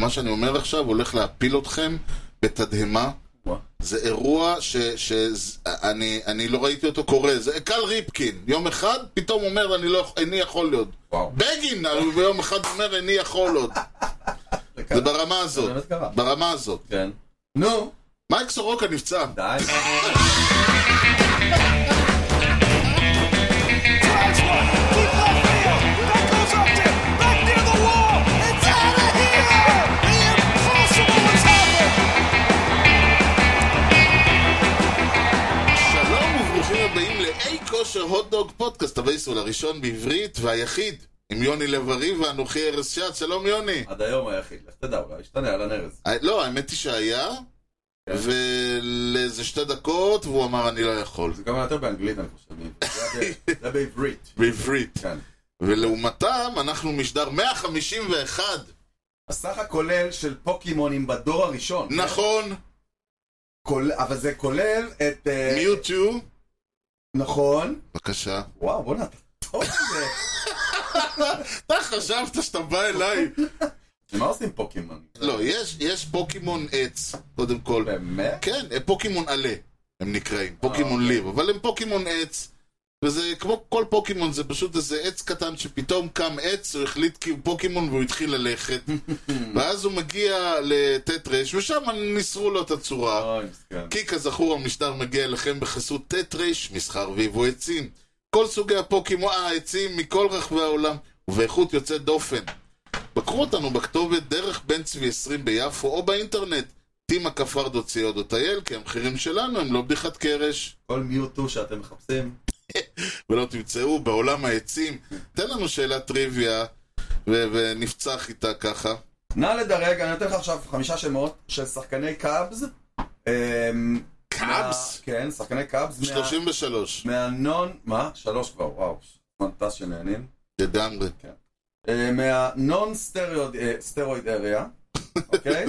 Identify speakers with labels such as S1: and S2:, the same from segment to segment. S1: מה שאני אומר עכשיו הולך להפיל אתכם בתדהמה.
S2: וואו.
S1: זה אירוע שאני לא ראיתי אותו קורה. זה קל ריפקין, יום אחד פתאום אומר, אני לא, יכול- איני יכול עוד.
S2: וואו.
S1: בגין אבל ביום אחד אומר, איני יכול עוד. זה ברמה הזאת,
S2: זה באמת קרה.
S1: ברמה הזאת.
S2: כן. נו.
S1: מייק סורוקה נפצע.
S2: די.
S3: drives one, deep left field. That goes up there, back near the wall. It's out of here. The impossible has happened.
S1: שלום וברוכים הבאים לאי כושר הוטדוג פודקאסט הבייסבול הראשון בעברית והיחיד עם יוני לב-ארי ואנוכי ארז שעד. שלום יוני.
S2: עד היום היחיד. לך תדע, אולי ישתנה על הנרס.
S1: אה, לא, האמת היא שהיה, ולאיזה שתי דקות, והוא אמר אני לא יכול.
S2: זה גם היה יותר באנגלית, אני חושב. זה היה- זה היה בעברית.
S1: בעברית.
S2: כן.
S1: ולעומתם, אנחנו משדר 151.
S2: הסך הכולל של פוקימונים בדור הראשון.
S1: נכון,
S2: כול- אבל זה כולל את... אה,
S1: מיוטיו.
S2: נכון.
S1: בבקשה.
S2: וואו, בוא'נה, אתה טוב בזה.
S1: אתה חשבת שאתה בא אליי.
S2: מה עושים פוקימון?
S1: לא, יש- יש פוקימון עץ, קודם כל.
S2: באמת?
S1: כן, הם פוקימון עלה, הם נקראים, פוקימון
S2: אוקיי.
S1: ליב, אבל הם פוקימון עץ. וזה כמו כל פוקימון, זה פשוט איזה עץ קטן שפתאום קם עץ, הוא החליט כי הוא פוקימון והוא התחיל ללכת. ואז הוא מגיע לט' ר' ושם ניסרו לו את הצורה.
S2: אוי, מסכן.
S1: כי כזכור המשדר מגיע אליכם בחסות ט' ר' מסחר ויבוא עצים. כל סוגי הפוקימון, העצים מכל רחבי העולם, ובאיכות יוצאת דופן. בקרו אותנו בכתובת דרך בן צבי 20 ביפו או באינטרנט. טימה כפרדו ציודו טייל, כי המחירים שלנו הם לא בדיחת קרש.
S2: כל מיוטו שאתם מחפשים.
S1: ולא תמצאו בעולם העצים. תן לנו שאלת טריוויה, ו- ונפצח איתה ככה.
S2: אה, נא לדרג, אני נותן לך עכשיו חמישה שמות של שחקני קאבס. אמ,
S1: קאבס?
S2: מה- כן, שחקני קאבס. מה-
S1: 33,
S2: מהנון... מה? שלוש כבר, וואו. זמן טס שנהנים.
S1: לגמרי.
S2: אה, מהנון סטריאוד- אה, סטרואיד אריה, אוקיי?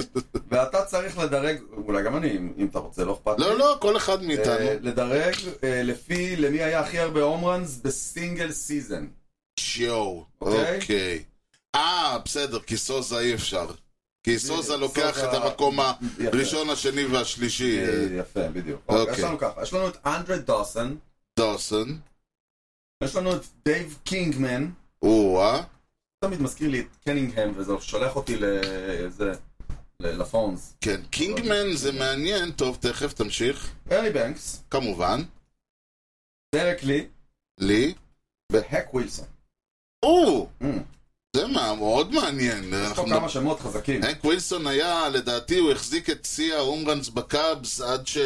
S2: ואתה צריך לדרג, אולי גם אני, אם- אם אתה רוצה, לא אכפת לי.
S1: לא, לא, כל אחד
S2: אה,
S1: מאיתנו.
S2: לדרג אה, לפי למי היה הכי הרבה הומראנס בסינגל סיזן.
S1: שיו,
S2: אוקיי.
S1: אוקיי. אה, בסדר, כי סוזה אי אפשר. כי סוזה לוקח
S2: אה, סוזה-
S1: את המקום
S2: יפה.
S1: הראשון, השני והשלישי. אה,
S2: אה, יפה, בדיוק.
S1: אוקיי.
S2: אוקיי, יש לנו ככה, יש לנו את אנדרה דוסון,
S1: דוסון,
S2: יש לנו את דייב קינגמן,
S1: או-אה,
S2: תמיד מזכיר לי את קנינגהם, וזה שולח אותי לזה, ל- לפונס.
S1: כן. קינגמן זה מעניין, טוב, תכף תמשיך.
S2: ארלי בנקס,
S1: כמובן,
S2: דרק לי,
S1: לי.
S2: והק ווילסון.
S1: או,
S2: אה,
S1: זה מה, מאוד מעניין.
S2: יש פה
S1: אנחנו
S2: כמה שמות חזקים.
S1: הנק ווילסון היה, לדעתי, הוא החזיק את שיא ההומרנס בקאבס עד ש...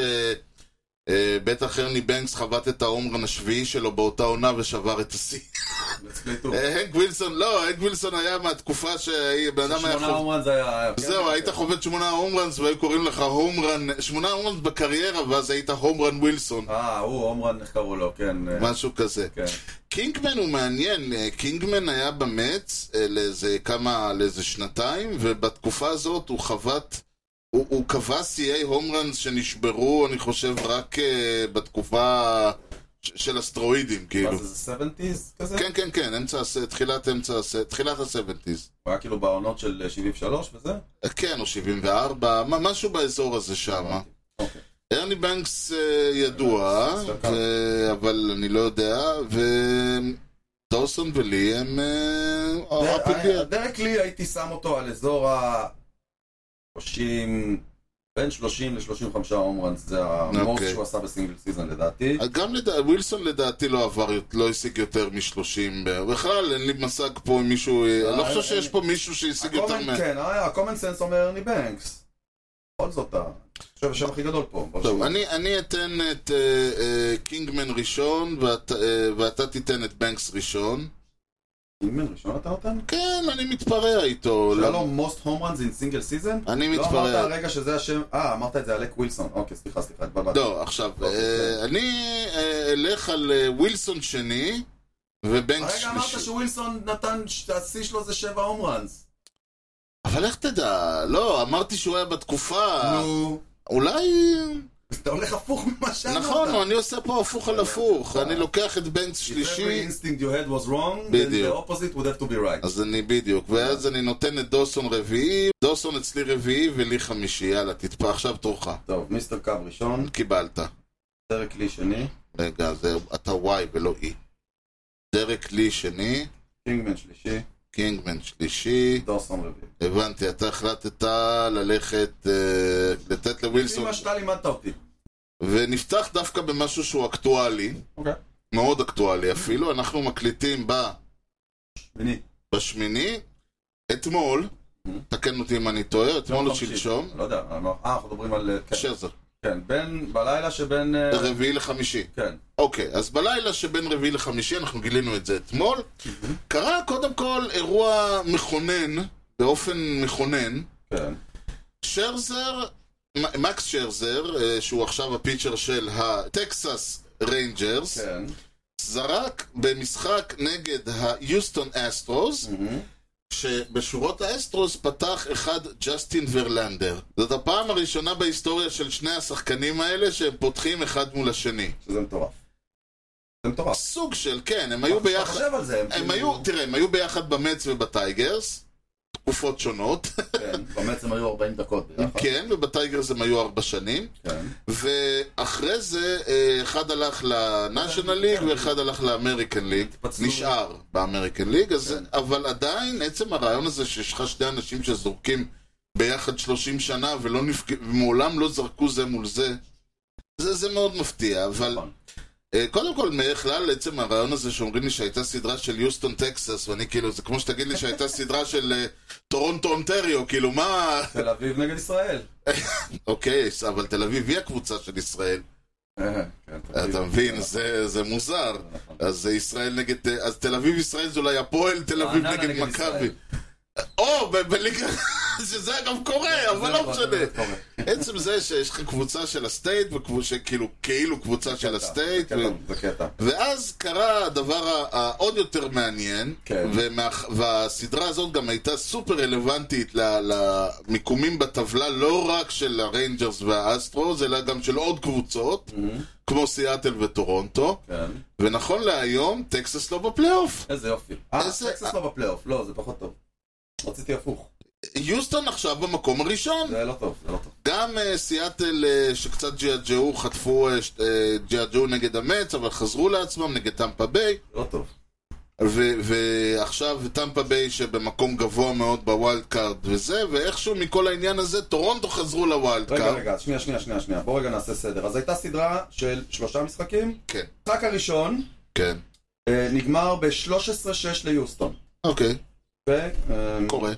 S1: אה, בטח הרני בנקס חבט את ההומרן השביעי שלו באותה עונה ושבר את השיא.
S2: Let's play two.
S1: אה, הנק ווילסון, לא, הנק ווילסון היה מהתקופה שהבן אדם היה
S2: שמונה
S1: חובט...
S2: הומרן זה היה... כן.
S1: זהו, היית חובט שמונה הומרנס והיו קוראים לך הומרן, שמונה הומרנס בקריירה ואז היית הומרן ווילסון,
S2: אה, הוא הומרן, איך קראו לו, כן. אה,
S1: משהו כזה.
S2: כן.
S1: קינגמן הוא מעניין, אה, קינגמן היה במץ אה, לאיזה כמה, לאיזה שנתיים, ובתקופה הזאת הוא חבט, הוא, הוא קבע שיאי הומרנס שנשברו, אני חושב, רק אה, בתקופה ש- של הסטרואידים, כאילו.
S2: מה זה, זה 70's כזה?
S1: כן, כן, כן, אמצע, הס- תחילת אמצע, הס- תחילת ה-70's.
S2: הוא היה כאילו בעונות של אה, 73 וזה?
S1: אה, כן, או 74, מה- משהו באזור הזה שם.
S2: אוקיי.
S1: ארני בנקס אה, ידוע,
S2: סליחה.
S1: ו- אבל אני לא יודע, ודוסון ולי הם... אה, up in the air.
S2: דרק לי הייתי שם אותו על אזור ה... 30... בין 30 ל-35 הומרנס, זה המורס
S1: אוקיי.
S2: שהוא עשה בסינגל סיזון לדעתי.
S1: גם לדע... ווילסון לדעתי לא עבר, לא השיג יותר מ-30, בכלל אין לי מושג פה אם מישהו, אני לא
S2: אין-
S1: חושב שיש
S2: אין-
S1: פה מישהו שהשיג יותר
S2: הקומן,
S1: מה...
S2: אה, כן, אה, הקומן סנס אומר ארני בנקס. בכל זאת, ה- אני חושב השם הכי גדול פה.
S1: טוב,
S2: ברשימה.
S1: אני, אני אתן את אה, אה, קינגמן ראשון, ואת, אה, ואתה תיתן את בנקס ראשון.
S2: אימן ראשון אתה נותן?
S1: כן, אני מתפרע איתו. לא-
S2: היה לו most home runs in single season?
S1: אני
S2: לא אמרת
S1: מתפרע.
S2: הרגע שזה השם... אה, אמרת את זה על לק ווילסון. אוקיי, סליחה, סליחה, התבלבלתי.
S1: לא, עכשיו,
S2: לא,
S1: אה, אני אה, אלך על אה, ווילסון שני, ובנקס
S2: הרגע אמרת
S1: שלישי.
S2: שווילסון נתן, השיא שלו זה שבע הום ראנס.
S1: אבל איך תדע? לא, אמרתי שהוא היה בתקופה.
S2: נו.
S1: אולי...
S2: אתה הולך הפוך ממה שאמרת.
S1: נכון, אני עושה פה הפוך על הפוך. אני לוקח את בנץ
S2: If every
S1: שלישי,
S2: instinct you had was wrong, then the
S1: בדיוק.
S2: opposite would have to be right.
S1: אז אני בדיוק. ואז אני נותן את דוסון רביעי, דוסון אצלי רביעי ולי חמישי. יאללה, תתפע עכשיו תורך.
S2: טוב, מיסטר קו ראשון,
S1: קיבלת.
S2: דרק לי שני,
S1: רגע, זה, אתה Y ולא E. דרק לי שני,
S2: קינגמן שלישי,
S1: קינגמן שלישי.
S2: דורסון רביעי.
S1: הבנתי, אתה החלטת ללכת, אה, לתת
S2: לפי
S1: לווילסון.
S2: מה שאתה לימדת אותי.
S1: ונפתח דווקא במשהו שהוא אקטואלי,
S2: אוקיי.
S1: מאוד אקטואלי אפילו. אנחנו מקליטים ב...
S2: שני.
S1: בשמיני, אתמול, תקן אותי אם אני טועה, אתמול או שלשום,
S2: לא יודע, אני לא- אה, אנחנו מדברים על... כן,
S1: שזר,
S2: כן, בין, בלילה שבין... אה,
S1: רביעי לחמישי.
S2: כן.
S1: אוקיי, אז בלילה שבין רביעי לחמישי, אנחנו גילינו את זה אתמול, קרה קודם כל אירוע מכונן, באופן מכונן,
S2: כן.
S1: שרזר, מ- מקס שרזר, אה, שהוא עכשיו הפיצ'ר של הטקסס ריינג'רס,
S2: כן.
S1: זרק במשחק נגד היוסטון אסטרוס,
S2: מהמם.
S1: שבשורות האסטרוס פתח אחד ג'סטין ורלנדר. זאת הפעם הראשונה בהיסטוריה של שני השחקנים האלה שהם פותחים אחד מול השני.
S2: שזה מטורף. זה מטורף.
S1: סוג של, כן, הם היו
S2: אתה
S1: ביחד,
S2: חושב על זה.
S1: הם
S2: כאילו-
S1: היו, תראה, הם היו ביחד במץ ובטייגרס, תקופות שונות,
S2: כן, במץ הם היו 40 דקות ביחד.
S1: כן, ובטייגרס הם היו ארבע שנים,
S2: כן.
S1: ואחרי זה אה, אחד הלך לנאשונל
S2: כן.
S1: ליג ואחד הלך לאמריקן ליג,
S2: התפצלו.
S1: נשאר באמריקן ליג, אז-
S2: כן.
S1: אבל עדיין עצם הרעיון הזה שיש לך שני אנשים שזורקים ביחד 30 שנה ולא נפג... ומעולם לא זרקו זה מול זה, זה, זה מאוד מפתיע, אבל
S2: נכון.
S1: אה, קודם כל, בכלל, עצם הרעיון הזה שאומרים לי שהייתה סדרה של יוסטון טקסס, ואני כאילו, זה כמו שתגיד לי שהייתה סדרה של אה, טורונטו אונטריו, כאילו מה...
S2: תל אביב נגד ישראל.
S1: אוקיי, אבל תל אביב היא הקבוצה של ישראל.
S2: אה, כן, תל אביב.
S1: אתה מבין, זה, זה מוזר.
S2: נכון.
S1: אז זה ישראל נגד... אז תל אביב ישראל זה אולי הפועל, תל אביב
S2: רעננה
S1: נגד מכבי.
S2: ישראל.
S1: או, ב- בליגה... שזה אגב קורה, אבל
S2: זה
S1: לא
S2: נכון, זה
S1: משנה.
S2: קורה.
S1: עצם זה שיש לך קבוצה של הסטייט, וקבוצה, כאילו, כאילו קבוצה של הסטייט,
S2: זה
S1: ו-
S2: קטע, זה קטע.
S1: ואז קרה הדבר ה- העוד יותר מעניין,
S2: כן.
S1: ומה- והסדרה הזאת גם הייתה סופר רלוונטית ל- למיקומים בטבלה, לא רק של הריינג'רס והאסטרוס, אלא גם של עוד קבוצות, כמו סיאטל וטורונטו.
S2: כן.
S1: ונכון להיום, טקסס לא בפלייאוף.
S2: איזה יופי. אה,
S1: איזה-
S2: טקסס לא בפלייאוף. לא, זה פחות טוב. רציתי הפוך.
S1: יוסטון עכשיו במקום הראשון.
S2: זה לא טוב, זה לא טוב.
S1: גם אה, סיאטל, אה, שקצת ג'יאג'או, חטפו אה, ש- אה, ג'יאג'או נגד המץ, אבל חזרו לעצמם נגד טמפה ביי.
S2: זה לא טוב.
S1: ו- ועכשיו טמפה ביי שבמקום גבוה מאוד בווילד קארד וזה, ואיכשהו מכל העניין הזה, טורונטו חזרו לווילד
S2: רגע,
S1: קארד.
S2: רגע, שנייה, שנייה, שנייה, שנייה. בואו רגע נעשה סדר. אז הייתה סדרה של שלושה משחקים.
S1: כן,
S2: המשחק הראשון
S1: כן.
S2: אה, נגמר ב-13-6 ליוסטון.
S1: אוקיי,
S2: במשחק
S1: קורה.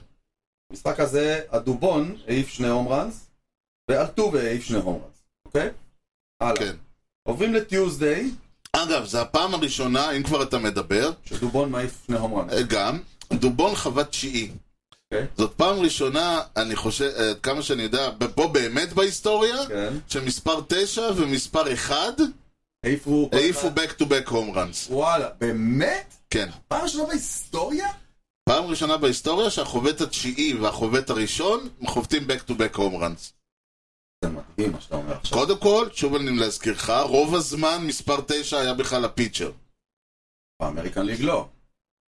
S2: הזה, הדובון העיף שני הום ראנס, ואלטובה העיף שני הום ראנס, אוקיי? הלאה.
S1: כן.
S2: עוברים לטיוזדיי,
S1: אגב, זו הפעם הראשונה, אם כבר אתה מדבר,
S2: שדובון מעיף שני הום ראנס.
S1: אה, גם, דובון חווה תשיעי.
S2: אוקיי.
S1: זאת פעם ראשונה, אני חושב, עד כמה שאני יודע, פה באמת בהיסטוריה,
S2: כן.
S1: שמספר 9 ומספר 1
S2: העיפו...
S1: העיפו back to back home runs.
S2: וואלה, באמת?
S1: כן.
S2: פעם ראשונה בהיסטוריה?
S1: פעם ראשונה בהיסטוריה שהחובט התשיעי והחובט הראשון חובטים back to back home runs.
S2: זה מדהים מה שאתה אומר עכשיו.
S1: קודם כל, שוב אני להזכירך, רוב הזמן מספר 9 היה בכלל הפיצ'ר.
S2: באמריקן ליג לא.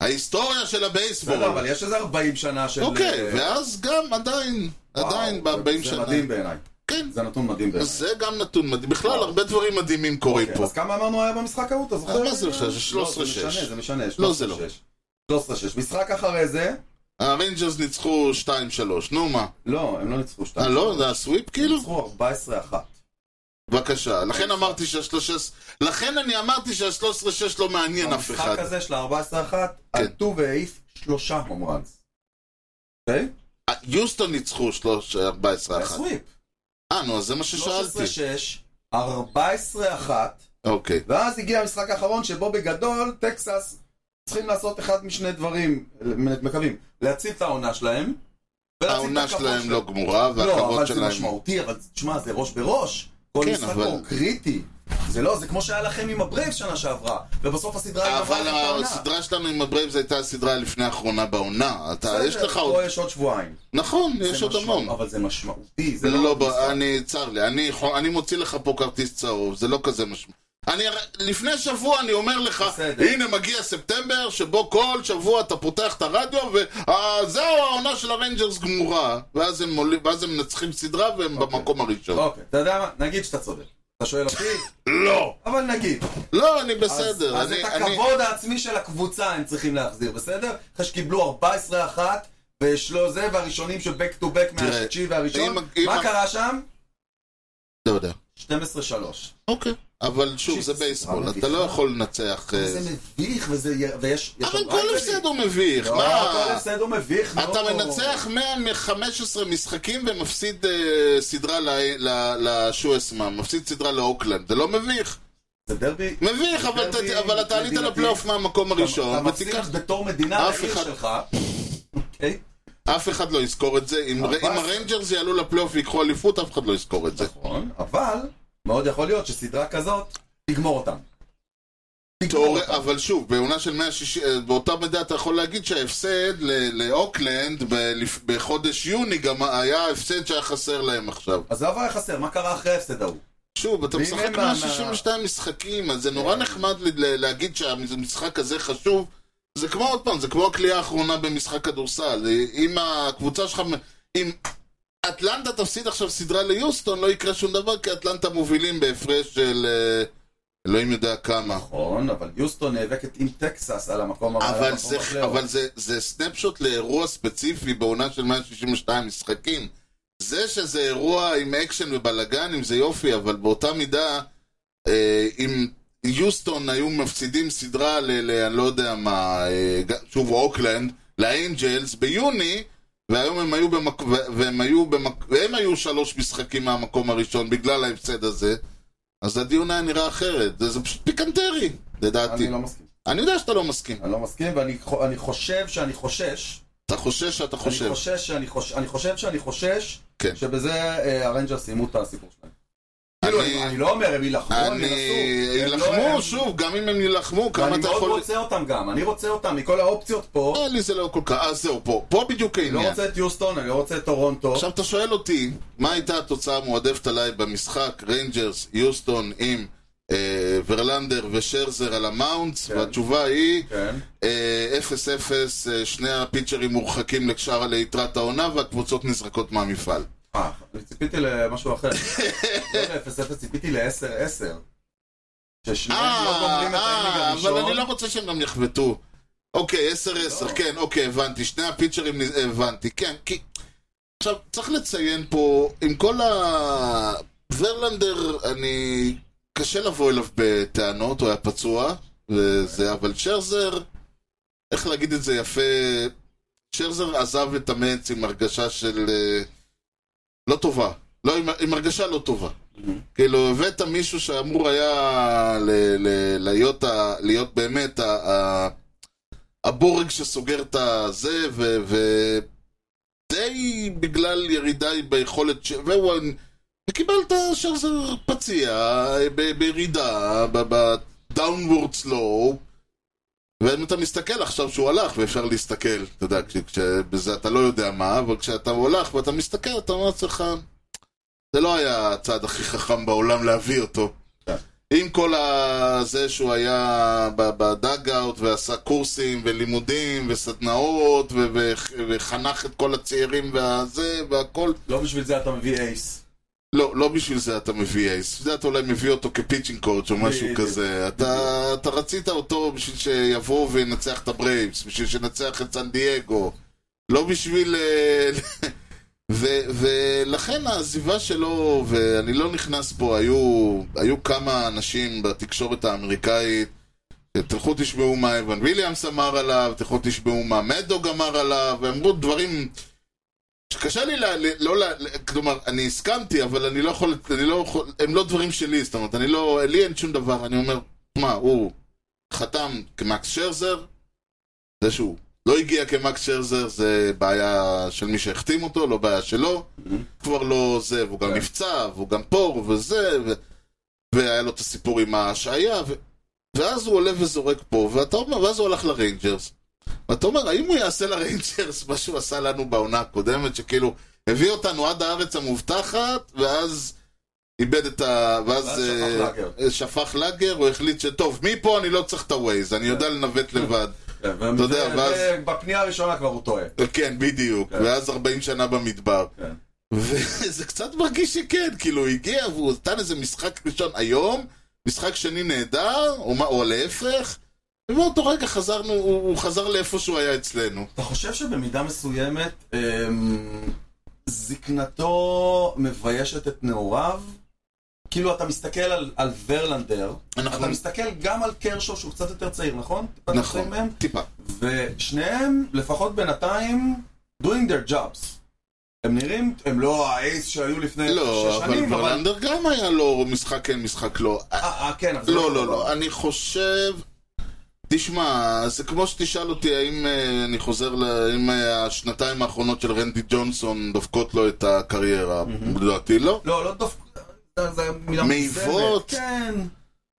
S1: ההיסטוריה של הבייסבול.
S2: בסדר, אבל יש איזה 40 שנה של...
S1: אוקיי,
S2: אה,
S1: ואז גם עדיין,
S2: וואו,
S1: עדיין
S2: זה-
S1: ב-40
S2: זה
S1: שנה.
S2: מדהים בעיניי.
S1: כן.
S2: זה נתון מדהים בעיניי.
S1: זה גם נתון מדהים. בכלל,
S2: וואו.
S1: הרבה דברים מדהימים קורים
S2: אוקיי,
S1: אה, פה. אה,
S2: אז כמה אמרנו היה במשחק ההוא? אתה זוכר?
S1: מה זה משנה? זה 13-6.
S2: לא, זה משנה, זה משנה.
S1: לא, זה לא.
S2: 13-6. 13-6. משחק אחרי זה,
S1: הריינג'רס ניצחו 2-3, נו מה?
S2: לא, הם לא ניצחו 2.
S1: אה, לא? זה הסוויפ כאילו?
S2: ניצחו 14-1.
S1: בבקשה. לכן אמרתי שהשלוש... לכן אני אמרתי שה-13-6 לא מעניין אף אחד. כן.
S2: המשחק הזה של ה-14-1, עטו והעיף שלושה הום ראנס. אוקיי?
S1: אה, יוסטון ניצחו 3, 14
S2: זה
S1: 1
S2: סוויפ.
S1: אה, נו, אז זה מה ששאלתי.
S2: 13-6, 14-1,
S1: אוקיי.
S2: ואז הגיע המשחק האחרון שבו בגדול טקסס צריכים לעשות אחד משני דברים, מקווים, להציל את העונה שלהם, ולהציל את
S1: העונה
S2: הכבוד
S1: שלהם לא גמורה,
S2: לא,
S1: והכבוד
S2: אבל זה
S1: שלהם...
S2: משמעותי, אבל תשמע, זה ראש בראש. כל
S1: כן,
S2: משחק
S1: אבל-
S2: הוא קריטי. זה לא, זה כמו שהיה לכם עם הברייב שנה שעברה, ובסוף הסדרה גמרה
S1: אבל
S2: לכם את העונה.
S1: הסדרה שלנו עם הברייבס הייתה הסדרה לפני האחרונה בעונה. אתה,
S2: בסדר,
S1: יש לך
S2: פה
S1: עוד...
S2: יש עוד שבועיים.
S1: נכון,
S2: זה
S1: יש עוד
S2: משמעות-
S1: המון.
S2: אבל זה משמעותי, זה
S1: זה לא, ב-
S2: משחק.
S1: אני, צר לי, אני, יכול- אני מוציא לך פה כרטיס צהוב, זה לא כזה משמעות. אני, לפני שבוע אני אומר לך,
S2: בסדר.
S1: הנה מגיע ספטמבר, שבו כל שבוע אתה פותח את הרדיו, וזהו העונה של הריינג'רס גמורה. ואז הם, עולים, ואז הם מנצחים סדרה והם
S2: אוקיי.
S1: במקום הראשון.
S2: אוקיי, אתה יודע מה? נגיד שאתה צודק. אתה שואל אותי?
S1: לא!
S2: אבל נגיד.
S1: לא, אני
S2: אז-
S1: בסדר.
S2: אז
S1: אני,
S2: את
S1: אני,
S2: הכבוד העצמי של הקבוצה הם צריכים להחזיר, בסדר? אחרי שקיבלו 14-1 ושלו זה, והראשונים שבק טו בק
S1: תראה,
S2: מהשישי והראשון,
S1: אם- אם-
S2: מה קרה שם?
S1: לא יודע.
S2: 12-3.
S1: אוקיי. אבל שוב,
S2: תקשיב,
S1: זה
S2: זה
S1: בייסבול,
S2: סדרה
S1: אתה לא
S2: מביכה.
S1: יכול לנצח... אה,
S2: זה מביך וזה... י- ויש... יש
S1: אבל
S2: עוד
S1: כל
S2: רייטלים.
S1: הפסד הוא מביך,
S2: לא, כל
S1: מה?
S2: הפסד הוא מביך מאוד.
S1: אתה מנצח 100 מ-15 משחקים ומפסיד אה, סדרה ל- ל- לשואסמן, מפסיד סדרה לאוקלנד, זה לא מביך.
S2: זה דרבי...
S1: מביך, אבל
S2: דרבי
S1: ת- אבל אתה עלית
S2: מדינתי.
S1: לפלייאוף מהמקום
S2: אתה
S1: הראשון,
S2: מפסיד
S1: ותיקח...
S2: בתור מדינה
S1: אף
S2: לעיר
S1: אחד-
S2: שלך. אוקיי?
S1: אף אחד לא יזכור את זה, אם
S2: אבל-
S1: אם הריינג'רס יעלו לפלייאוף ויקחו אליפות, אף אחד לא יזכור את זה.
S2: נכון, אבל מאוד יכול להיות שסדרה כזאת תגמור אותם.
S1: תיאור- אבל שוב, בעונה של 160, אה, באותה מידה אתה יכול להגיד שההפסד ל- לאוקלנד ב- לפ- בחודש יוני גם היה ההפסד שהיה חסר להם עכשיו.
S2: אז זה אבל היה חסר, מה קרה אחרי ההפסד ההוא?
S1: שוב, אתה
S2: ואם
S1: משחק
S2: אין מה- כן.
S1: 162 משחקים, אז זה נורא נחמד ל- ל- להגיד שהמשחק הזה חשוב. זה כמו, עוד פעם, זה כמו הקליעה האחרונה במשחק כדורסל. אם הקבוצה שלך... מ- אם אטלנטה תפסיד עכשיו סדרה ליוסטון, לא יקרה שום דבר, כי אטלנטה מובילים בהפרש של... אה, אלוהים יודע כמה.
S2: נכון, אבל יוסטון נאבקת עם טקסס על המקום הבא.
S1: אבל, זה, אבל זה, זה סנפשוט לאירוע ספציפי בעונה של 162 משחקים. זה שזה אירוע עם אקשן ובלאגנים זה יופי, אבל באותה מידה, אה, אם יוסטון היו מפסידים סדרה ל... ל אני לא יודע מה, אה, ג- שוב אוקלנד, לאנג'לס ביוני, והיום הם היו במק... ו- והם היו במק... והם היו שלוש משחקים מהמקום הראשון בגלל ההפסד הזה, אז הדיון היה נראה אחרת. זה, זה פשוט פיקנטרי, לדעתי.
S2: אני לא מסכים.
S1: אני יודע שאתה לא מסכים.
S2: אני לא מסכים, ואני חו- אני חושב שאני חושש.
S1: אתה חושש שאתה
S2: אני
S1: חושב.
S2: חושש שאני חושש, אני חושב שאני חושש,
S1: כן.
S2: שבזה אה, הרנג'רס סיימו את הסיפור שלהם.
S1: אני-
S2: כאילו, הם- אני לא אומר, הם יילחמו, הם
S1: אני...
S2: ינסו. הם לא-
S1: יילחמו,
S2: הם-
S1: שוב, גם אם הם יילחמו, כמה
S2: ואני
S1: אתה
S2: מאוד
S1: יכול...
S2: רוצה אותם גם, אני רוצה אותם מכל האופציות פה.
S1: אה, לי זה לא כל כך... אה, זהו, פה. פה בדיוק
S2: אני לא
S1: העניין.
S2: רוצה את יוסטון, אני לא רוצה את טורונטו.
S1: עכשיו אתה שואל אותי, מה הייתה התוצאה המועדפת עליי במשחק ריינג'רס, יוסטון עם אה, ורלנדר ושרזר על המאונטס?
S2: כן.
S1: והתשובה היא
S2: כן.
S1: אה, 0-0, אה, שני הפיצ'רים מורחקים לשאר ליתרת העונה והקבוצות נזרקות מהמפעל.
S2: אה, אני ציפיתי למשהו אחר. לא ל-0-0, ציפיתי ל-10-10. ששניהם לא גומרים את האינינג
S1: אה,
S2: הראשון.
S1: אבל אני לא רוצה שהם גם יחבטו. אוקיי, 10-10,
S2: לא.
S1: כן, אוקיי, הבנתי. שני הפיצ'רים, נז- הבנתי, כן, כי... עכשיו, צריך לציין פה, עם כל ה... ורלנדר, אני... קשה לבוא אליו בטענות, הוא היה פצוע, וזה, אבל שרזר, איך להגיד את זה יפה, שרזר עזב את המץ עם הרגשה של... אה, לא טובה. לא, עם, עם הרגשה לא טובה. כאילו, הבאת מישהו שאמור היה ל, ל, להיות, ה, להיות באמת ה, ה, הבורג שסוגר את הזה, ו... ו די בגלל ירידה ביכולת ש... והוא... וקיבלת שרזר פציע ב- בירידה, ב-downward slow, ואם אתה מסתכל עכשיו שהוא הלך, ואפשר להסתכל, אתה יודע, כש- כשבזה אתה לא יודע מה, אבל כשאתה הולך ואתה מסתכל, אתה אומר לעצמך, זה לא היה הצעד הכי חכם בעולם להביא אותו.
S2: כן.
S1: עם כל ה- זה שהוא היה ב- בדאגאוט ועשה קורסים ולימודים וסדנאות ו- ו- וחנך את כל הצעירים והזה והכל,
S2: לא בשביל זה אתה מביא אייס.
S1: לא, לא בשביל זה אתה מביא אייס. בשביל זה אתה אולי מביא אותו כפיצ'ינג קורץ' או משהו
S2: בדיוק.
S1: כזה. אתה, אתה רצית אותו בשביל שיבוא וינצח את הברייבס, בשביל שנצח את סן דייגו. לא בשביל... אה, ו, ולכן העזיבה שלו, ואני לא נכנס פה, היו, היו כמה אנשים בתקשורת האמריקאית, תלכו תשמעו מה אבן ויליאמס אמר עליו, תלכו תשמעו מה מדוג אמר עליו, ואמרו דברים שקשה לי ל... ל- לא ל... ל- כלומר, אני הסכמתי, אבל אני לא יכול... אני לא יכול... הם לא דברים שלי, זאת אומרת, אני לא... לי אין שום דבר, אני אומר, מה, הוא חתם כמקס שרזר, זה שהוא לא הגיע כמקס שרזר, זה בעיה של מי שהחתים אותו, לא בעיה שלו, כבר לא זה, והוא גם
S2: Mm-hmm. כן.
S1: נפצע, והוא גם פה, וזה, ו... והיה לו את הסיפור עם ההשעיה, ו... ואז הוא עולה וזורק פה, ואתה אומר, ואז הוא הלך לריינג'רס. ואתה אומר, האם הוא יעשה לריינג'רס מה שהוא עשה לנו בעונה הקודמת, שכאילו, הביא אותנו עד הארץ המובטחת, ואז איבד את ה... ואז
S2: ואז שפך
S1: אה,
S2: לאגר.
S1: שפך לאגר, הוא החליט שטוב, מפה אני לא צריך את ה-Waze, אני יודע לנווט לבד.
S2: אתה
S1: יודע, ואז-
S2: בפנייה הראשונה כבר הוא טועה.
S1: כן, בדיוק,
S2: כן.
S1: ואז 40 שנה במדבר.
S2: כן.
S1: וזה קצת מרגיש שכן, כאילו, הוא הגיע והוא נתן איזה משחק ראשון היום, משחק שני נהדר, או, מה, או להפך, ומאותו רגע חזרנו, הוא, הוא חזר לאיפה שהוא היה אצלנו.
S2: אתה חושב שבמידה מסוימת אמ, זקנתו מביישת את נעוריו? כאילו, אתה מסתכל על, על ורלנדר,
S1: אנחנו-
S2: אתה מסתכל גם על קרשו שהוא קצת יותר צעיר, נכון? טיפה יותר צעיר
S1: נכון,
S2: מהם?
S1: טיפה.
S2: ושניהם, לפחות בינתיים, doing their jobs. הם נראים, הם לא האייס שהיו לפני
S1: לא,
S2: שש
S1: אבל
S2: שנים, אבל...
S1: ברלנדר גם היה לו משחק כן, משחק לא.
S2: אה, אה, כן, אבל זה
S1: לא, לא, לא, אני חושב... תשמע, זה כמו שתשאל אותי האם אה, אני חוזר ל... האם אה, השנתיים האחרונות של רנדי ג'ונסון דופקות לו את הקריירה. לדעתי לא.
S2: לא, לא דופק... זה היה מילה
S1: מעיבות.
S2: מוגזמת. כן.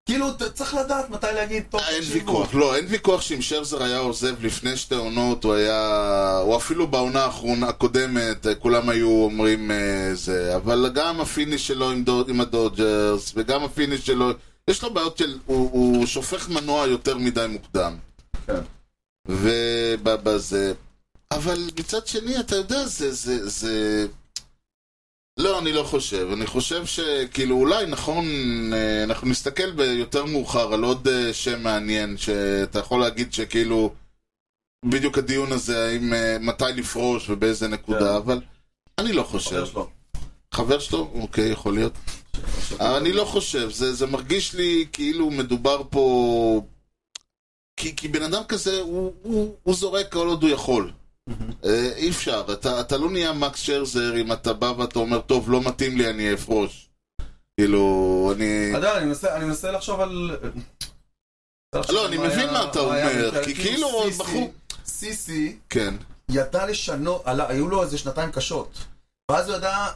S2: כאילו, ת- צריך לדעת מתי להגיד, טוב,
S1: אין
S2: תקשיבו.
S1: ויכוח, לא, אין ויכוח שאם שרזר היה עוזב לפני שתי עונות, הוא היה... או אפילו בעונה האחרונה הקודמת, אה, כולם היו אומרים אה, זה. אבל גם הפיניש שלו עם, דוד, עם הדודג'רס, וגם הפיניש שלו... יש לו בעיות של... הוא, הוא שופך מנוע יותר מדי מוקדם.
S2: כן.
S1: ובזה... אבל מצד שני, אתה יודע, זה... זה, זה... לא, אני לא חושב. אני חושב שכאילו אולי נכון, אה, אנחנו נסתכל ביותר מאוחר על עוד אה, שם מעניין, שאתה יכול להגיד שכאילו בדיוק הדיון הזה, האם אה, מתי לפרוש ובאיזה נקודה,
S2: כן.
S1: אבל אני לא חושב.
S2: חבר שלו.
S1: חבר שלו? אוקיי, יכול להיות. אבל אני לא חושב, זה, זה מרגיש לי כאילו מדובר פה... כי, כי בן אדם כזה, הוא, הוא, הוא זורק כל עוד הוא יכול. אה, אי אפשר, אתה, אתה לא נהיה מקס שרזר אם אתה בא ואתה אומר, טוב, לא מתאים לי, אני אפרוש. כאילו, אני...
S2: אתה יודע, אני מנסה- אני מנסה לחשוב על...
S1: לא, אני מבין
S2: היה-
S1: מה אתה
S2: היה
S1: אומר,
S2: מתאר-
S1: כי כאילו עוד
S2: סיסי-
S1: בחור-
S2: סיסי
S1: כן.
S2: ידע לשנות, עלה- היו לו איזה שנתיים קשות. ואז הוא ידע...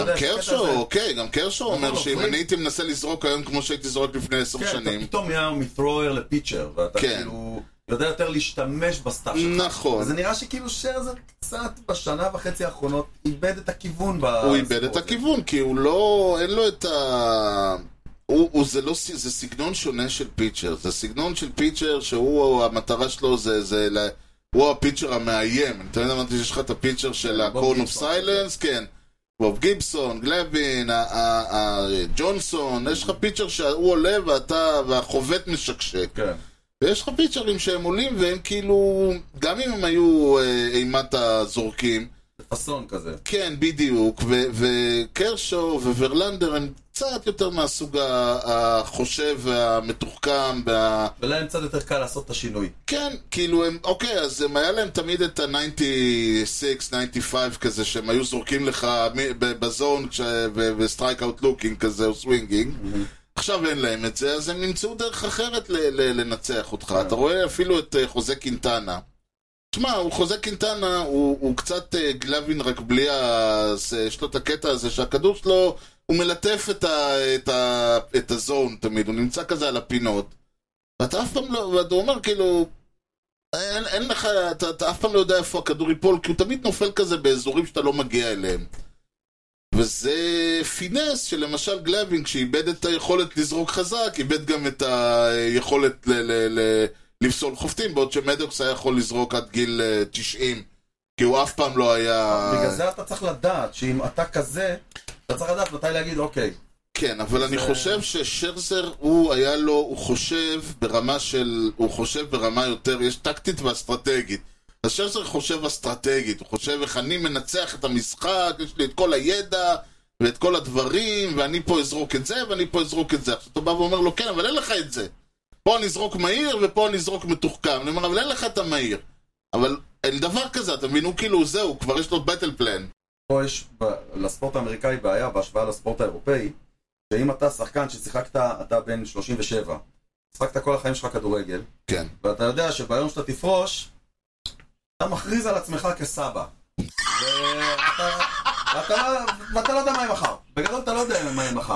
S1: גם
S2: יודע, הקטע
S1: קרשו,
S2: הזה-
S1: אוקיי, גם קרשו
S2: נכון,
S1: אומר שאם
S2: עוברים.
S1: אני הייתי מנסה לזרוק היום כמו שהייתי זורק לפני עשר
S2: כן, אתה
S1: שנים...
S2: פתאום נהיה מת'רויר לפיצ'ר, ואתה
S1: כן.
S2: כאילו יודע יותר להשתמש בסטאפ שלך.
S1: נכון.
S2: וזה נראה שכאילו שרזר קצת בשנה וחצי האחרונות איבד את הכיוון ב...
S1: הוא איבד את הכיוון, כי הוא לא, אין לו את ה... הוא, הוא, זה לא, ס- זה סגנון שונה של פיצ'ר. זה סגנון של פיצ'ר שהוא, המטרה שלו זה, זה, ל- הוא הפיצ'ר המאיים. אני תמיד אמרתי שיש לך את הפיצ'ר של
S2: בוב
S1: ה-Cone of
S2: גיבסון.
S1: Silence, כן. בוב גיבסון, גלבין, ה- ה- ה- ג'ונסון, יש לך פיצ'ר שהוא עולה ואתה, והחובט משקשק.
S2: כן.
S1: ויש לך פיצ'רים שהם עולים והם כאילו, גם אם הם היו אה, אימת הזורקים,
S2: פאסון כזה.
S1: כן, בדיוק, ו- וקרשו וורלנדר הם קצת יותר מהסוג ה- החושב והמתוחכם, וה...
S2: ולהם קצת יותר קל לעשות את השינוי.
S1: כן, כאילו הם, אוקיי, אז הם היה להם תמיד את ה-96, 95 כזה, שהם היו זורקים לך מ- ב- בזון וסטרייק אאוט לוקינג כזה, או סווינגינג. עכשיו אין להם את זה, אז הם ימצאו דרך אחרת ל- ל- לנצח אותך. אתה רואה אפילו את אה, חוזה קינטנה. תשמע, הוא חוזה קינטנה, הוא, הוא קצת אה, גלבין רק בלי ה... זה- יש לו את הקטע הזה שהכדור שלו, הוא מלטף את, ה, את, ה, את הזון תמיד, הוא נמצא כזה על הפינות. ואתה אף פעם לא, ואתה אומר כאילו, אין, אין לך, אתה, אתה אף פעם לא יודע איפה הכדור ייפול, כי הוא תמיד נופל כזה באזורים שאתה לא מגיע אליהם. וזה פינס שלמשל גלאבינג, שאיבד את היכולת לזרוק חזק, איבד גם את היכולת ל- ל- ל- לפסול חובטים, בעוד שמדוקס היה יכול לזרוק עד גיל אה, 90, כי הוא אף פעם לא היה...
S2: בגלל זה אתה צריך לדעת שאם אתה כזה, אתה צריך לדעת מתי להגיד אוקיי.
S1: כן, אבל אני חושב ששרזר, הוא היה לו, הוא חושב ברמה של, הוא חושב ברמה יותר, יש טקטית ואסטרטגית. אז שרזר חושב אסטרטגית, הוא חושב איך אני מנצח את המשחק, יש לי את כל הידע ואת כל הדברים, ואני פה אזרוק את זה ואני פה אזרוק את זה. עכשיו אתה בא ואומר לו, כן, אבל אין לך את זה. פה אני אזרוק מהיר ופה אני אזרוק מתוחכם. אני אומר, אבל אין לך את המהיר. אבל אין דבר כזה, אתה מבין? הוא כאילו, זהו, כבר יש לו בטל פלן.
S2: פה יש ב- לספורט האמריקאי בעיה בהשוואה לספורט האירופאי, שאם אתה שחקן ששיחקת, אתה בן 37, שיחקת כל החיים שלך כדורגל,
S1: כן.
S2: ואתה יודע שביום שאתה תפרוש, אתה מכריז על עצמך כסבא. ואתה ואתה לא- ואתה לא יודע מה יהיה מחר. בגדול אתה לא יודע מה יהיה מחר.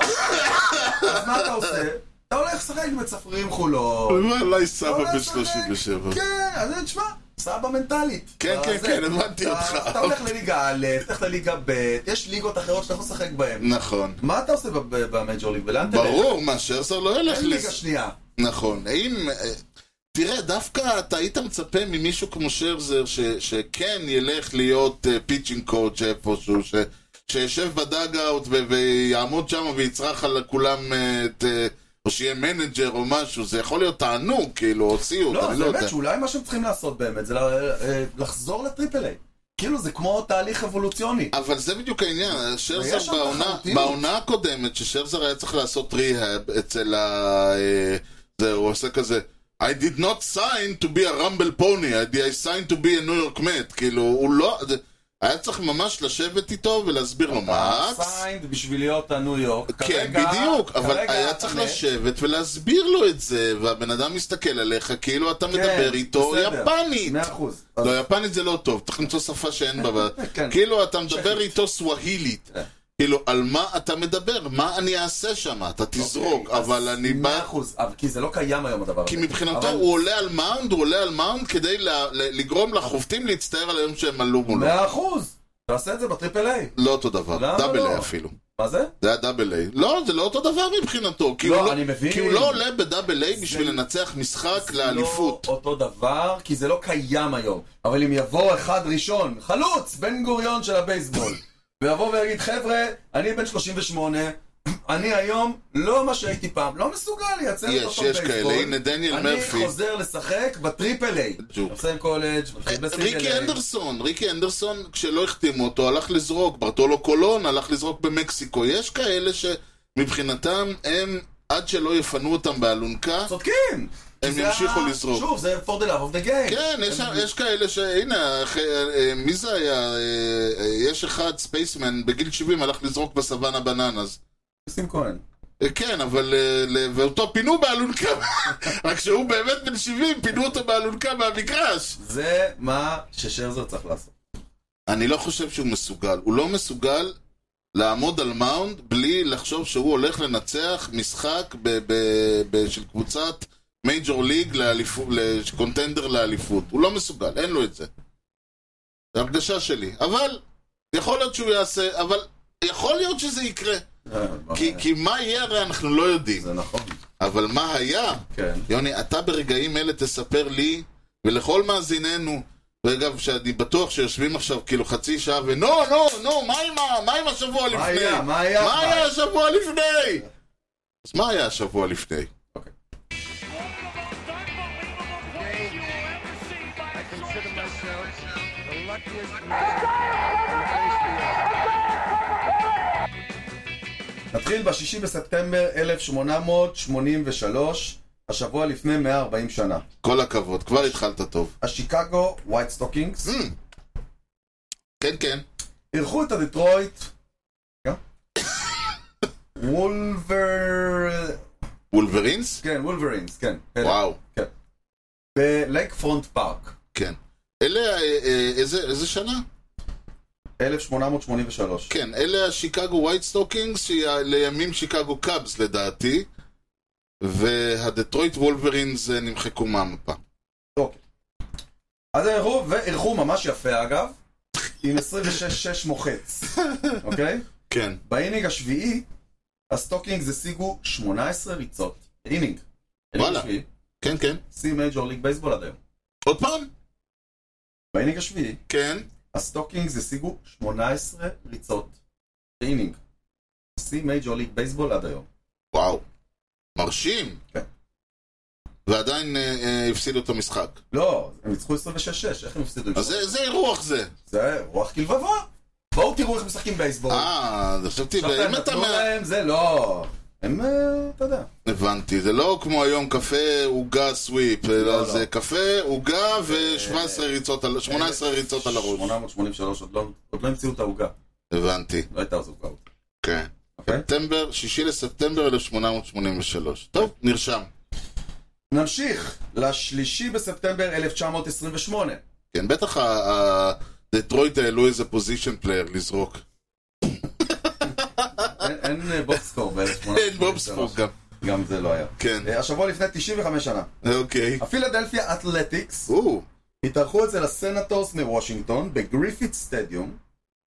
S2: אז מה אתה עושה? אתה הולך לשחק בצפרירים חולות.
S1: וואלי
S2: אתה
S1: סבא
S2: הולך
S1: בן
S2: לשחק.
S1: 37.
S2: כן, אז תשמע, סבא מנטלית.
S1: כן,
S2: אתה
S1: כן,
S2: זה.
S1: כן, הבנתי
S2: אתה-
S1: אותך.
S2: אתה הולך לליגה א', אתה הולך לליגה ב', יש ליגות אחרות שאתה יכול לשחק בהן.
S1: נכון.
S2: מה אתה עושה ב- ב- במייג'ור ליג? ולאן תלך?
S1: ברור, מה שרסר לא ילך
S2: אין
S1: לי.
S2: ליגה שנייה.
S1: נכון. אם... אה, תראה, דווקא אתה היית מצפה ממישהו כמו שרזר, ש, שכן ילך להיות פיצ'ינג קואוצ' איפשהו, ש, שישב בדאגאוט ו- ויעמוד שם ויצרח על כולם אה, את... אה, או שיהיה מנג'ר או משהו, זה יכול להיות תענוג, כאילו, הוציאו אותה,
S2: לא,
S1: אני לא
S2: זה
S1: יודע.
S2: באמת שאולי מה שהם צריכים לעשות באמת זה ל- אה, לחזור לטריפל איי. כאילו זה כמו תהליך אבולוציוני.
S1: אבל זה בדיוק העניין,
S2: ויש שם
S1: שרזר בעונה,
S2: תחרותיות.
S1: בעונה הקודמת, ששרזר היה צריך לעשות ריהאב אצל ה... אה, זה, הוא עושה כזה, I did not sign to be a rumble pony, I, did- I signed to be a New York Met, כאילו, הוא לא... זה- היה צריך ממש לשבת איתו ולהסביר לו, מקס,
S2: סיינד בשביל להיות הניו יורק.
S1: אה, כן,
S2: כרגע-
S1: בדיוק, אבל
S2: כרגע
S1: היה
S2: אתה
S1: צריך
S2: מת.
S1: לשבת ולהסביר לו את זה, והבן אדם מסתכל עליך כאילו אתה מדבר איתו
S2: כן, בסדר.
S1: יפנית.
S2: מאה אחוז.
S1: לא, יפנית זה לא טוב, צריך למצוא שפה שאין בה.
S2: כן.
S1: כאילו, אתה מדבר איתו סווהילית.
S2: כן.
S1: כאילו, על מה אתה מדבר? מה אני אעשה שם? אתה תזרוק,
S2: אוקיי, אז
S1: אבל אני
S2: מאה
S1: בא...
S2: אחוז, אבל- כי זה לא קיים היום הדבר הזה.
S1: כי מבחינתו
S2: אבל-
S1: הוא עולה על מאונד, הוא עולה על מאונד כדי ל- ל- לגרום לחובטים להצטער על היום שהם עלו מולו.
S2: מאה אחוז! תעשה את זה בטריפל איי.
S1: לא אותו דבר,
S2: למה
S1: דאבל איי
S2: לא?
S1: אפילו.
S2: מה זה?
S1: זה היה דאבל איי. לא, זה לא אותו דבר מבחינתו. כי
S2: לא,
S1: הוא
S2: אני מבין.
S1: כי הוא לא עולה בדאבל איי
S2: זה-
S1: בשביל לנצח משחק
S2: זה
S1: לאליפות.
S2: לא אותו דבר, כי זה לא קיים היום. אבל אם יבוא אחד ראשון, חלוץ, בן גוריון של הבייסבול, ויבוא ויגיד, חבר'ה, אני בן 38, אני היום לא מה שהייתי פעם, לא מסוגל לייצר את
S1: יש,
S2: אותו
S1: יש
S2: בייסבול.
S1: כאלה. הנה, דניאל
S2: לא, אני
S1: מרפי.
S2: חוזר לשחק בטריפל איי.
S1: ג'וק.
S2: מסיים קולג', מתחיל בסינגל
S1: אה, ריקי
S2: איי.
S1: אנדרסון, ריקי אנדרסון, כשלא החתימו אותו, הלך לזרוק, ברטולו קולון הלך לזרוק במקסיקו. יש כאלה שמבחינתם הם, עד שלא יפנו אותם באלונקה,
S2: צודקים!
S1: הם
S2: זה ה-
S1: ימשיכו לזרוק.
S2: שוב, זה for the love of the game.
S1: כן, יש, יש כאלה ש... הנה, אחי, אה, מי זה היה? אה, אה, יש אחד, ספייסמן, בגיל 70 הלך לזרוק בסוואנה בננז.
S2: ניסים כהן.
S1: אה, כן, אבל... אה, ל- ואותו פינו באלונקה, רק שהוא באמת בן 70, פינו אותו באלונקה מהמגרש.
S2: זה מה ששרזר צריך לעשות.
S1: אני לא חושב שהוא מסוגל. הוא לא מסוגל לעמוד על מאונד בלי לחשוב שהוא הולך לנצח משחק ב- ב- ב- של קבוצת מייג'ור ליג לאליפו- לש- קונטנדר לאליפות. הוא לא מסוגל, אין לו את זה. זו הרגשה שלי. אבל, יכול להיות שהוא יעשה, אבל יכול להיות שזה יקרה. כי, כי מה יהיה הרי אנחנו לא יודעים.
S2: אה, זה נכון,
S1: אבל מה היה?
S2: כן.
S1: יוני, אתה ברגעים אלה תספר לי ולכל מאזיננו, ואגב, שאני בטוח שיושבים עכשיו כאילו חצי שעה ונו, נו, נו, מה עם, ה- מה עם השבוע לפני?
S2: היה? מה היה?
S1: מה היה השבוע לפני? אז מה היה השבוע לפני?
S2: אוקיי.
S4: I consider myself the luckiest man.
S2: נתחיל ב-6 בספטמבר 1883, השבוע לפני 140 שנה.
S1: כל הכבוד, כבר התחלת טוב.
S2: השיקגו ווייט סטוקינגס
S1: Mm. כן, כן.
S2: אירחו את הדטרויט... רגע. וולבר...
S1: וולברינס?
S2: כן, וולברינס, כן.
S1: וואו,
S2: כן. בלייק פרונט פארק,
S1: כן. אלה, אה, אה, איזה, איזה שנה?
S2: 1883.
S1: כן, אלה השיקגו ווייט סטוקינגס, שהיא לימים שיקגו קאבס לדעתי, והדטרויט וולברינס אה, נמחקו מהמפה.
S2: אוקיי. אז הם אירחו, ואירחו ממש יפה אגב, עם 26-6 מוחץ, אוקיי?
S1: כן.
S2: באינינג השביעי, הסטוקינגס השיגו 18 ריצות. אינינג.
S1: וואלה.
S2: השביעי,
S1: כן, כן.
S2: שיא מייג'ור ליג בייסבול עד היום.
S1: עוד פעם?
S2: באינינג השביעי,
S1: כן.
S2: הסטוקינגס השיגו 18 ריצות. באינינג. שיא מייג'ור ליג בייסבול עד היום.
S1: וואו. מרשים.
S2: כן.
S1: ועדיין אה, אה, הפסידו את המשחק.
S2: לא, הם ניצחו 26-6, איך הם הפסידו? עם
S1: אז
S2: שלוש?
S1: זה- זה אירוח זה.
S2: זה רוח כלבבה. בואו תראו איך משחקים בייסבול.
S1: אה, אז חשבתי,
S2: עכשיו
S1: ואם אתה...
S2: נתנו
S1: מה-
S2: להם, זה לא... הם, אה, אתה יודע.
S1: הבנתי, זה לא כמו היום קפה, עוגה, סוויפ, אלא
S2: לא. אה,
S1: זה קפה, עוגה ו-17 ריצות, על- 18 ריצות על הראש.
S2: 883, עוד לא- עוד לא המציאו את העוגה.
S1: הבנתי,
S2: לא הייתה אז עוגה.
S1: כן.
S2: אוקיי?
S1: ספטמבר, 6 לספטמבר 1883. טוב, נרשם.
S2: נמשיך לשלישי בספטמבר 1928. אה,
S1: כן, בטח ה- ה- דטרויט העלו איזה פוזיישן פלייר לזרוק.
S2: אין- אין אה, בובסקור ב-1883.
S1: אין בובספורג כן, גם.
S2: גם זה נכון. לא היה.
S1: כן.
S2: אה, השבוע לפני 95 שנה.
S1: אוקיי.
S2: הפילדלפיה אתלטיקס
S1: או,
S2: התארחו אצל הסנטורס מוושינגטון בגריפיט סטדיום,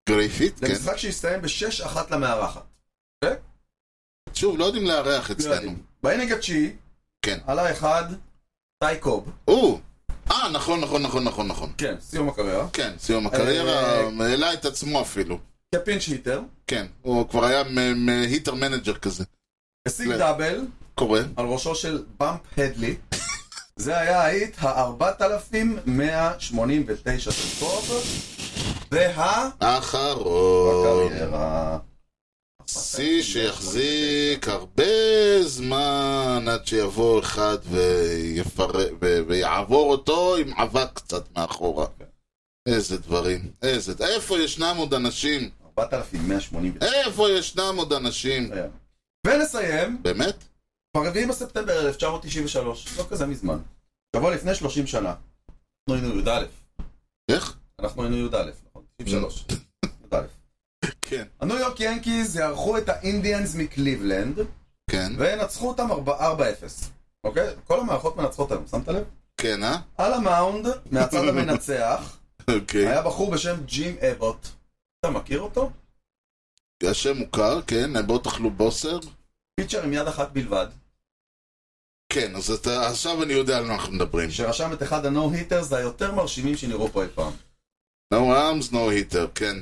S1: גרייפיט,
S2: זה
S1: כן.
S2: משחק שהסתיים ב-6-1 למארחת.
S1: שוב, לא יודעים לארח אצלנו.
S2: באינינג התשיעי,
S1: כן.
S2: עלה אחד, טי קוב.
S1: או, אה, נכון, נכון, נכון, נכון, נכון.
S2: כן. סיום הקריירה.
S1: כן, סיום הקריירה,
S2: אה,
S1: העלה את עצמו אפילו.
S2: כפינץ' היטר,
S1: כן, הוא כבר היה מ- מ- היטר מנג'ר כזה.
S2: השיג
S1: כן.
S2: דאבל
S1: קורה.
S2: על ראשו של באמפ הדלי. זה היה ההיט ה-4189 של קוב, וה...
S1: אחרון.
S2: הקריירה.
S1: שיא שיחזיק הרבה זמן עד שיבוא אחד ויפר- ו- ויעבור אותו עם אבק קצת מאחורה. איזה דברים. איזה... איפה ישנם עוד אנשים?
S2: 4189.
S1: איפה ישנם עוד אנשים?
S2: ונסיים
S1: באמת?
S2: ב-4 בספטמבר 1993, לא כזה מזמן. שבוע לפני 30 שנה. אנחנו היינו י"א.
S1: איך?
S2: אנחנו היינו י"א, נכון? 93. י"א.
S1: כן.
S2: הניו יורק ינקיז יערכו את האינדיאנס מקליבלנד,
S1: כן.
S2: וינצחו אותם 4-0. אוקיי? כל המערכות מנצחות היום, שמת לב?
S1: כן, אה?
S2: על המאונד, מהצד המנצח,
S1: אוקיי.
S2: היה בחור בשם ג'ים אבוט. אתה מכיר אותו?
S1: השם מוכר, כן. בואו תאכלו בוסר.
S2: פיצ'ר עם יד אחת בלבד,
S1: כן, אז אתה- עכשיו אני יודע על מה אנחנו מדברים.
S2: שרשם את אחד הנו-היטרס היותר מרשימים שנראו פה אי פעם.
S1: No arms, no hitter, כן.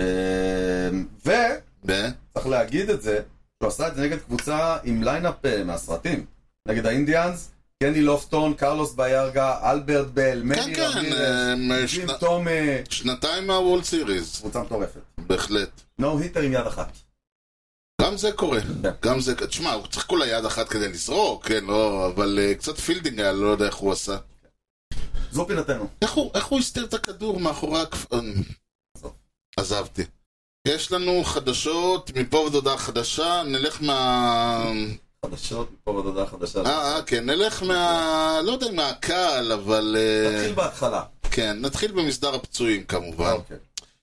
S2: אמ, וצריך
S1: ו-
S2: להגיד את זה, שהוא עשה את זה נגד קבוצה עם ליינאפ אה, מהסרטים. נגד האינדיאנס, קני לופטון, קרלוס ביארגה, אלברט בל,
S1: כן,
S2: מני
S1: כן.
S2: רמירס,
S1: אה,
S2: ג'ים
S1: שנה-
S2: תומה,
S1: שנתיים מהוולד סיריז.
S2: קבוצה מטורפת.
S1: בהחלט.
S2: נו היטר עם יד אחת.
S1: גם זה קורה.
S2: כן.
S1: גם זה... תשמע, הוא צריך כולה יד אחת כדי לזרוק, כן, לא... אבל אה, קצת פילדינג היה, לא יודע איך הוא עשה.
S2: זו פינתנו.
S1: איך הוא- איך הוא הסתיר את הכדור מאחורי הכפ... אה, עזבתי. יש לנו חדשות, מפה ועד הודעה חדשה, נלך מה...
S2: חדשות, פה עוד הודעה חדשה.
S1: אה, אה, כן, נלך מה... לא יודע אם מהקהל, אבל... אה,
S2: נתחיל בהתחלה.
S1: כן, נתחיל במסדר הפצועים כמובן.
S2: אוקיי.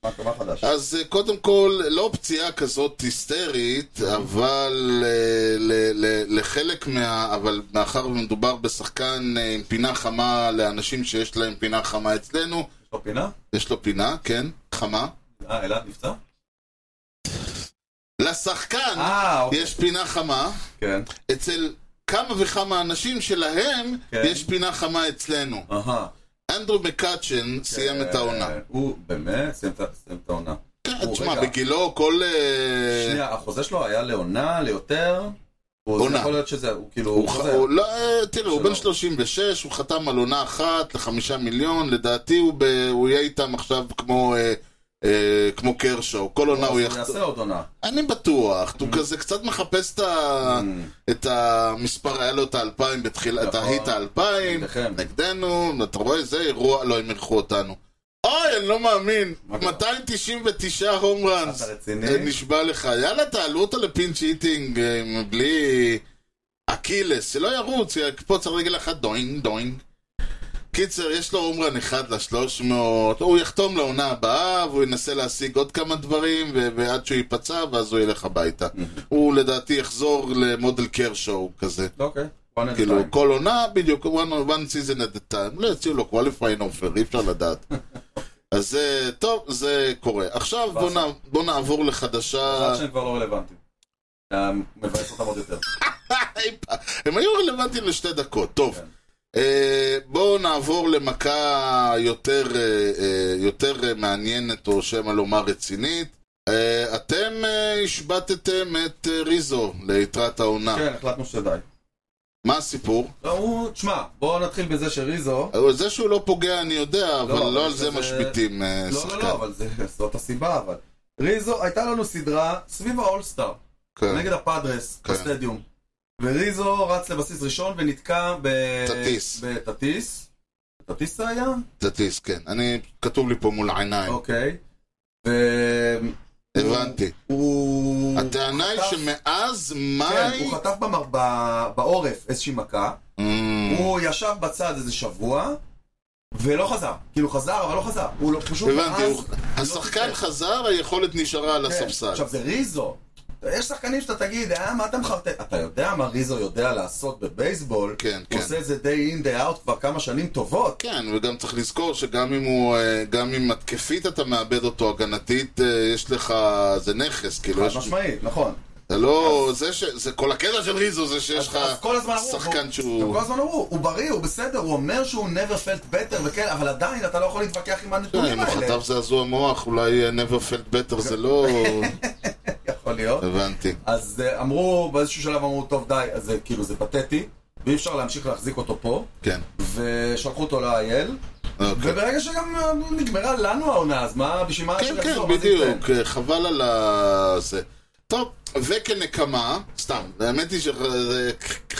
S2: מה קרה חדש?
S1: אז אה, קודם כל, לא פציעה כזאת היסטרית, אבל אה, ל- ל- לחלק מה... אבל מאחר ומדובר בשחקן אה, עם פינה חמה לאנשים שיש להם פינה חמה אצלנו,
S2: יש לו פינה?
S1: יש לו פינה, כן, חמה.
S2: אה, אלעד נפצע?
S1: לשחקן
S2: אה, אוקיי.
S1: יש פינה חמה,
S2: כן.
S1: אצל כמה וכמה אנשים שלהם
S2: כן.
S1: יש פינה חמה אצלנו.
S2: אהה.
S1: אנדרו מקאצ'ן סיים את העונה.
S2: אה, הוא באמת סיים את- סיים את העונה.
S1: כן,
S2: הוא-
S1: תשמע,
S2: רגע.
S1: בגילו כל... אה,
S2: שנייה, החוזה שלו היה לעונה, ליותר? הוא- זה
S1: עונה.
S2: יכול להיות שזה, הוא כאילו,
S1: הוא
S2: הוא
S1: ח-
S2: חוזר.
S1: הוא לא, אה, תראה, הוא
S2: שלא.
S1: בן 36, הוא חתם על עונה אחת לחמישה מיליון, לדעתי הוא ב- הוא יהיה איתם עכשיו כמו... אה, אה, כמו קרשו, כל עונה
S2: אז
S1: הוא אה,
S2: הוא
S1: יחתום.
S2: יעשה Mm. עוד עונה. אה,
S1: אני בטוח, הוא כזה קצת מחפש את ה- את המספר, היה לו את האלפיים בתחילת, את
S2: Mm. נכון.
S1: ההיט האלפיים,
S2: נגדכם.
S1: נגדנו, אתה רואה, זה אירוע, לא, הם אירחו אותנו. אוי, אני לא מאמין,
S2: מה קרה?
S1: 299 הום ראנס.
S2: אתה רציני?
S1: אה, נשבע לך, יאללה, תעלו אותו לפינץ' איטינג אה, עם- בלי אקילס, שלא ירוץ, יקפוץ על רגל אחת דוינג, דוינג. קיצר, יש לו אומרן אחד לשלוש מאות, הוא יחתום לעונה הבאה, והוא ינסה להשיג עוד כמה דברים, ו- ועד שהוא ייפצע, ואז הוא ילך הביתה. הוא לדעתי יחזור למודל קרשו כזה.
S2: אוקיי. one at a
S1: כאילו,
S2: time.
S1: כל עונה, בדיוק, one, one season at a time. לא יציעו לו qualifying offer, אי אפשר לדעת. אז זה, טוב, זה קורה. עכשיו בוא, נע, בוא נעבור לחדשה...
S2: אחד שהם כבר לא רלוונטיים. אה, מבאס אותם עוד יותר.
S1: אה. הם היו רלוונטיים לשתי דקות, טוב.
S2: כן.
S1: אה, בואו נעבור למכה יותר, אה, אה, יותר אה, מעניינת, או שמא לומר רצינית. אה, אתם אה, השבתתם את אה, ריזו ליתרת העונה.
S2: כן, החלטנו שדי.
S1: מה הסיפור?
S2: לא, הוא, תשמע, בואו נתחיל בזה שריזו...
S1: אה, זה שהוא לא פוגע אני יודע, אבל
S2: אבל
S1: לא על
S2: יש
S1: זה
S2: לזה-
S1: משביתים אה,
S2: לא,
S1: שחקן.
S2: לא, לא, אבל זה- זאת הסיבה, אבל... ריזו, הייתה לנו סדרה סביב האולסטאר.
S1: כן.
S2: נגד הפאדרס,
S1: כן.
S2: בסטדיום. וריזו רץ לבסיס ראשון ונתקע ב...
S1: תטיס.
S2: בתטיס. תטיס זה היה?
S1: תטיס, כן. אני, כתוב לי פה מול העיניים.
S2: אוקיי. ו...
S1: הבנתי.
S2: אוקיי. הוא...
S1: הטענה היא
S2: חטף-
S1: שמאז
S2: כן,
S1: מאי...
S2: הוא חטף במר... ב... בעורף איזושהי מכה.
S1: Mm.
S2: הוא ישב בצד איזה שבוע, ולא חזר. כאילו חזר, אבל לא חזר. הוא לא פשוט...
S1: הבנתי,
S2: אז
S1: הוא-
S2: לא
S1: השחקן
S2: חיפש.
S1: חזר, היכולת נשארה על
S2: כן.
S1: הספסל.
S2: עכשיו זה ריזו. יש שחקנים שאתה תגיד, אה, מה אתה מחרטט? אתה יודע מה ריזו יודע לעשות בבייסבול?
S1: כן,
S2: הוא
S1: כן.
S2: עושה את זה day in day out כבר כמה שנים טובות.
S1: כן, וגם צריך לזכור שגם אם הוא, אה, גם אם התקפית אתה מאבד אותו הגנתית, אה, יש לך, זה נכס, כאילו, יש,
S2: חד משמעית, נכון.
S1: זה לא, זה ש... זה כל הקטע של ריזו זה שיש לך
S2: אז כל הזמן אמרו,
S1: שחקן
S2: הוא-
S1: שהוא...
S2: כל הזמן אמרו, הוא בריא, הוא בסדר, הוא אומר שהוא never felt better וכן, אבל עדיין אתה לא יכול להתווכח עם
S1: כן, אם
S2: הנתונים
S1: הוא
S2: האלה.
S1: חטף זעזוע מוח, אולי אה, never felt better,
S2: כן.
S1: זה לא...
S2: יכול להיות.
S1: הבנתי.
S2: אז אה, אמרו, באיזשהו שלב אמרו, טוב די, אז זה כאילו זה פתטי, ואי אפשר להמשיך להחזיק אותו פה,
S1: כן,
S2: ושלחו אותו ל-IL,
S1: אוקיי.
S2: וברגע שגם אה, נגמרה לנו העונה, אז מה, בשביל מה
S1: כן, כן,
S2: שיחזור, מה זה ייתן?
S1: בדיוק, אה, חבל על ה... זה. טוב, וכנקמה, סתם, האמת היא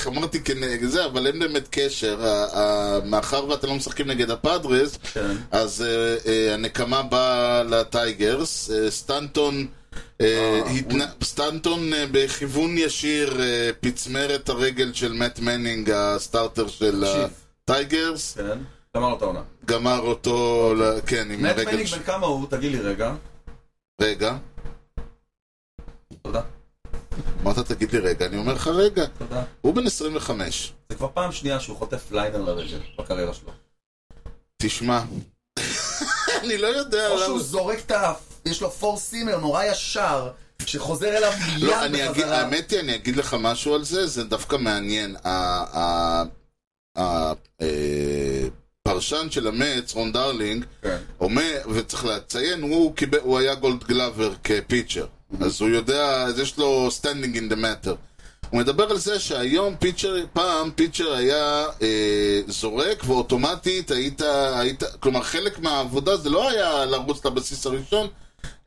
S1: שאמרתי כנגד זה, אבל אין באמת קשר. ה- ה- מאחר ואתם לא משחקים נגד הפאדרס,
S2: כן.
S1: אז אה, אה, הנקמה באה לטייגרס. אה, סטנטון... אה,
S2: אה,
S1: התנ- סטנטון אה, בכיוון ישיר אה, פצמר את הרגל של מאט מנינג, הסטארטר של
S2: תקשיב.
S1: הטייגרס,
S2: כן, גמרנו את העונה.
S1: גמר אותו, ל- כן, עם
S2: נט
S1: הרגל...
S2: מניק
S1: ש-
S2: בן כמה הוא, תגיד לי רגע.
S1: רגע,
S2: תודה,
S1: אמרת תגיד לי רגע, אני אומר לך רגע.
S2: תודה.
S1: הוא בן 25.
S2: זה כבר פעם שנייה שהוא חוטף ליינר לרגל בקריירה שלו.
S1: לא, תשמע, אני לא יודע
S2: או שהוא
S1: למה...
S2: זורק את ה... יש לו פור סימר נורא ישר, שחוזר אליו מיד
S1: לא, אני אגיד,
S2: בחזרה.
S1: האמת היא, אני אגיד לך משהו על זה, זה דווקא מעניין. הפרשן אה, של המץ, רון דרלינג,
S2: כן.
S1: אומר, וצריך לציין, הוא, קיבל, הוא היה גולד גלאבר כפיצ'ר. אז הוא יודע, אז יש לו standing in the matter. הוא מדבר על זה שהיום פיצ'ר, פעם פיצ'ר היה אה, זורק ואוטומטית היית, היית, כלומר חלק מהעבודה זה לא היה לרוץ לבסיס הראשון,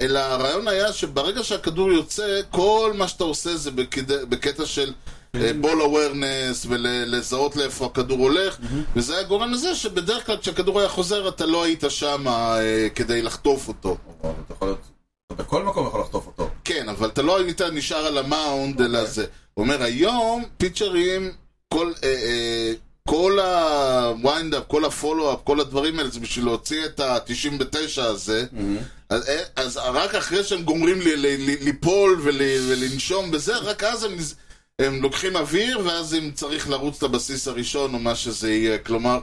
S1: אלא הרעיון היה שברגע שהכדור יוצא, כל מה שאתה עושה זה בקד... בקטע של אה, בול אווירנס ולזהות לאיפה הכדור הולך, וזה היה גורם לזה שבדרך כלל כשהכדור היה חוזר אתה לא היית שם אה, כדי לחטוף אותו.
S2: אבל אתה יכול להיות... אתה בכל מקום יכול לחטוף אותו.
S1: כן, אבל אתה לא היית נשאר על המאונד, אלא זה. הוא אומר, היום פיצ'רים, כל... אה, אה, כל הוויינדאפ, כל הפולו-אפ, כל הדברים האלה, זה בשביל להוציא את ה-99 הזה. אז, אה, אז רק אחרי שהם גומרים ל, ל, ל, ליפול ול, ולנשום בזה, רק אז הם, נז- הם לוקחים אוויר, ואז אם צריך לרוץ לבסיס הראשון או מה שזה יהיה. כלומר,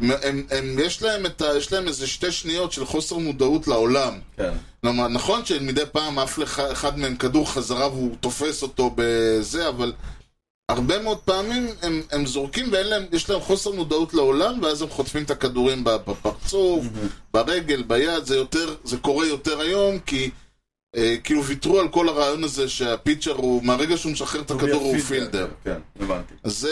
S1: הם, הם, הם, יש, להם את ה, יש להם איזה שתי שניות של חוסר מודעות לעולם.
S2: כן.
S1: כלומר, נכון שמדי פעם עף לך אחד מהם כדור חזרה והוא תופס אותו בזה, אבל הרבה מאוד פעמים הם, הם זורקים ואין להם, יש להם חוסר מודעות לעולם, ואז הם חוטפים את הכדורים בפרצוף, ברגל, ביד, זה יותר, זה קורה יותר היום, כי אה, כאילו ויתרו על כל הרעיון הזה שהפיצ'ר הוא, מהרגע שהוא משחרר את הכדור הוא פילדר.
S2: כן, הבנתי.
S1: אז זה,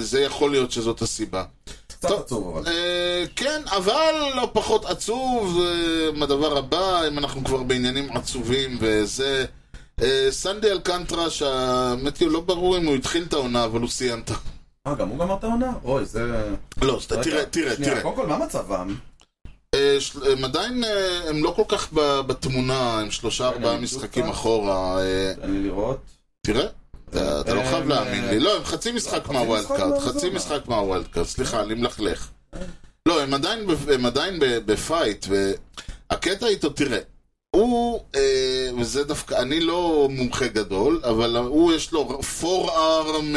S1: זה יכול להיות שזאת הסיבה.
S2: קצת
S1: טוב.
S2: עצוב אבל.
S1: אה, כן, אבל לא פחות עצוב אה, מהדבר הבא, אם אנחנו כבר בעניינים עצובים וזה. אה, סנדי אלקנטרה, שהאמת היא לא ברור אם הוא התחיל את העונה, אבל הוא סיים את ה...
S2: אה, גם הוא גמר את העונה? אוי, זה...
S1: לא, אז אתה תראה,
S2: רגע,
S1: תראה,
S2: שנייה,
S1: תראה.
S2: קודם כל, מה מצבם?
S1: אה, של- הם עדיין, אה, הם לא כל כך ב- בתמונה, הם שלושה
S2: רגע,
S1: ארבעה
S2: אני אמצא
S1: משחקים
S2: אותך.
S1: אחורה. אה,
S2: תן לי לראות.
S1: תראה, אתה אתה לא
S2: הם,
S1: חייב להאמין
S2: אה,
S1: לי. לא, הם חצי משחק
S2: חצי
S1: מהווילד
S2: משחק לא
S1: קארד,
S2: מהאזור,
S1: חצי
S2: מה?
S1: משחק מהווילד קארד, סליחה, אני מלכלך.
S2: אה.
S1: לא, הם עדיין, ב- הם עדיין ב- בפייט, והקטע איתו, תראה, הוא, אה, וזה דווקא, אני לא מומחה גדול, אבל הוא יש לו 4-arm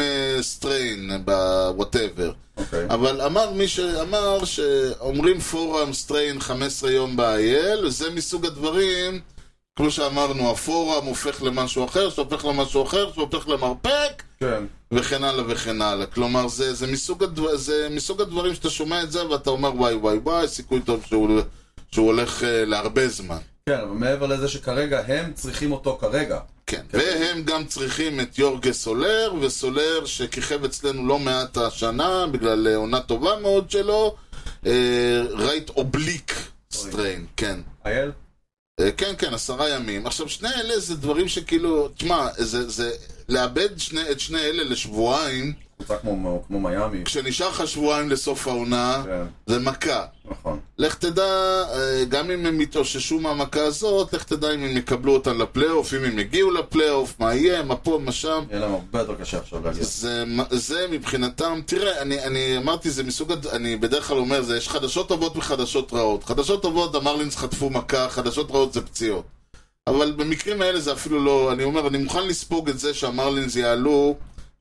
S1: strain ב-whatever.
S2: אוקיי.
S1: אבל אמר מי שאמר שאומרים פורום סטריין 15 יום ב-IL, זה מסוג הדברים, כמו שאמרנו, הפורום הופך למשהו אחר, שהופך למשהו אחר, שהופך למרפק,
S2: כן.
S1: וכן הלאה וכן הלאה. כלומר, זה, זה, מסוג, הדו, זה מסוג הדברים שאתה שומע את זה ואתה אומר וואי וואי וואי, סיכוי טוב שהוא, שהוא הולך uh, להרבה זמן.
S2: כן, אבל מעבר לזה שכרגע הם צריכים אותו כרגע.
S1: כן. והם גם צריכים את יורגה סולר, וסולר שכיכב אצלנו לא מעט השנה, בגלל אה, עונה טובה מאוד שלו, אה, רייט אובליק סטריין, כן.
S2: אייל?
S1: אה, כן, כן, עשרה ימים. עכשיו, שני אלה זה דברים שכאילו, תשמע, זה, זה לאבד שני, את שני אלה לשבועיים,
S2: קבוצה כמו כמו מיאמי.
S1: כשנשאר לך שבועיים לסוף העונה,
S2: כן,
S1: זה מכה.
S2: נכון.
S1: לך תדע, אה, גם אם הם יתאוששו מהמכה הזאת, לך תדע אם הם יקבלו אותן לפלייאוף, אם הם יגיעו לפלייאוף, מה יהיה, מה פה, מה שם.
S2: יהיה להם הרבה יותר קשה עכשיו להגיע.
S1: זה, זה מבחינתם, תראה, אני, אני אמרתי, זה מסוג, הד- אני בדרך כלל אומר, זה יש חדשות טובות וחדשות רעות. חדשות טובות, המרלינס חטפו מכה, חדשות רעות זה פציעות. אבל במקרים האלה זה אפילו לא, אני אומר, אני מוכן לספוג את זה שהמרלינס יעלו,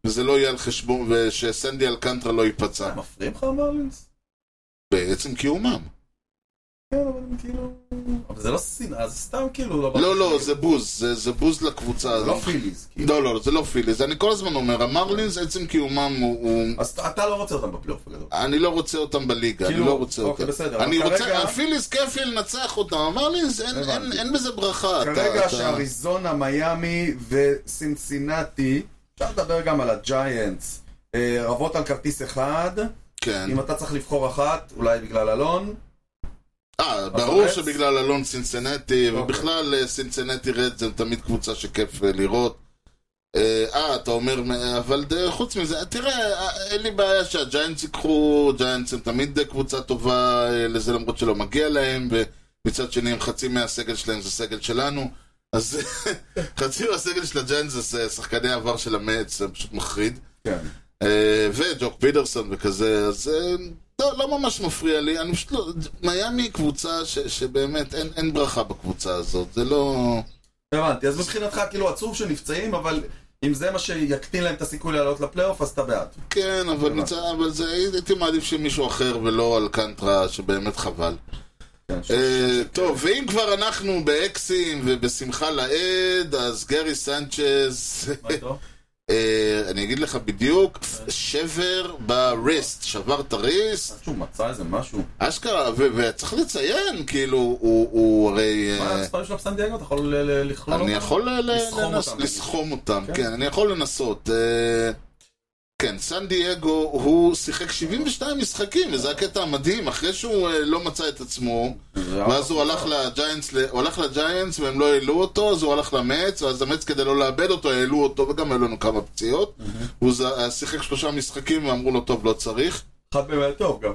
S1: וזה לא יהיה על חשבון, ושסנדי אלקנטרה לא ייפצע.
S2: מפריעים לך המרלינס?
S1: בעצם קיומם.
S2: כן, אבל הם כאילו... אבל זה לא שנאה, זה סתם כאילו לא...
S1: לא, לא, זה בוז, זה- זה בוז לקבוצה
S2: זה לא
S1: הזאת.
S2: פיליז. כאילו.
S1: לא, לא, זה לא פיליז. אני כל הזמן אומר, המרלינס, עצם קיומם הוא... הוא-
S2: אז אתה לא רוצה אותם בפלייאוף הגדול.
S1: אני לא רוצה אותם בליגה, אני
S2: כאילו,
S1: לא רוצה
S2: אוקיי,
S1: אותם.
S2: בסדר,
S1: אני
S2: אבל
S1: רוצה,
S2: כרגע-
S1: הפיליז כיף לי לנצח אותם, המרלינס, אין-
S2: הבנתי.
S1: אין- אין בזה ברכה. אתה-
S2: כרגע
S1: אתה-
S2: שאריזונה, מיאמי וסינסינטי, אפשר לדבר גם על הג'יינטס, אה, רבות על כרטיס אחד,
S1: כן.
S2: אם אתה צריך לבחור אחת, אולי בגלל אלון,
S1: אה, ברור
S2: רץ?
S1: שבגלל אלון סינסנטי,
S2: אוקיי.
S1: ובכלל אה, סינסנטי רד זה תמיד קבוצה שכיף אה, לראות. אה, אה, אתה אומר, אה, אבל די- חוץ מזה, תראה, אה, אין לי בעיה שהג'יינטס ייקחו, ג'יינטס הם תמיד אה, קבוצה טובה אה, לזה למרות שלא מגיע להם, ומצד שני הם חצי מהסגל שלהם זה סגל שלנו, אז חצי מהסגל של הג'יינטס זה אה, שחקני העבר של המץ, זה פשוט מחריד.
S2: כן.
S1: אה, וג'וק פיטרסון וכזה, אז אה, לא, לא ממש מפריע לי, אני פשוט לא... מיאמי היא קבוצה ש, שבאמת אין, אין ברכה בקבוצה הזאת, זה לא...
S2: הבנתי, אז מבחינתך כאילו עצוב שנפצעים, אבל אם זה מה שיקטין להם את הסיכוי לעלות לפלייאוף, אז אתה בעד.
S1: כן, אבל,
S2: הבנתי.
S1: מצ... אבל זה, הייתי מעדיף שמישהו אחר ולא אלקנטרה, שבאמת חבל.
S2: כן, ש-
S1: אה, טוב, ואם כבר אנחנו באקסים ובשמחה לאיד, אז גרי סנצ'ז,
S2: מה איתו?
S1: אה, אני אגיד לך בדיוק, שבר בריסט, שבר את הריסט,
S2: שהוא מצא איזה משהו.
S1: אה, אשכרה, ו- וצריך לציין, כאילו, הוא, הוא הרי...
S2: מה
S1: אה,
S2: המספרים של הפסן דייגו? אתה יכול ל- ל- לכלול אותם?
S1: אני יכול ל- ל-
S2: לסכום
S1: לנס-
S2: אותם,
S1: לסכום אותם,
S2: כן.
S1: כן, אני יכול לנסות. אה, כן, סן דייגו, הוא שיחק 72 משחקים, וזה הקטע המדהים, אחרי שהוא אה, לא מצא את עצמו,
S2: זה
S1: ואז הוא הלך לג'יינטס, ל- הוא הלך לג'יינטס והם לא העלו אותו, אז הוא הלך למץ, ואז המץ כדי לא לאבד אותו, העלו אותו, וגם היו לנו כמה פציעות. הוא ז- אה, שיחק שלושה משחקים, ואמרו לו, טוב, לא צריך.
S2: אחד מהם היה טוב גם.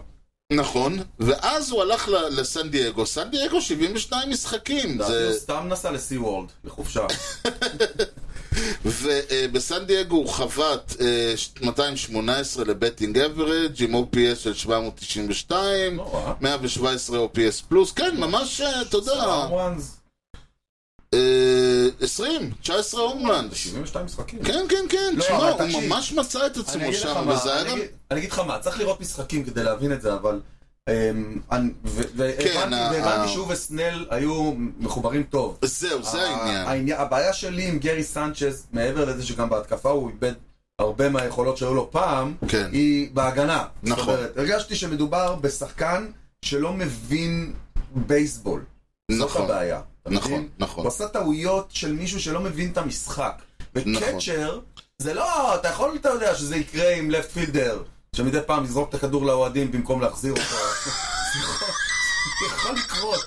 S1: נכון, ואז הוא הלך ל- לסן דייגו, סן דייגו 72 משחקים,
S2: זה...
S1: זה...
S2: הוא סתם נסע לסי וורלד, לחופשה.
S1: ובסן דייגו הוא חבט אה, ש- 218 לבטינג אברג' עם OPS של 792,
S2: לא רע.
S1: 117 OPS פלוס, כן, ממש, אה, אתה יודע,
S2: וואנס,
S1: אה, 20, 19 הומרנס.
S2: 72 משחקים.
S1: כן, כן, כן,
S2: לא,
S1: תשמע,
S2: אבל
S1: הוא
S2: תקשיב.
S1: ממש מצא את
S2: אני
S1: עצמו
S2: אגיד לך
S1: שם,
S2: מה,
S1: וזה היה
S2: אני
S1: גם...
S2: אגיד- אני אגיד לך מה, צריך לראות משחקים כדי להבין את זה, אבל... אמ, אני- ו-
S1: כן,
S2: והבנתי
S1: ה-
S2: והבנתי
S1: ה-
S2: שהוא וסנל היו מחוברים טוב.
S1: זהו, זה
S2: אה,
S1: העניין.
S2: העניין. הבעיה שלי עם גרי סנצ'ז, מעבר לזה שגם בהתקפה הוא איבד הרבה מהיכולות שהיו לו פעם,
S1: כן.
S2: היא בהגנה.
S1: נכון.
S2: זאת אומרת, הרגשתי שמדובר בשחקן שלא מבין בייסבול. זאת
S1: נכון,
S2: הבעיה. אתה
S1: נכון,
S2: מבין?
S1: נכון.
S2: הוא עשה טעויות של מישהו שלא מבין את המשחק.
S1: נכון.
S2: וקצ'ר, זה לא, אתה יכול, אתה יודע, שזה יקרה עם לפט פילדר, שמדי פעם יזרוק את הכדור לאוהדים במקום להחזיר אותו. זה יכול- זה יכול לקרות,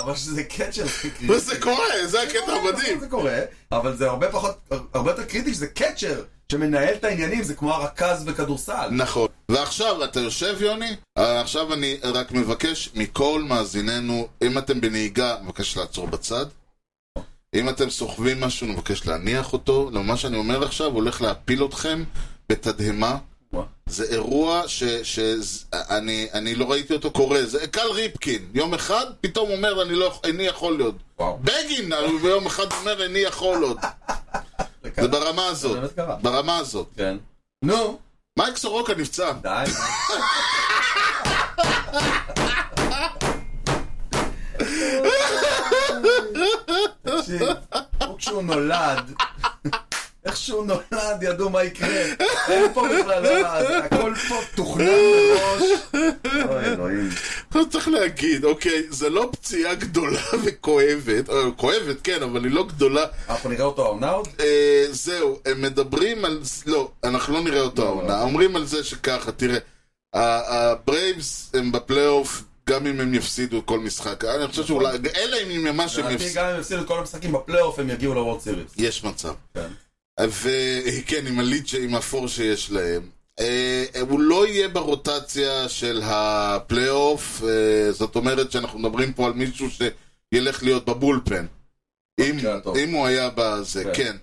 S2: אבל שזה קצ'ר זה קריטי.
S1: וזה קורה, זה הקטע המדהים.
S2: לא, זה קורה, אבל זה הרבה פחות, הרבה יותר קריטי שזה קצ'ר שמנהל את העניינים, זה כמו הרכז בכדורסל.
S1: נכון. ועכשיו אתה יושב, יוני? אה, עכשיו אני רק מבקש מכל מאזיננו, אם אתם בנהיגה, מבקש לעצור בצד. אם אתם סוחבים משהו, נבקש להניח אותו. לא, מה שאני אומר עכשיו הולך להפיל אתכם בתדהמה.
S2: וואו.
S1: זה אירוע שאני לא ראיתי אותו קורה. זה קל ריפקין. יום אחד פתאום אומר, אני לא, איני יכול עוד.
S2: וואו.
S1: בגין, אבל ביום אחד אומר, איני יכול עוד. זה ברמה
S2: זה
S1: הזאת.
S2: באמת קרה.
S1: ברמה הזאת.
S2: כן. נו,
S1: מייק סורוקה נפצע.
S2: די. תקשיב, הוא כשהוא נולד, איך שהוא נולד ידעו מה יקרה, אין פה בכלל, אה, הכל פה תוכנן מראש. אוי אלוהים.
S1: לא צריך להגיד, אוקיי, זה לא פציעה גדולה וכואבת, או, כואבת, כן, אבל היא לא גדולה.
S2: אנחנו נראה אותו העונה עוד?
S1: אה, זהו, הם מדברים על... לא, אנחנו לא נראה אותו העונה. אומרים על זה שככה, תראה, ה- הברייבס הם בפלייאוף, גם אם הם יפסידו כל משחק. אני חושב שאולי, אלא אם ממש הם
S2: לדעתי
S1: יפסידו.
S2: גם אם יפסידו את כל המשחקים בפלייאוף הם יגיעו לוורד סיריס.
S1: יש מצב.
S2: כן.
S1: וכן, עם הליד, ש- עם הפור שיש להם. אה, הוא לא יהיה ברוטציה של הפלייאוף, אה, זאת אומרת שאנחנו מדברים פה על מישהו שילך להיות בבולפן. אם,
S2: במקרה הטוב.
S1: אם הוא היה בזה,
S2: כן.
S1: כן. כן.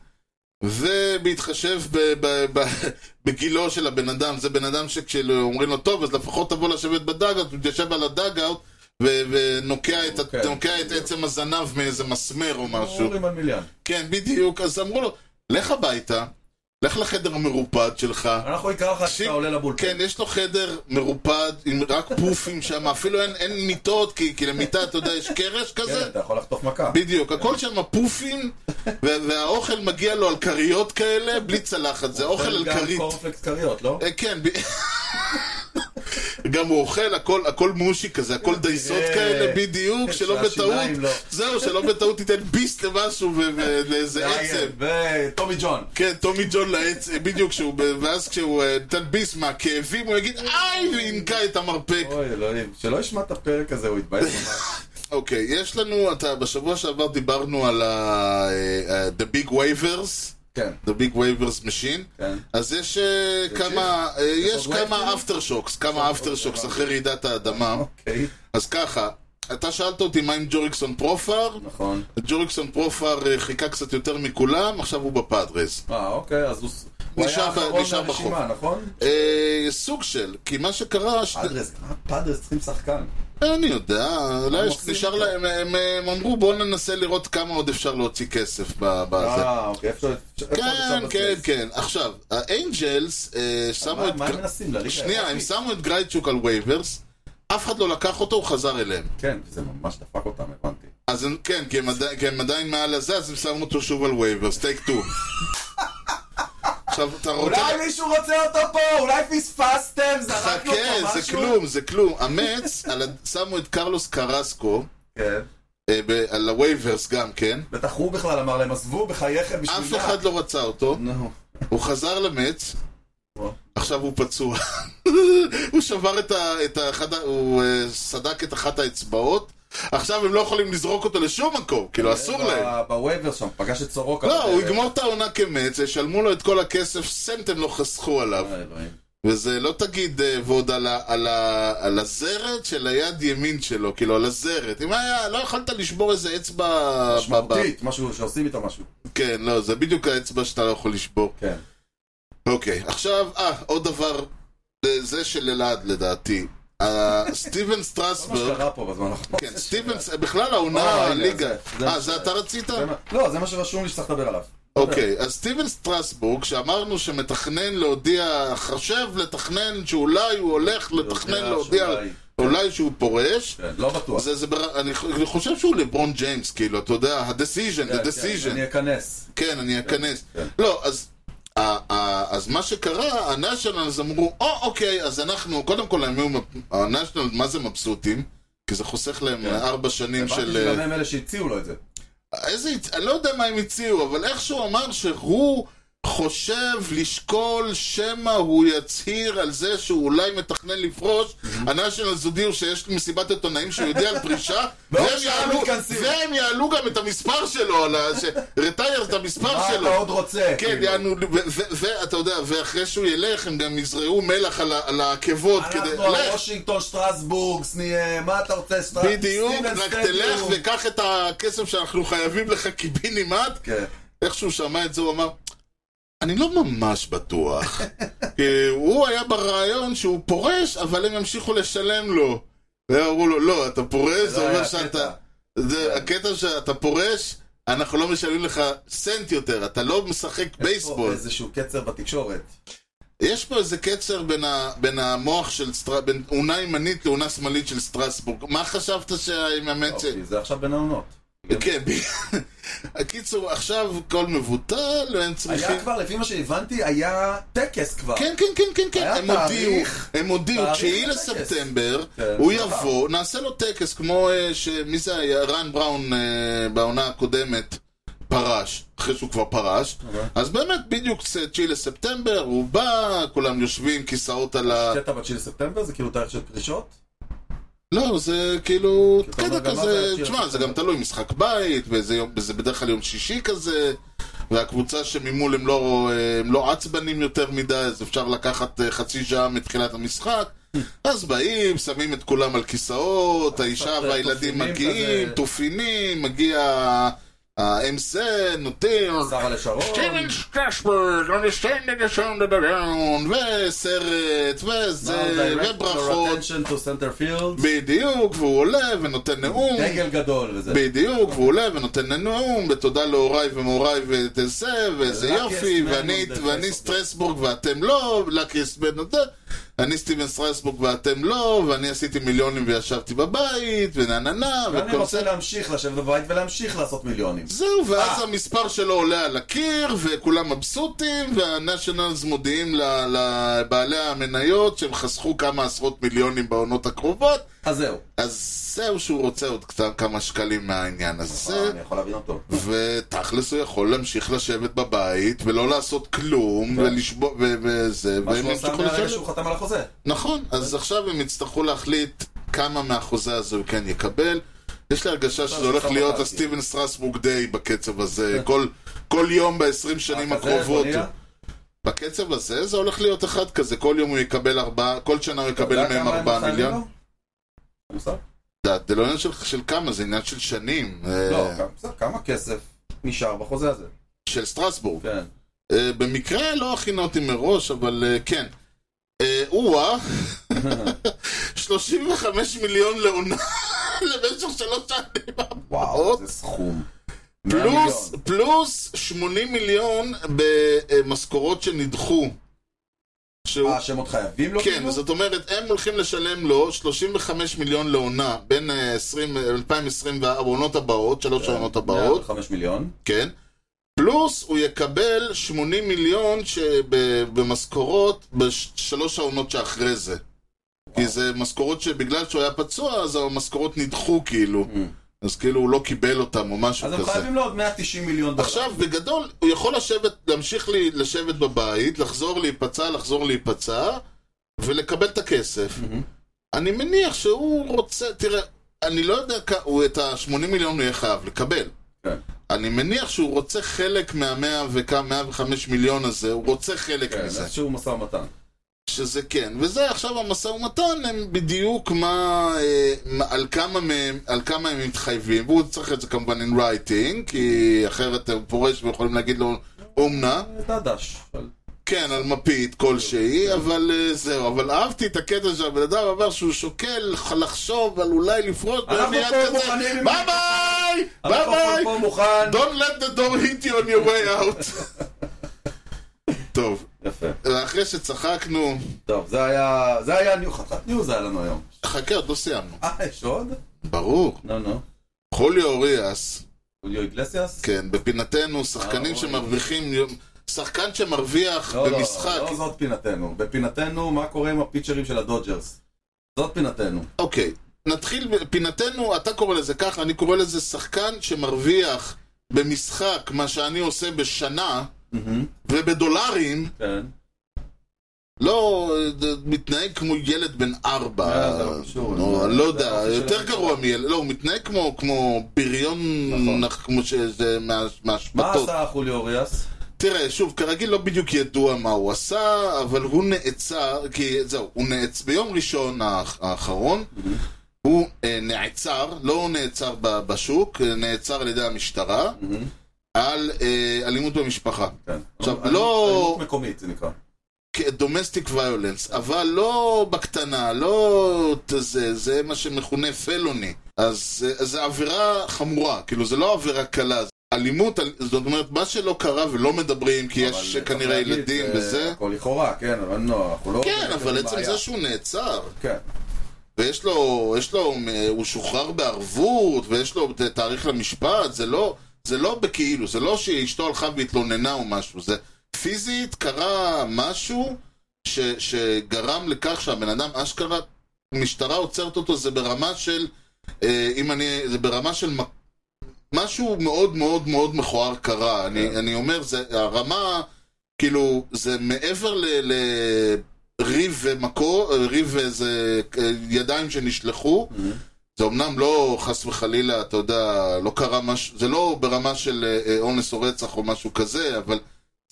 S1: ובהתחשב ב- ב- ב- בגילו של הבן אדם, זה בן אדם שכשאומרים לו טוב, אז לפחות תבוא לשבת בדאגאוט, הוא מתיישב על הדאגאוט, ו- ונוקע את,
S2: אוקיי.
S1: נוקע את עצם הזנב מאיזה מסמר או משהו.
S2: אורי מלמיליאן.
S1: כן, בדיוק, אז אמרו לו, לך הביתה, לך לחדר המרופד שלך.
S2: אנחנו נקרא לך
S1: תקשיב,
S2: כשאתה עולה לבולקן.
S1: כן, יש לו חדר מרופד עם רק פופים שם, אפילו אין, אין מיטות, כי, כי למיטה, אתה יודע, יש קרש כזה.
S2: כן, אתה יכול לחטוף מכה.
S1: בדיוק, הכל שם פופים, ו- והאוכל מגיע לו על כריות כאלה, בלי צלחת, זה אוכל על
S2: גם
S1: כרית.
S2: קורנפלקס כריות, לא?
S1: אה, כן, ב- גם הוא אוכל, הכל, הכל מושי כזה, הכל דייסות
S2: אה,
S1: כאלה, בדיוק, שלא בטעות,
S2: שהשיניים לא.
S1: זהו, שלא בטעות תיתן ביס למשהו ו- ו- לאיזה עצם.
S2: וטומי ג'ון.
S1: כן, טומי ג'ון לעץ, אה, בדיוק, כשהוא, ב- ואז כשהוא אה, נתן ביס מהכאבים, הוא יגיד, איי, וינקה את המרפק.
S2: אוי אלוהים, שלא ישמע את הפרק הזה, הוא יתבאס ממש.
S1: אוקיי, יש לנו, אתה, בשבוע שעבר דיברנו על ה... אה, אה, The Big Waivers,
S2: כן,
S1: The Big Waivers Machine.
S2: כן.
S1: אז יש אה, כמה, אה, יש
S2: עוד
S1: כמה
S2: waivers?
S1: אפטר שוקס, כמה אפטר שוקס אחרי רעידת האדמה.
S2: אוקיי,
S1: אז ככה, אתה שאלת אותי מה עם ג'וריקסון פרופר,
S2: נכון.
S1: ג'וריקסון פרופר אה, חיכה קצת יותר מכולם, עכשיו הוא בפאדרס.
S2: אה, אוקיי, אז הוא... הוא
S1: נשאר
S2: היה
S1: ב-
S2: האחרון
S1: נשאר
S2: מהרשימה, נכון?
S1: אה, סוג של, כי מה שקרה, שני-
S2: פאדרס, מה פאדרס צריכים שחקן?
S1: אני יודע, אולי יש-
S2: עושים
S1: נשאר
S2: איתו?
S1: להם, הם- הם אמרו בואו ננסה לראות כמה עוד אפשר להוציא כסף ב- בזה.
S2: אה, אוקיי, איפה אפשר... איפה
S1: כן,
S2: אפשר
S1: כן,
S2: לבזבז?
S1: כן. עכשיו, האנג'לס אה, שמו
S2: מה
S1: את...
S2: מה
S1: גר-
S2: הם מנסים לליגה?
S1: שנייה, הם
S2: האירופית?
S1: שמו את גרייצ'וק על וייברס, אף אחד לא לקח אותו, הוא חזר אליהם.
S2: כן, וזה ממש דפק אותם, הבנתי.
S1: אז הם- כן, כי הם עדיין- כי הם עדיין מעל הזה, אז הם שמו אותו שוב על וייברס, טייק טו. עכשיו, אתה רוצה...
S2: אולי מישהו רוצה אותו פה, אולי פספסתם, זרקנו אותו משהו.
S1: חכה, כן, זה כלום, זה כלום. המץ, על ה- שמו את קרלוס קרסקו,
S2: כן.
S1: אה, ב- על הווייברס גם כן,
S2: בטח הוא בכלל אמר להם, עזבו בחייכם בשביל
S1: אף אחד לא רצה אותו,
S2: נו.
S1: הוא חזר למץ,
S2: וואו.
S1: עכשיו הוא פצוע. הוא שבר את ה... את האחד, ה- הוא אה, סדק את אחת האצבעות, עכשיו הם לא יכולים לזרוק אותו לשום מקום, כאילו אסור
S2: ב-
S1: להם.
S2: בווייבר שם, פגש את סורוקה. אה,
S1: לא, הוא
S2: בדרך.
S1: יגמור את העונה כמץ, ישלמו לו את כל הכסף, סנט הם לא חסכו עליו.
S2: אה, אלוהים.
S1: וזה לא תגיד אה, ועוד על, ה, על, ה, על הזרת של היד ימין שלו, כאילו על הזרת. אם היה, לא יכולת לשבור איזה אצבע... ב-
S2: משמעותית, משהו שעושים איתו משהו.
S1: ב- כן, לא, זה בדיוק האצבע שאתה לא יכול לשבור.
S2: כן.
S1: אוקיי, עכשיו, אה, עוד דבר, זה- זה של אלעד לדעתי. אה, סטיבן
S2: כל מה
S1: סטרסברג,
S2: שקרה פה בזמן האחרון.
S1: כן,
S2: זה
S1: סטיבן,
S2: ש-
S1: בכלל העונה,
S2: אה, רגע,
S1: הליגה.
S2: זה- זה
S1: אה,
S2: מה
S1: זה
S2: ש-
S1: אתה רצית?
S2: זה מה- לא, זה מה שרשום לי שצריך לדבר עליו.
S1: אוקיי, אז סטיבן סטרסבורג, שאמרנו שמתכנן להודיע, חשב לתכנן שאולי הוא הולך לתכנן
S2: יודע
S1: להודיע,
S2: שאולי-
S1: אולי שהוא פורש,
S2: כן, לא בטוח.
S1: זה, זה בר... אני, ח- אני חושב שהוא לברון ג'יימס, כאילו, אתה יודע, ה-decision,
S2: כן,
S1: the
S2: כן,
S1: decision.
S2: אני אכנס.
S1: כן, אני אכנס.
S2: כן.
S1: לא, אז... ה- ה- אז מה שקרה, הנשיונלס אמרו, או אוקיי, אז אנחנו, קודם כל הם היו, מפ- הנשיונלס, מה זה מבסוטים? כי זה חוסך להם
S2: כן.
S1: ארבע שנים
S2: הבנתי
S1: של... אה,
S2: שגם הם אלה שהציעו לו את זה.
S1: איזה, הצ- אני לא יודע מה הם הציעו, אבל איכשהו אמר שהוא חושב לשקול שמא הוא יצהיר על זה שהוא אולי מתכנן לפרוש. הנשיונלס הודיעו שיש מסיבת עיתונאים שהוא יודיע על פרישה,
S2: בעוד
S1: והם
S2: שעה
S1: יעלו-
S2: מתכנסים.
S1: והם יעלו גם את המספר שלו, על ה... רטייר את המספר
S2: מה
S1: שלו.
S2: אתה עוד רוצה?
S1: כן,
S2: כאילו?
S1: יענו, ו- ו- ואתה יודע, ואחרי שהוא ילך, הם גם יזרעו מלח על ה- על העקבות כדי...
S2: אנחנו על
S1: לך,
S2: וושינגטון, שטרסבורג, סניה, מה אתה רוצה, שטרסבורג?
S1: בדיוק, רק תלך וקח את הכסף שאנחנו חייבים לך קיבינימט,
S2: כן.
S1: איך שהוא שמע את זה, הוא אמר, אני לא ממש בטוח. כי הוא היה ברעיון שהוא פורש, אבל הם ימשיכו לשלם לו. ואמרו לו, לא, אתה פורש,
S2: לא
S1: זה
S2: היה כן.
S1: אומר שאתה...
S2: קטע.
S1: זה הקטע שאתה פורש, אנחנו לא משלמים לך סנט יותר, אתה לא משחק
S2: פה
S1: בייסבול.
S2: איזשהו קצר בתקשורת.
S1: יש פה איזה קצר בין, ה, בין המוח של סטרסבורג, בין אונה ימנית לאונה שמאלית של סטרסבורג. מה חשבת שהמאמץ...
S2: אוקיי, זה עכשיו בין העונות. אוקיי.
S1: כן, הקיצור, עכשיו הכל מבוטל, והם צריכים...
S2: היה כבר, לפי מה שהבנתי, היה טקס כבר.
S1: כן, כן, כן, כן, כן,
S2: היה
S1: הם הודיעו,
S2: תאריך.
S1: הם הודיעו,
S2: תאריך
S1: תשיעי
S2: לטקס.
S1: לספטמבר,
S2: כן,
S1: הוא
S2: מחר.
S1: יבוא, נעשה לו טקס, כמו אה, ש... מי זה היה? רן בראון אה, בעונה הקודמת פרש, אחרי שהוא כבר פרש,
S2: אוקיי.
S1: אז באמת, בדיוק תשיעי לספטמבר, הוא בא, כולם יושבים, כיסאות על ה...
S2: קטע ב-9 לספטמבר זה כאילו תאריך של פרישות?
S1: לא, זה כאילו,
S2: כי אתה
S1: קטע
S2: אומר, גם מה
S1: כזה,
S2: זה השיר
S1: תשמע,
S2: שלך?
S1: זה גם תלוי, משחק בית, וזה יום- וזה בדרך כלל יום שישי כזה, והקבוצה שממול הם לא הם לא עצבנים יותר מדי, אז אפשר לקחת אה, חצי שעה מתחילת המשחק. אז באים, שמים את כולם על כיסאות, האישה
S2: קצת, אה,
S1: והילדים
S2: תופינים
S1: מגיעים,
S2: כזה.
S1: תופינים, מגיע ה-MC נותיר,
S2: שרה לשרון.
S1: סטיבן סטרשברג, understanding the sound of the ground, וסרט,
S2: Now
S1: וזה,
S2: direct your
S1: וברכות,
S2: attention to center field.
S1: בדיוק, והוא עולה ונותן נאום,
S2: דגל גדול וזה.
S1: בדיוק, והוא עולה ונותן נאום, ותודה להוריי ומוריי וזה, ואיזה
S2: Luckiest
S1: יופי,
S2: man
S1: ואני,
S2: on the face
S1: ואני
S2: of
S1: סטרסבורג ואתם לא, luckiest man on the- אני סטיבן סטרסבורג ואתם לא, ואני עשיתי מיליונים וישבתי בבית, ונה נה נה,
S2: ואני
S1: וכל
S2: רוצה
S1: זה.
S2: להמשיך לשבת בבית ולהמשיך לעשות מיליונים.
S1: זהו, ואז
S2: אה.
S1: המספר שלו עולה על הקיר, וכולם מבסוטים, והנשיונלס מודיעים ל- לבעלי המניות שהם חסכו כמה עשרות מיליונים בעונות הקרובות,
S2: אז זהו.
S1: אז זהו שהוא רוצה עוד קצת- כמה שקלים מהעניין
S2: אה,
S1: הזה.
S2: אני יכול להבין אותו.
S1: ותכלס הוא יכול להמשיך לשבת בבית ולא לעשות כלום ולשבור ו- וזה
S2: כן. מה שהוא עשה
S1: ימשיכו
S2: מהרגע
S1: לשלם.
S2: שהוא כן. חתם על החוזה.
S1: נכון, אז עכשיו הם יצטרכו להחליט כמה מהחוזה הזה הוא כן יקבל. יש לי
S2: לא,
S1: הרגשה שזה הולך
S2: סתם
S1: להיות
S2: הודעתי.
S1: הסטיבן סטרסבורג דיי בקצב הזה, כל- כל יום ב-20 שנים
S2: כן. אה, כזה,
S1: הקרובות.
S2: בוניה?
S1: בקצב הזה זה הולך להיות אחד כזה, כל יום הוא יקבל ארבעה, כל שנה הוא
S2: אתה
S1: יקבל
S2: יודע
S1: מהם
S2: כמה הם
S1: ארבעה
S2: נתנו
S1: מיליון.
S2: לו? מושג?
S1: זה זה לא עניין של- של כמה, זה עניין של שנים.
S2: לא,
S1: אה,
S2: כמה- בסדר, כמה כסף נשאר בחוזה הזה?
S1: של סטרסבורג.
S2: כן.
S1: אה, במקרה לא הכינותי מראש, אבל אה, כן. אה, או-אה, 35 מיליון לעונה למשך שלוש שנים
S2: וואו,
S1: הבאות.
S2: זה סכום. מאה
S1: פלוס,
S2: מיליון.
S1: פלוס 80 מיליון במשכורות שנדחו. שהוא...
S2: אה, שהם עוד חייבים לו?
S1: כן,
S2: כאילו?
S1: זאת אומרת, הם הולכים לשלם לו 35 מיליון לעונה בין אה, 20, 2020 והעונות הבאות, שלוש
S2: אה,
S1: העונות הבאות.
S2: 105 מיליון.
S1: כן. פלוס הוא יקבל 80 מיליון שב- במשכורות בשלוש העונות שאחרי זה. כי זה משכורות שבגלל שהוא היה פצוע, אז המשכורות נדחו כאילו. אז כאילו הוא לא קיבל אותם או משהו
S2: Mm. אז הם
S1: כזה.
S2: חייבים לו עוד 190 מיליון דולר.
S1: עכשיו, בגדול, הוא יכול לשבת, להמשיך לי, לשבת בבית, לחזור להיפצע, לחזור להיפצע, ולקבל את הכסף.
S2: מהמם.
S1: אני מניח שהוא רוצה, תראה, אני לא יודע, כ- הוא את ה-80 מיליון הוא יהיה חייב לקבל.
S2: כן.
S1: אני מניח שהוא רוצה חלק מה-100 וכמה, 105 מיליון הזה, הוא רוצה חלק
S2: כן,
S1: מזה.
S2: איזשהו משא ומתן.
S1: שזה כן. וזה עכשיו המשא ומתן, הם בדיוק מה, אה, מה על, כמה מהם, על כמה הם מתחייבים, והוא צריך את זה כמובן in writing, כי אחרת הוא פורש ויכולים להגיד לו, אומנה.
S2: דדש. אבל-
S1: כן, על מפית כלשהי, אבל אה, זהו. אבל אהבתי את הקטע שהבן אדם אמר שהוא שוקל לחשוב על אולי לפרוש,
S2: אנחנו
S1: ומיד
S2: פה
S1: כזה,
S2: מוכנים עם-
S1: ביי ביי! ביי
S2: המיקרופון
S1: ביי!
S2: פה מוכן.
S1: Don't let the door hit you on your way out. טוב,
S2: יפה.
S1: ואחרי שצחקנו,
S2: טוב, זה היה... זה היה ניו חתיכת ניוז היה לנו היום.
S1: חכה, עוד לא סיימנו.
S2: אה, יש עוד?
S1: ברור.
S2: נו, נו.
S1: חוליו אוריאס,
S2: אוליו איגלסיאס?
S1: כן, בפינתנו, שחקנים
S2: אה,
S1: שמרוויחים, יום- שחקן שמרוויח
S2: לא, לא,
S1: במשחק.
S2: לא זאת פינתנו. בפינתנו, מה קורה עם הפיצ'רים של הדודג'רס? זאת פינתנו.
S1: אוקיי, נתחיל, בפינתנו, אתה קורא לזה ככה, אני קורא לזה שחקן שמרוויח במשחק מה שאני עושה בשנה,
S2: מהמם.
S1: ובדולרים,
S2: כן.
S1: לא, זה מתנהג כמו ילד בן ארבע.
S2: אה, זה לא קשור.
S1: נו,
S2: זה-
S1: אני לא
S2: זה
S1: יודע,
S2: האופי של
S1: יותר
S2: המשפחה.
S1: גרוע מילד. לא, הוא מתנהג כמו- כמו בריון,
S2: נכון.
S1: נח- כמו שזה מה-
S2: מה
S1: מהשבתות.
S2: עשה חוליו אוריאס?
S1: תראה, שוב, כרגיל לא בדיוק ידוע מה הוא עשה, אבל הוא נעצר, כי זהו, הוא נעצר, ביום ראשון האח- האחרון, הוא אה, נעצר, לא נעצר ב- בשוק, אה, נעצר על ידי המשטרה,
S2: מהמם.
S1: על אה, אלימות במשפחה.
S2: כן.
S1: עכשיו,
S2: אלימות-
S1: לא-
S2: אלימות מקומית זה נקרא.
S1: דומסטיק ויולנס, אבל לא בקטנה, לא ת- זה, זה מה שמכונה פלוני. אז אה, זה עבירה חמורה, כאילו זה לא עבירה קלה. אלימות, אל- זאת אומרת, מה שלא קרה ולא מדברים, כי
S2: אבל
S1: יש
S2: צריך
S1: כנראה
S2: להגיד,
S1: ילדים
S2: אה,
S1: וזה.
S2: הכל לכאורה, כן, אבל לא, אנחנו לא...
S1: כן, אבל
S2: אין
S1: עצם
S2: בעיה.
S1: זה שהוא נעצר,
S2: כן.
S1: ויש לו, יש לו, הוא שוחרר בערבות, ויש לו תאריך למשפט, זה לא, זה לא בכאילו, זה לא שאשתו הלכה והתלוננה או משהו, זה פיזית קרה משהו ש, שגרם לכך שהבן אדם אשכרה, משטרה עוצרת אותו, זה ברמה של, אה, אם אני, זה ברמה של מק- משהו מאוד מאוד מאוד מכוער קרה, אני, אני אומר, זה הרמה, כאילו, זה מעבר ל... ל ריב ומקור, ריב וזה אה, ידיים שנשלחו, זה אמנם לא חס וחלילה, אתה יודע, לא קרה משהו, זה לא ברמה של אה, אה, אונס או רצח או משהו כזה, אבל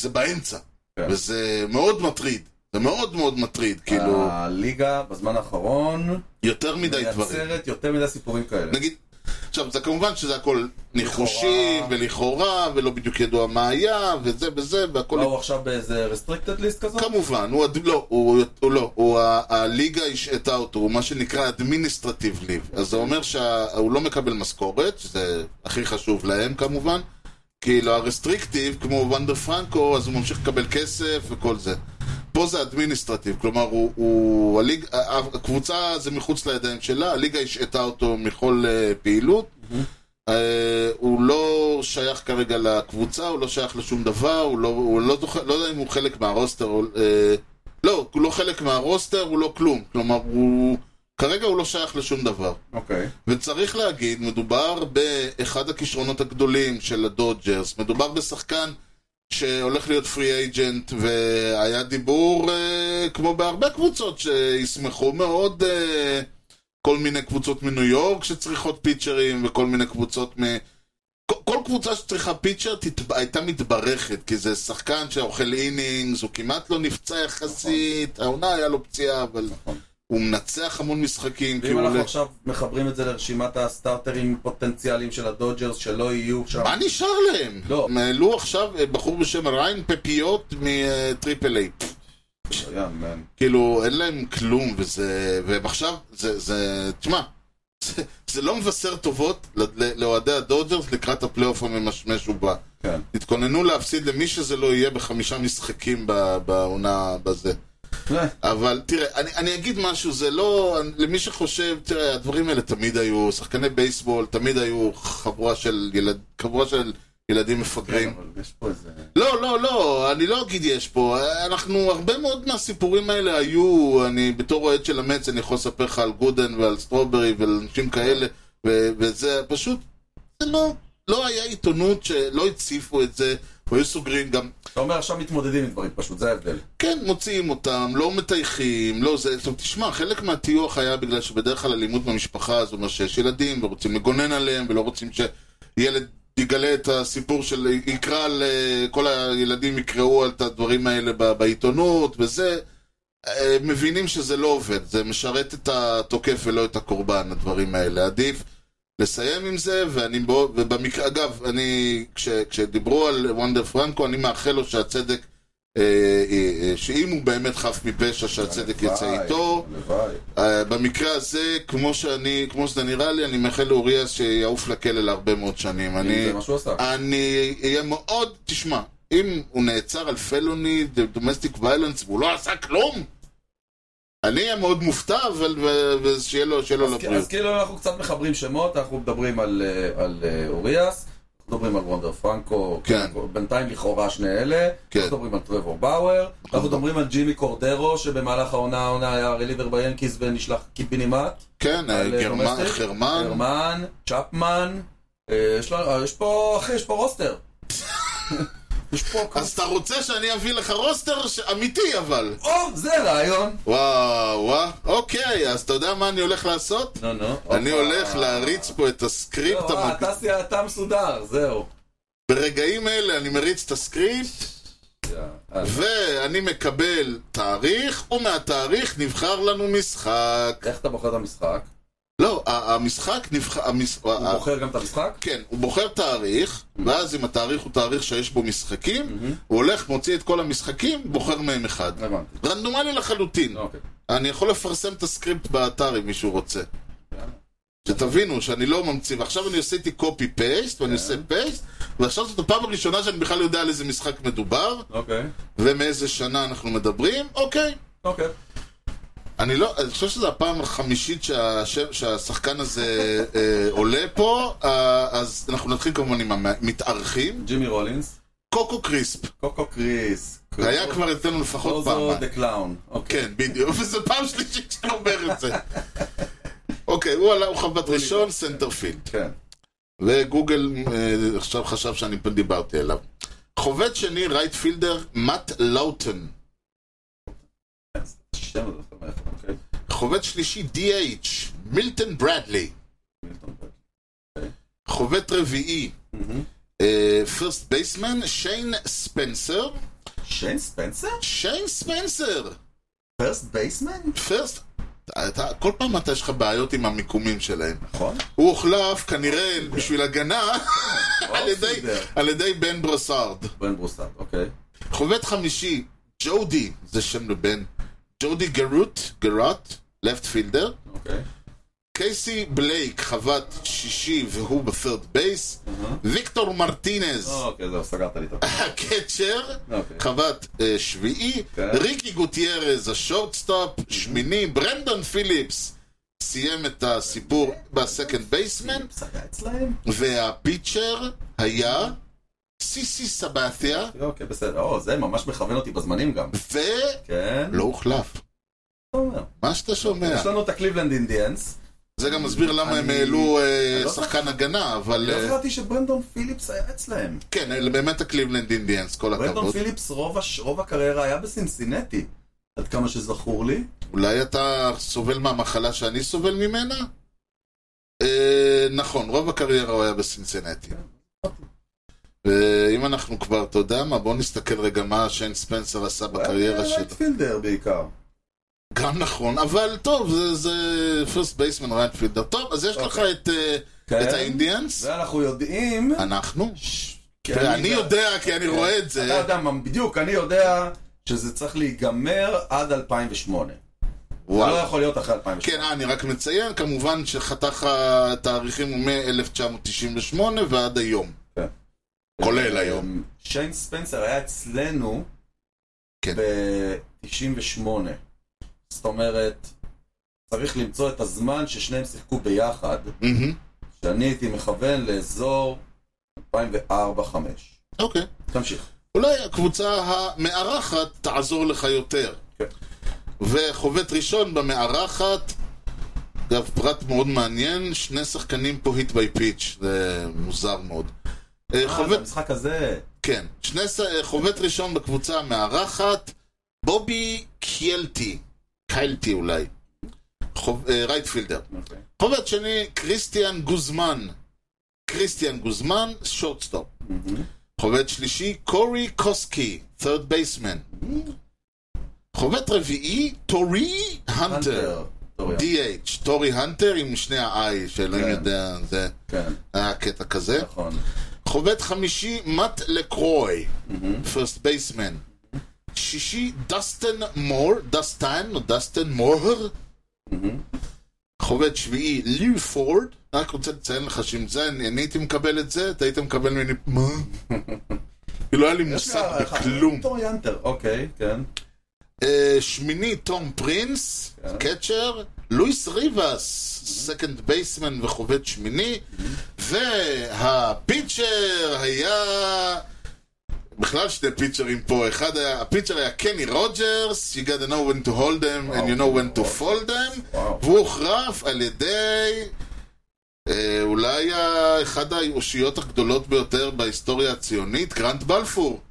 S1: זה באמצע.
S2: כן.
S1: וזה מאוד מטריד, זה מאוד מאוד מטריד, כאילו,
S2: אה, הליגה בזמן האחרון
S1: יותר מדי דברים.
S2: מייצרת יותר מדי סיפורים כאלה.
S1: נגיד, עכשיו, זה כמובן שזה הכל ניחושים, ולכאורה, ולא בדיוק ידוע מה היה, וזה וזה, והכל...
S2: מה, הוא עכשיו באיזה restricted list כזאת?
S1: כמובן, הוא, הד- לא, הוא, הוא לא, הוא, ה- הליגה השעתה אותו, הוא מה שנקרא אדמיניסטרטיב ליב. אז זה אומר שהוא לא מקבל משכורת, שזה הכי חשוב להם כמובן, כי לא הרסטריקטיב, כמו ונדר פרנקו, אז הוא ממשיך לקבל כסף וכל זה. פה זה אדמיניסטרטיב, כלומר, הוא, הוא, הליג, ה- ה- הקבוצה זה מחוץ לידיים שלה, הליגה השעתה אותו מכל אה, פעילות. אה, הוא לא שייך כרגע לקבוצה, הוא לא שייך לשום דבר, הוא לא, הוא לא, זוכר, לא יודע אם הוא חלק מהרוסטר, או, אה, לא, הוא לא חלק מהרוסטר, הוא לא כלום, כלומר, הוא, כרגע הוא לא שייך לשום דבר.
S2: אוקיי.
S1: וצריך להגיד, מדובר באחד הכישרונות הגדולים של הדודג'רס, מדובר בשחקן שהולך להיות פרי אייג'נט, והיה דיבור, אה, כמו בהרבה קבוצות, שישמחו מאוד אה, כל מיני קבוצות מניו יורק שצריכות פיצ'רים, וכל מיני קבוצות מ... כל- כל קבוצה שצריכה פיצ'ר תת... הייתה מתברכת, כי זה שחקן שאוכל אינינגס, הוא כמעט לא נפצע יחסית, העונה היה לו פציעה, אבל
S2: נכון.
S1: הוא מנצח המון משחקים, כי
S2: ואם
S1: הוא
S2: אנחנו
S1: עולה...
S2: עכשיו מחברים את זה לרשימת הסטארטרים פוטנציאליים של הדודג'רס שלא יהיו שם...
S1: מה נשאר להם?
S2: לא.
S1: הם העלו עכשיו אה, בחור בשם ריין פפיות מטריפל איי.
S2: יא, מן.
S1: כאילו, אין להם כלום, וזה... והם עכשיו, זה... זה... תשמע, זה, זה לא מבשר טובות ל- ל- לאוהדי הדודג'רס לקראת הפלייאוף הממשמש ובא.
S2: כן.
S1: התכוננו להפסיד למי שזה לא יהיה בחמישה משחקים ב- בעונה בזה.
S2: אה,
S1: אבל תראה, אני, אני אגיד משהו, זה לא... אני- למי שחושב, תראה, הדברים האלה תמיד היו, שחקני בייסבול תמיד היו חבורה של, ילד, חבורה של ילדים מפגרים.
S2: אבל יש פה איזה...
S1: לא, לא, לא, אני לא אגיד יש פה. אנחנו, הרבה מאוד מהסיפורים האלה היו, אני בתור אוהד של המץ, אני יכול לספר לך על גודן ועל סטרוברי ועל אנשים כאלה, ו- וזה פשוט, זה לא, לא היה עיתונות שלא הציפו את זה, והיו סוגרים גם,
S2: אתה אומר עכשיו מתמודדים עם דברים פשוט, זה ההבדל.
S1: כן, מוציאים אותם, לא מטייחים, לא זה, עכשיו תשמע, חלק מהטיוח היה בגלל שבדרך כלל אלימות במשפחה זה אומר שיש ילדים ורוצים לגונן עליהם ולא רוצים שילד יגלה את הסיפור של, יקרא על, אה, כל הילדים יקראו על את הדברים האלה ב- בעיתונות וזה, אה, מבינים שזה לא עובד, זה משרת את התוקף ולא את הקורבן, הדברים האלה, עדיף. לסיים עם זה, ואני בו, ובמקרה, אגב, אני, כש, כשדיברו על וונדר פרנקו, אני מאחל לו שהצדק, אה, אה, אה, שאם הוא באמת חף מפשע, שהצדק יצא
S2: הלוואי,
S1: איתו.
S2: הלוואי.
S1: אה, במקרה הזה, כמו שאני, כמו שזה נראה לי, אני מאחל לאוריה שיעוף לכלא להרבה מאוד שנים.
S2: אם
S1: אני,
S2: זה מה שהוא עשה.
S1: אני אהיה מאוד, תשמע, אם הוא נעצר על פלוני, דומסטיק ויילנס, והוא לא עשה כלום, אני אהיה מאוד מופתע, אבל ו- ושיהיה לו, שיהיה לו
S2: אז כ-
S1: לבריאות.
S2: אז כאילו אנחנו קצת מחברים שמות, אנחנו מדברים על, אה, על אה, אוריאס, אנחנו מדברים על וונדר פרנקו,
S1: כן.
S2: בינתיים לכאורה שני אלה,
S1: כן. נכון.
S2: אנחנו מדברים על טרוור באואר, אנחנו מדברים על ג'ימי קורדרו, שבמהלך העונה העונה היה רליבר ביאנקיס ונשלח קיבינימט,
S1: כן,
S2: על, אה,
S1: גרמן,
S2: דומסטיק?
S1: חרמן,
S2: הרמן, צ'פמן, אה, יש לנו- אה, יש פה, אחי, יש פה רוסטר. יש פה...
S1: אז אתה רוצה שאני אביא לך רוסטר ש- אמיתי אבל.
S2: או, זה רעיון.
S1: וואו, וואו, אוקיי, אז אתה יודע מה אני הולך לעשות?
S2: נו, נו.
S1: לא, אני הולך להריץ פה את הסקריפט
S2: לא, אה,
S1: המק...
S2: אתה סי- אתה מסודר, זהו.
S1: ברגעים אלה אני מריץ את הסקריפט,
S2: יאללה.
S1: ואני מקבל תאריך, ומהתאריך נבחר לנו משחק.
S2: איך אתה בוחר את המשחק?
S1: לא, ה- המשחק נבחר... המש-
S2: הוא
S1: ה-
S2: בוחר גם את המשחק?
S1: כן, הוא בוחר תאריך, ואז אם התאריך הוא תאריך שיש בו משחקים,
S2: Mm-hmm.
S1: הוא הולך, מוציא את כל המשחקים, בוחר מהם אחד.
S2: הבנתי.
S1: רנדומלי לחלוטין.
S2: אוקיי.
S1: אני יכול לפרסם את הסקריפט באתר אם מישהו רוצה.
S2: יאללה.
S1: שתבינו שאני לא ממציא, ועכשיו אני עשיתי copy paste,
S2: כן.
S1: ואני עושה paste, ועכשיו זאת הפעם הראשונה שאני בכלל יודע על איזה משחק מדובר,
S2: אוקיי.
S1: ומאיזה שנה אנחנו מדברים, אוקיי.
S2: אוקיי.
S1: אני לא, אני חושב שזו הפעם החמישית שה, ש, שהשחקן הזה אה, עולה פה, אה, אז אנחנו נתחיל כמובן עם המתארחים.
S2: ג'ימי רולינס.
S1: קוקו קריספ,
S2: קוקו קריס.
S1: היה כבר אצלנו לפחות
S2: קוזו
S1: פעמיים.
S2: דה קלאון. אוקיי.
S1: כן, בדיוק, וזו פעם שלישית שאני אומר את זה. אוקיי, הוא עלה, הוא חב"ד ראשון, סנטרפילד.
S2: כן.
S1: וגוגל אה, עכשיו חשב שאני פה דיברתי עליו. חובד שני, רייטפילדר, מאט לאוטן.
S2: שם הזה, כן. זאת אומרת, אוקיי.
S1: חובד שלישי, DH, מילטון ברדלי.
S2: מילטון ברדלי.
S1: חובד רביעי,
S2: מהמם.
S1: פרסט בייסמן, שיין ספנסר.
S2: שיין ספנסר?
S1: שיין ספנסר!
S2: פרסט בייסמן?
S1: פרסט אתה, כל פעם אתה יש לך בעיות עם המיקומים שלהם.
S2: נכון?
S1: הוא הוחלף כנראה בשביל הגנה על ידי-
S2: סידר.
S1: על ידי בן ברסארד.
S2: בן ברוסטארט, אוקיי.
S1: חובט חמישי, ג'ודי, זה שם לבן, ג'ודי גרוט, גרוט, לפט פילדר,
S2: אוקיי.
S1: קייסי בלייק חבט שישי והוא בפרד בייס, ויקטור מרטינז,
S2: אוקיי, זהו, סגרת לי את הפה.
S1: הקצ'ר,
S2: אוקיי.
S1: חבט אה, שביעי,
S2: כן.
S1: ריקי גוטיירז, השורטסטופ, שמיני, ברנדון פיליפס, סיים את הסיפור בסקנד בייסמן,
S2: פסגה אצלהם?
S1: והפיצ'ר היה סיסי סבתיה,
S2: אוקיי, בסדר. או, זה ממש מכוון אותי בזמנים גם.
S1: ולא
S2: כן.
S1: לא. הוחלף.
S2: אתה אומר.
S1: מה שאתה שומע.
S2: יש לנו את הקליבלנד אינדיאנס.
S1: זה גם מסביר למה הם
S2: אני-
S1: העלו אה,
S2: אני לא
S1: שחקן הגנה, אבל...
S2: לא
S1: אה,
S2: ידעתי שברנדון פיליפס היה אצלהם.
S1: כן, אלה באמת הקליבלנד אינדיאנס, כל
S2: ברנדון
S1: הכבוד.
S2: פיליפס רוב הש- רוב הקריירה היה בסינסינטי. עד כמה שזכור לי.
S1: אולי אתה סובל מהמחלה שאני סובל ממנה? אה, נכון, רוב הקריירה הוא היה בסינסנטי. אה, אם אנחנו כבר, אתה יודע מה, בוא נסתכל רגע מה שיין ספנסר עשה בקריירה
S2: הוא היה
S1: שלו.
S2: רייטפילדר בעיקר.
S1: גם נכון, אבל טוב, זה- זה פרסט בייסמן ריין פילדר. טוב, אז יש לך
S2: אוקיי. אה,
S1: את אה, את האינדיאנס?
S2: כן? ואנחנו יודעים...
S1: אנחנו?
S2: ש- כן, כי
S1: תראה, אני
S2: יודע-
S1: יודע, כי אני רואה את
S2: אתה
S1: זה.
S2: יודע, מה- בדיוק, אני יודע שזה צריך להיגמר עד 2008. זה
S1: וואלה.
S2: לא יכול להיות אחרי
S1: כן,
S2: 2008.
S1: אה, אני רק מציין, כמובן שחתך התאריכים הוא מ-1998 ועד היום.
S2: כן.
S1: כולל היום.
S2: אה, שיין ספנסר היה אצלנו
S1: כן.
S2: ב-98. זאת אומרת, צריך למצוא את הזמן ששניהם שיחקו ביחד,
S1: מהמם.
S2: שאני הייתי מכוון לאזור 2004-2005.
S1: אוקיי.
S2: תמשיך.
S1: אולי הקבוצה המארחת תעזור לך יותר.
S2: כן.
S1: וחובט ראשון במארחת, אגב, פרט מאוד מעניין, שני שחקנים פה היט ביי פיץ', זה מוזר מאוד. אה,
S2: אה, זה
S1: חובט,
S2: המשחק הזה.
S1: כן, שני ש- אה, חובט ראשון בקבוצה המארחת, בובי קיילטי, קיילטי אולי, חוב- אה, רייטפילדר.
S2: אוקיי.
S1: חובד שני, קריסטיאן גוזמן. קריסטיאן גוזמן, שורטסטופ.
S2: מהמם.
S1: חובד שלישי, קורי קוסקי, third baseman. חובד רביעי, טורי הנטר.
S2: טוב, יופי.
S1: DH, טורי הנטר עם שני ה-I, שאלוהים
S2: כן.
S1: יודע, זה
S2: כן,
S1: היה קטע כזה.
S2: נכון.
S1: חובד חמישי, מאט לקרוי, first baseman. שישי, דסטן מור, דסטן או דסטן מור.
S2: מהמם.
S1: חובד שביעי, ליו פורד, רק רוצה לציין לך שאם זה, אני אני הייתי מקבל את זה, אתה היית מקבל ממני, מה? כאילו, היה לי מושג בכלום.
S2: טור ינטר, אוקיי, כן.
S1: אה, שמיני, תום פרינס, קצ'ר, לואיס ריבס, סקנד בייסמן וחובד שמיני, והפיצ'ר היה... בכלל שני פיצ'רים פה, אחד היה, הפיצ'ר היה קני רוג'רס, you gotta know when to hold them and you know when to fold them,
S2: וואו.
S1: והוא הוחרף על ידי אה, אולי ה- אחד האושיות הגדולות ביותר בהיסטוריה הציונית, גרנט בלפור.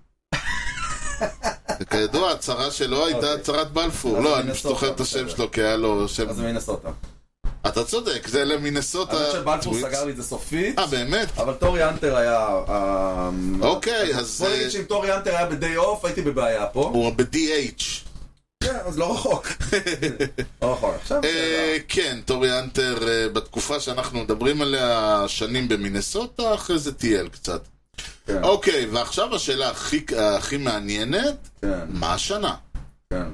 S1: כידוע, הצהרה שלו הייתה
S2: אוקיי.
S1: הצהרת בלפור.
S2: אז
S1: לא,
S2: זה
S1: אני פשוט
S2: מנסוטה,
S1: זוכר את השם
S2: בסדר.
S1: שלו, כי היה לו שם...
S2: אז מנסוטה.
S1: אתה צודק, זה למינסוטה...
S2: האמת שבלפור
S1: טווינס.
S2: סגר לי את זה סופית,
S1: אה, באמת?
S2: אבל טורי אנטר היה... אה,
S1: אוקיי, אז,
S2: בוא נגיד
S1: אה,
S2: שאם טורי אנטר היה בדיי אוף, הייתי בבעיה פה.
S1: הוא ב-DH.
S2: כן, אז לא רחוק. לא רחוק. עכשיו
S1: אה, כן, טורי אנטר, אה, בתקופה שאנחנו מדברים עליה, שנים במינסוטה, אחרי זה טייל קצת.
S2: כן,
S1: אוקיי, ועכשיו השאלה הכי, הכי מעניינת,
S2: כן,
S1: מה השנה?
S2: כן.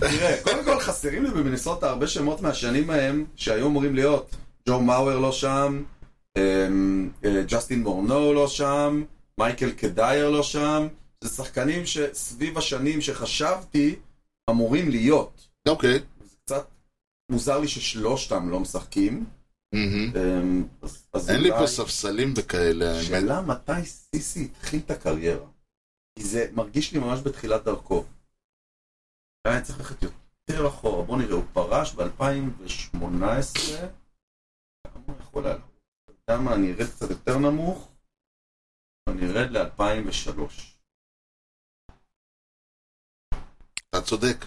S2: תראה, קודם כל חסרים לי במינסוטה הרבה שמות מהשנים ההם שהיו אמורים להיות. ג'ו מאואר לא שם, אמ, אה, ג'סטין מורנו לא שם, מייקל קדייר לא שם. זה שחקנים שסביב השנים שחשבתי אמורים להיות.
S1: אוקיי.
S2: זה קצת מוזר לי ששלושתם לא משחקים.
S1: מהמם.
S2: אמ, אז- אז
S1: אין לי
S2: אולי-
S1: פה ספסלים וכאלה, האמת.
S2: שאלה מתי סיסי התחיל את הקריירה. כי זה מרגיש לי ממש בתחילת דרכו. היה צריך ללכת יותר אחורה. בוא נראה, הוא פרש ב-2018. כמה הוא יכול היה? אתה יודע מה, אני ארד קצת יותר נמוך, ואני ארד ל-2003.
S1: אתה צודק.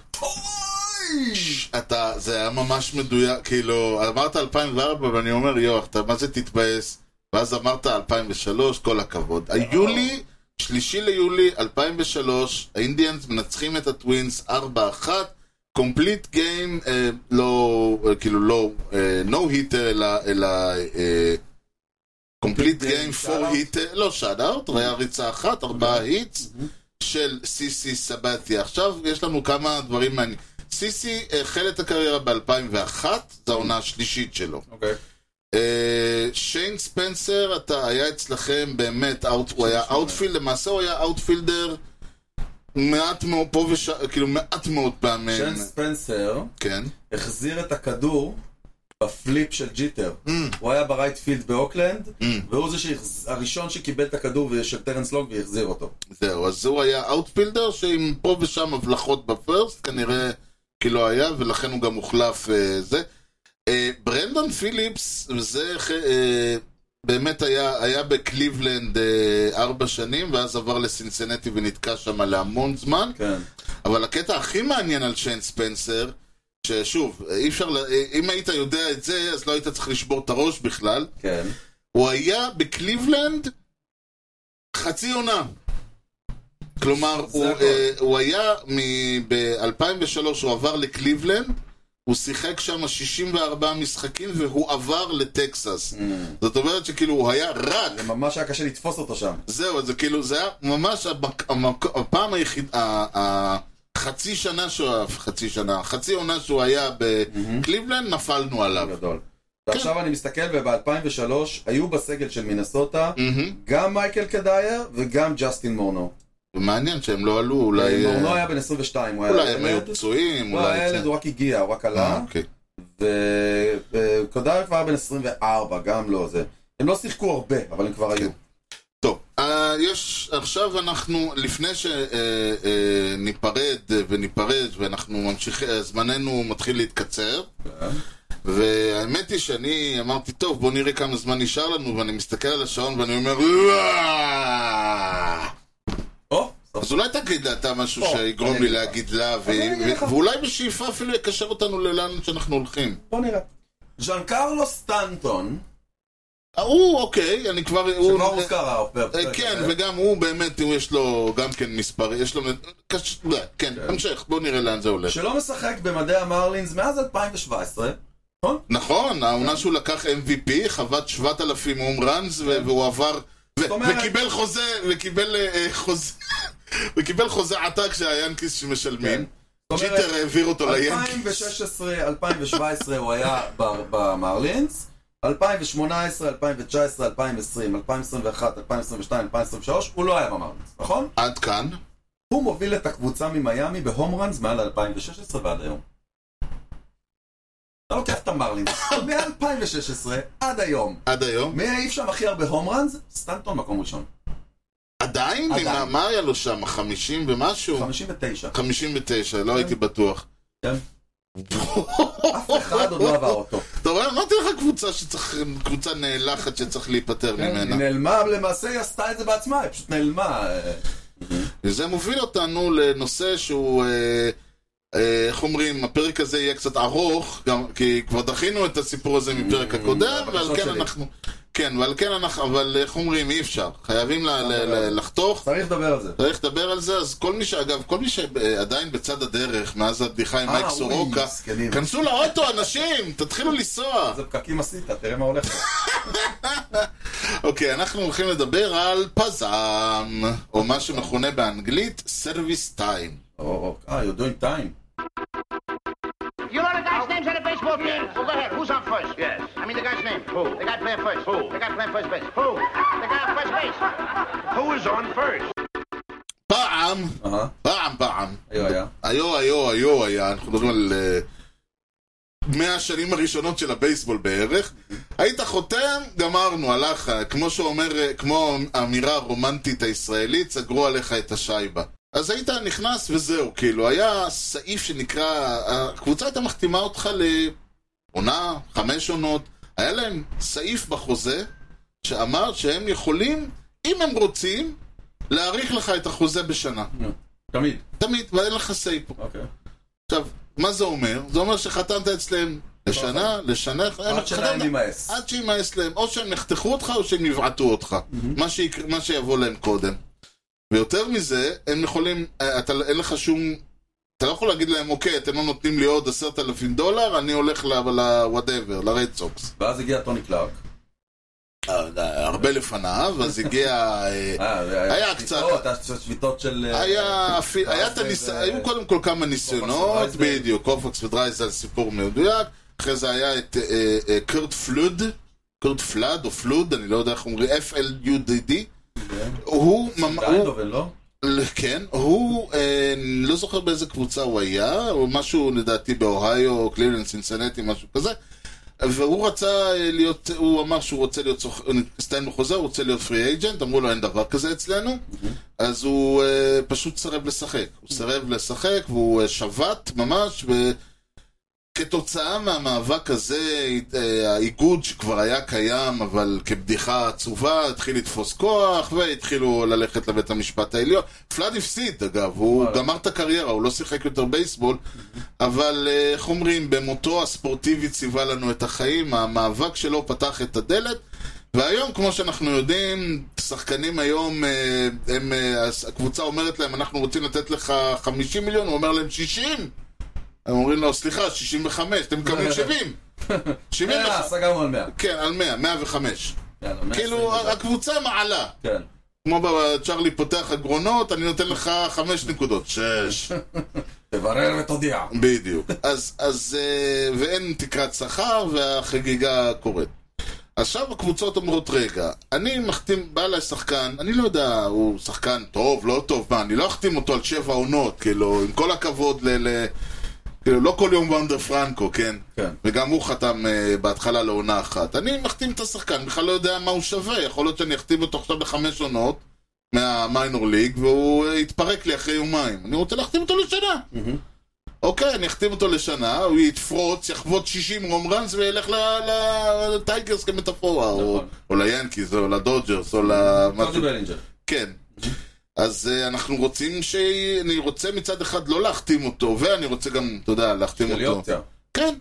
S1: ש- אתה, זה היה ממש מדויק, כאילו, אמרת 2004, ואני אומר, יואו, אתה מה זה תתבאס? ואז אמרת 2003, כל
S2: אה.
S1: הכבוד. היולי, שלישי ליולי 2003, האינדיאנס מנצחים את הטווינס 4-1, קומפליט גיים, לא, אה, כאילו לא, נו היטר, אלא אה, קומפליט
S2: Complete
S1: גיים
S2: game,
S1: פור
S2: shout-out?
S1: היטר, לא שאט אאוט, היה ריצה אחת, ארבעה היטס של סיסי סבתיה. עכשיו יש לנו כמה דברים מעניינים. סיסי החל את הקריירה ב-2001, זו העונה השלישית שלו.
S2: אוקיי.
S1: אה, שיין ספנסר, אתה היה אצלכם באמת, אאוט, הוא היה אאוטפילד, למעשה הוא היה אאוטפילדר מעט מאוד פה וש... כאילו מעט מאוד פעמים.
S2: שן ספנסר
S1: כן.
S2: החזיר את הכדור בפליפ של ג'יטר. הוא היה ברייט פילד באוקלנד,
S1: Mm.
S2: והוא זה שהחז- הראשון שקיבל את הכדור של טרנס לונג והחזיר אותו.
S1: זהו, אז הוא היה אאוטפילדר שעם פה ושם הבלחות בפרסט, כנראה כי לא היה, ולכן הוא גם הוחלף אה, זה. אה, ברנדון פיליפס, זה ח- אה, באמת היה, היה בקליבלנד אה, ארבע שנים, ואז עבר לסינסנטי ונתקע שם להמון זמן.
S2: כן.
S1: אבל הקטע הכי מעניין על שיין ספנסר, ששוב, אי אפשר, ל- אה, אם היית יודע את זה, אז לא היית צריך לשבור את הראש בכלל.
S2: כן.
S1: הוא היה בקליבלנד חצי עונה. כלומר, הוא,
S2: הכל.
S1: אה, הוא היה, מ- ב-2003 הוא עבר לקליבלנד, הוא שיחק שם 64 משחקים והוא עבר לטקסס. זאת אומרת שכאילו הוא היה רק,
S2: זה ממש היה קשה לתפוס אותו שם.
S1: זהו, זה כאילו, זה היה ממש המק- המק- הפעם היחידה, החצי שנה שהוא היה, חצי שנה, חצי עונה שהוא היה בקליבלנד, נפלנו עליו. כן.
S2: גדול. ועכשיו אני מסתכל, וב-2003 היו בסגל של מינסוטה
S1: מהמם.
S2: גם מייקל קדייר וגם ג'סטין מורנו.
S1: ומעניין שהם לא עלו, אולי... אה,
S2: מורנו היה בן 22, הוא היה
S1: אולי הם היו
S2: ילד.
S1: פצועים,
S2: לא,
S1: אולי... כן.
S2: היה ילד, הוא רק הגיע, הוא רק
S1: אה,
S2: עלה.
S1: אוקיי.
S2: וקודר כבר היה בן 24, גם לא זה. הם לא שיחקו הרבה, אבל הם כבר
S1: כן.
S2: היו.
S1: טוב, אה, יש, עכשיו אנחנו, לפני שניפרד וניפרד ואנחנו ממשיכים, אה, זמננו מתחיל להתקצר
S2: כן.
S1: והאמת היא שאני אמרתי, טוב, בוא נראה כמה זמן נשאר לנו ואני מסתכל על השעון ואני אומר, לא!
S2: או, סוף
S1: אז אולי תגיד לה אתה משהו
S2: או,
S1: שיגרום
S2: אני
S1: לי
S2: אגיד
S1: להגיד
S2: לך.
S1: לה, ו-
S2: אני אגיד
S1: ו-
S2: לך.
S1: ואולי בשאיפה אפילו יקשר אותנו לאן שאנחנו הולכים.
S2: בוא נראה. ז'אן קרלו סטנטון,
S1: אה, הוא, אוקיי, אני כבר...
S2: שכבר
S1: הוא-
S2: הוזכר הרבה.
S1: אה, כן, וגם הוא באמת, הוא יש לו גם כן מספר, יש לו... קש- לא, כן, המשך, בוא נראה לאן זה הולך.
S2: שלא משחק במדעי המרלינס מאז 2017. נכון?
S1: נכון, העונה שהוא לקח MVP, חוות 7,000 הום ראנס, ו- והוא עבר... ו-
S2: כן. אומרת-
S1: וקיבל חוזה, וקיבל אה, חוזה... וקיבל חוזה עתק שהיאנקיס
S2: כן.
S1: משלמים.
S2: זאת אומרת,
S1: ג'יטר העביר אותו ליאנקיס.
S2: 2016, 2017 הוא היה ב- במרלינס, 2018, 2019, 2020, 2021, 2022, 2023, הוא לא היה במרלינס, נכון?
S1: עד כאן.
S2: הוא מוביל את הקבוצה ממיאמי בהום ראנס מעל 2016 ועד היום. אתה לוקח את המרלינס, מ-2016 עד היום.
S1: עד היום.
S2: מי העיף שם הכי הרבה הום ראנס? סטנטון מקום ראשון.
S1: עדיין?
S2: עדיין.
S1: מה- מה היה לו שם? 50 ומשהו?
S2: 59.
S1: 59, לא הייתי בטוח.
S2: כן. אף אחד עוד לא עבר אותו.
S1: אתה רואה, אמרתי לך קבוצה שצריך, קבוצה נאלחת שצריך להיפטר
S2: היא
S1: ממנה.
S2: נעלמה, למעשה היא עשתה את זה בעצמה, היא פשוט נעלמה. אה,
S1: וזה מוביל אותנו לנושא שהוא, אה, אה, איך אומרים, הפרק הזה יהיה קצת ארוך, גם, כי כבר דחינו את הסיפור הזה מפרק הקודם, ועל
S2: הבקשות
S1: כן
S2: Mm, שלי.
S1: אנחנו... כן, ועל כן אנחנו, אבל איך אומרים, אי אפשר. חייבים ל- ל- ל- לחתוך.
S2: צריך לדבר על זה.
S1: צריך לדבר על זה, אז כל מי שאגב, כל מי שעדיין בצד הדרך, מאז הבדיחה עם
S2: אה,
S1: מייק
S2: אוי,
S1: סורוקה, כן.
S2: מסכנים.
S1: כנסו לאוטו, אנשים, תתחילו לנסוע.
S2: איזה פקקים עשית, תראה מה הולך.
S1: אוקיי, אנחנו הולכים לדבר על פזם, או מה שמכונה באנגלית סרוויס טיים.
S2: או, או, אה, you're doing time.
S5: You know the guy's names on the baseball team? Well, go ahead. Who's on first? Yes. I mean the guy's name. Who? The guy playing first. Who? The guy playing first base. Who? The guy on first base.
S6: Who is on first?
S1: פעם,
S2: אהה,
S1: פעם, פעם.
S2: היה, היה.
S1: היו, היו, היו, היה, אנחנו מדברים על... אה, מאה השנים הראשונות של הבייסבול בערך, היית חותם, גמרנו, הלך, כמו שאומר, אה, כמו האמירה הרומנטית הישראלית, סגרו עליך את השייבה. אז היית נכנס וזהו, כאילו, היה סעיף שנקרא, הקבוצה הייתה מחתימה אותך לעונה, חמש עונות, היה להם סעיף בחוזה שאמר שהם יכולים, אם הם רוצים, להאריך לך את החוזה בשנה.
S2: תמיד.
S1: תמיד, ואין לך say פה.
S2: אוקיי.
S1: עכשיו, מה זה אומר? זה אומר שחתמת אצלם לשנה, לשנה,
S2: עד שלהם
S1: חתמת-
S2: יימאס.
S1: עד שימאס להם, או שהם יחתכו אותך או שהם יבעטו אותך, מה, שיקר, מה שיבוא להם קודם. ויותר מזה, הם יכולים, אה, אתה, אין לך שום אתה לא יכול להגיד להם, אוקיי, אתם לא נותנים לי עוד עשרת אלפים דולר, אני הולך ל-whatever, לרד סוקס.
S2: ואז הגיע טוני קלארק.
S1: הרבה לפניו, אז הגיע... אה,
S2: אה, זה
S1: היה קצת-
S2: שביתות, היה קצת שביתות של... אה,
S1: היה, אפי- היה את
S2: זה-
S1: הניס...
S2: זה-
S1: היו קודם כל כמה ניסיונות,
S2: ודרייזדן.
S1: בדיוק, קופקס ודרייזל סיפור מדויק, אחרי זה היה את אה, אה, קרט פלוד, קרט פלאד או פלוד, אני לא יודע איך אומרים, F-L-U-D-D,
S2: כן.
S1: הוא, ממ- הוא-
S2: איינדובן, לא?
S1: כן, הוא, אה, לא זוכר באיזה קבוצה הוא היה, או משהו לדעתי באוהיו, קלילנד, סינסנטי, משהו כזה, והוא רצה אה, להיות, הוא אמר שהוא רוצה להיות אה, סטנד בחוזה, הוא רוצה להיות פרי אייג'נט, אמרו לו אין דבר כזה אצלנו, אז הוא אה, פשוט סרב לשחק. הוא סרב לשחק והוא אה, שבט ממש, וכתוצאה מהמאבק הזה, אה, האיגוד שכבר היה קיים, אבל כבדיחה עצובה, התחיל לתפוס כוח, והתחילו ללכת לבית המשפט העליון. פלאד הפסיד, אגב, הוא
S2: וואלה.
S1: גמר את הקריירה, הוא לא שיחק יותר בייסבול, אבל אה, איך אומרים, במותו הספורטיבי ציווה לנו את החיים, המאבק שלו פתח את הדלת. והיום, כמו שאנחנו יודעים, שחקנים היום, אה, הם, אה, הס- הקבוצה אומרת להם, אנחנו רוצים לתת לך 50 מיליון, הוא אומר להם 60! הם אומרים לו, סליחה, 65, אתם מקבלים 70! 70
S2: יאללה,
S1: לך!
S2: אה, סגרנו על 100.
S1: כן, על 100, 105.
S2: יאללה, 120.
S1: כאילו, ה- הקבוצה מעלה.
S2: כן.
S1: כמו בצ'ארלי פותח הגרונות, אני נותן לך 5 נקודות. 6.
S2: תברר ותודיע.
S1: בדיוק. אז, אז, אה, ואין תקרת שכר, והחגיגה קורית. עכשיו הקבוצות אומרות, רגע, אני מחתים, בא אליי שחקן, אני לא יודע, הוא שחקן טוב, לא טוב, מה, אני לא אחתים אותו על שבע עונות, כאילו, עם כל הכבוד ל... ל... כאילו, לא כל יום וונדר פרנקו, כן?
S2: כן.
S1: וגם הוא חתם uh, בהתחלה לעונה אחת. אני מחתים את השחקן, בכלל לא יודע מה הוא שווה, יכול להיות שאני אחתים אותו עכשיו לחמש עונות מהמיינור ליג, והוא אה, יתפרק לי אחרי יומיים. אני רוצה להחתים אותו לשנה. אוקיי, אני אחתים אותו לשנה, הוא יתפרוץ, יחבוט 60 רום ראנס וילך ל- ל- לטייגרס כמטאפורה, או,
S2: נכון.
S1: או ליאנקיז, או לדודג'רס, או למשהו.
S2: קודי בלינג'ר.
S1: כן. אז uh, אנחנו רוצים ש... אני רוצה מצד אחד לא להחתים אותו, ואני רוצה גם, אתה יודע, להחתים
S2: שלי
S1: אותו.
S2: אופציה.
S1: כן.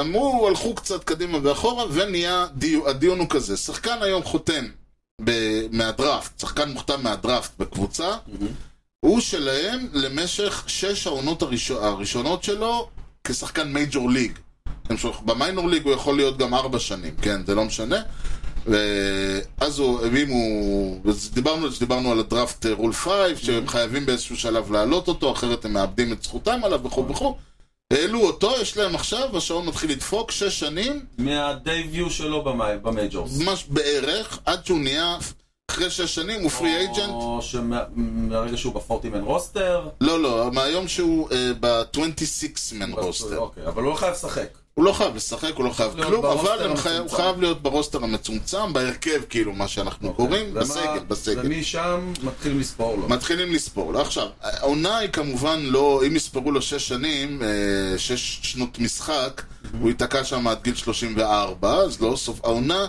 S1: אמרו, הלכו קצת קדימה ואחורה, ונהיה דיון, הדיון הוא כזה. שחקן היום חותם ב- מהדראפט, שחקן מוכתם מהדראפט בקבוצה, הוא שלהם למשך שש העונות הראש... הראשונות שלו כשחקן מייג'ור ליג. הם שולח- במיינור ליג הוא יכול להיות גם ארבע שנים, כן, זה לא משנה. ואז הוא, אם הוא, אז דיברנו, דיברנו על הדראפט אה, רול פייב, שהם חייבים באיזשהו שלב להעלות אותו, אחרת הם מאבדים את זכותם עליו וכו' וכו'. העלו אותו, יש להם עכשיו, השעון מתחיל לדפוק, שש שנים,
S2: מהדייביו שלו במי- במייג'ורס.
S1: ממש בערך, עד שהוא נהיה, אחרי שש שנים, הוא פרי אייג'נט.
S2: או שמהרגע שהוא בפורטימן רוסטר.
S1: לא, לא, מהיום שהוא אה, ב-26 מן רוסטר.
S2: אוקיי, אבל הוא לא חייב לשחק.
S1: הוא לא חייב לשחק, הוא לא חייב
S2: להיות
S1: כלום,
S2: ברוסטר
S1: אבל הם חי- הוא
S2: המצומצם.
S1: חייב להיות ברוסטר המצומצם, בהרכב, כאילו, מה שאנחנו קוראים,
S2: אוקיי. ומה-
S1: בסגל, בסגל.
S2: ומשם מתחילים לספור לו.
S1: מתחילים לספור לו. עכשיו, העונה היא כמובן לא, אם יספרו לו שש שנים, אה, שש שנות משחק, הוא ייתקע שם עד גיל 34, אז לא סוף העונה.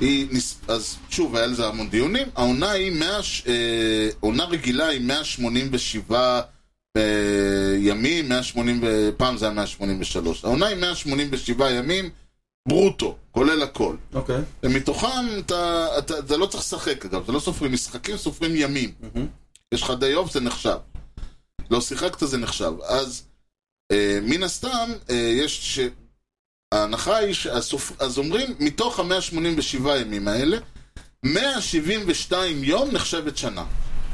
S1: היא, נס- אז שוב, היה לזה המון דיונים, העונה היא 100, ש- אה, עונה רגילה היא 187 אה, ימים, 180, ו- פעם זה היה 183, העונה היא 187 ימים ברוטו, כולל הכל.
S2: אוקיי.
S1: ומתוכם אתה, אתה, אתה לא צריך לשחק, אגב, זה לא סופרים משחקים, סופרים ימים. יש לך די אוף, זה נחשב. לא שיחקת, זה נחשב. אז אה, מן הסתם, אה, יש ש... ההנחה היא שהסופ... אז אומרים, מתוך ה-187 ימים האלה, 172 יום נחשבת שנה.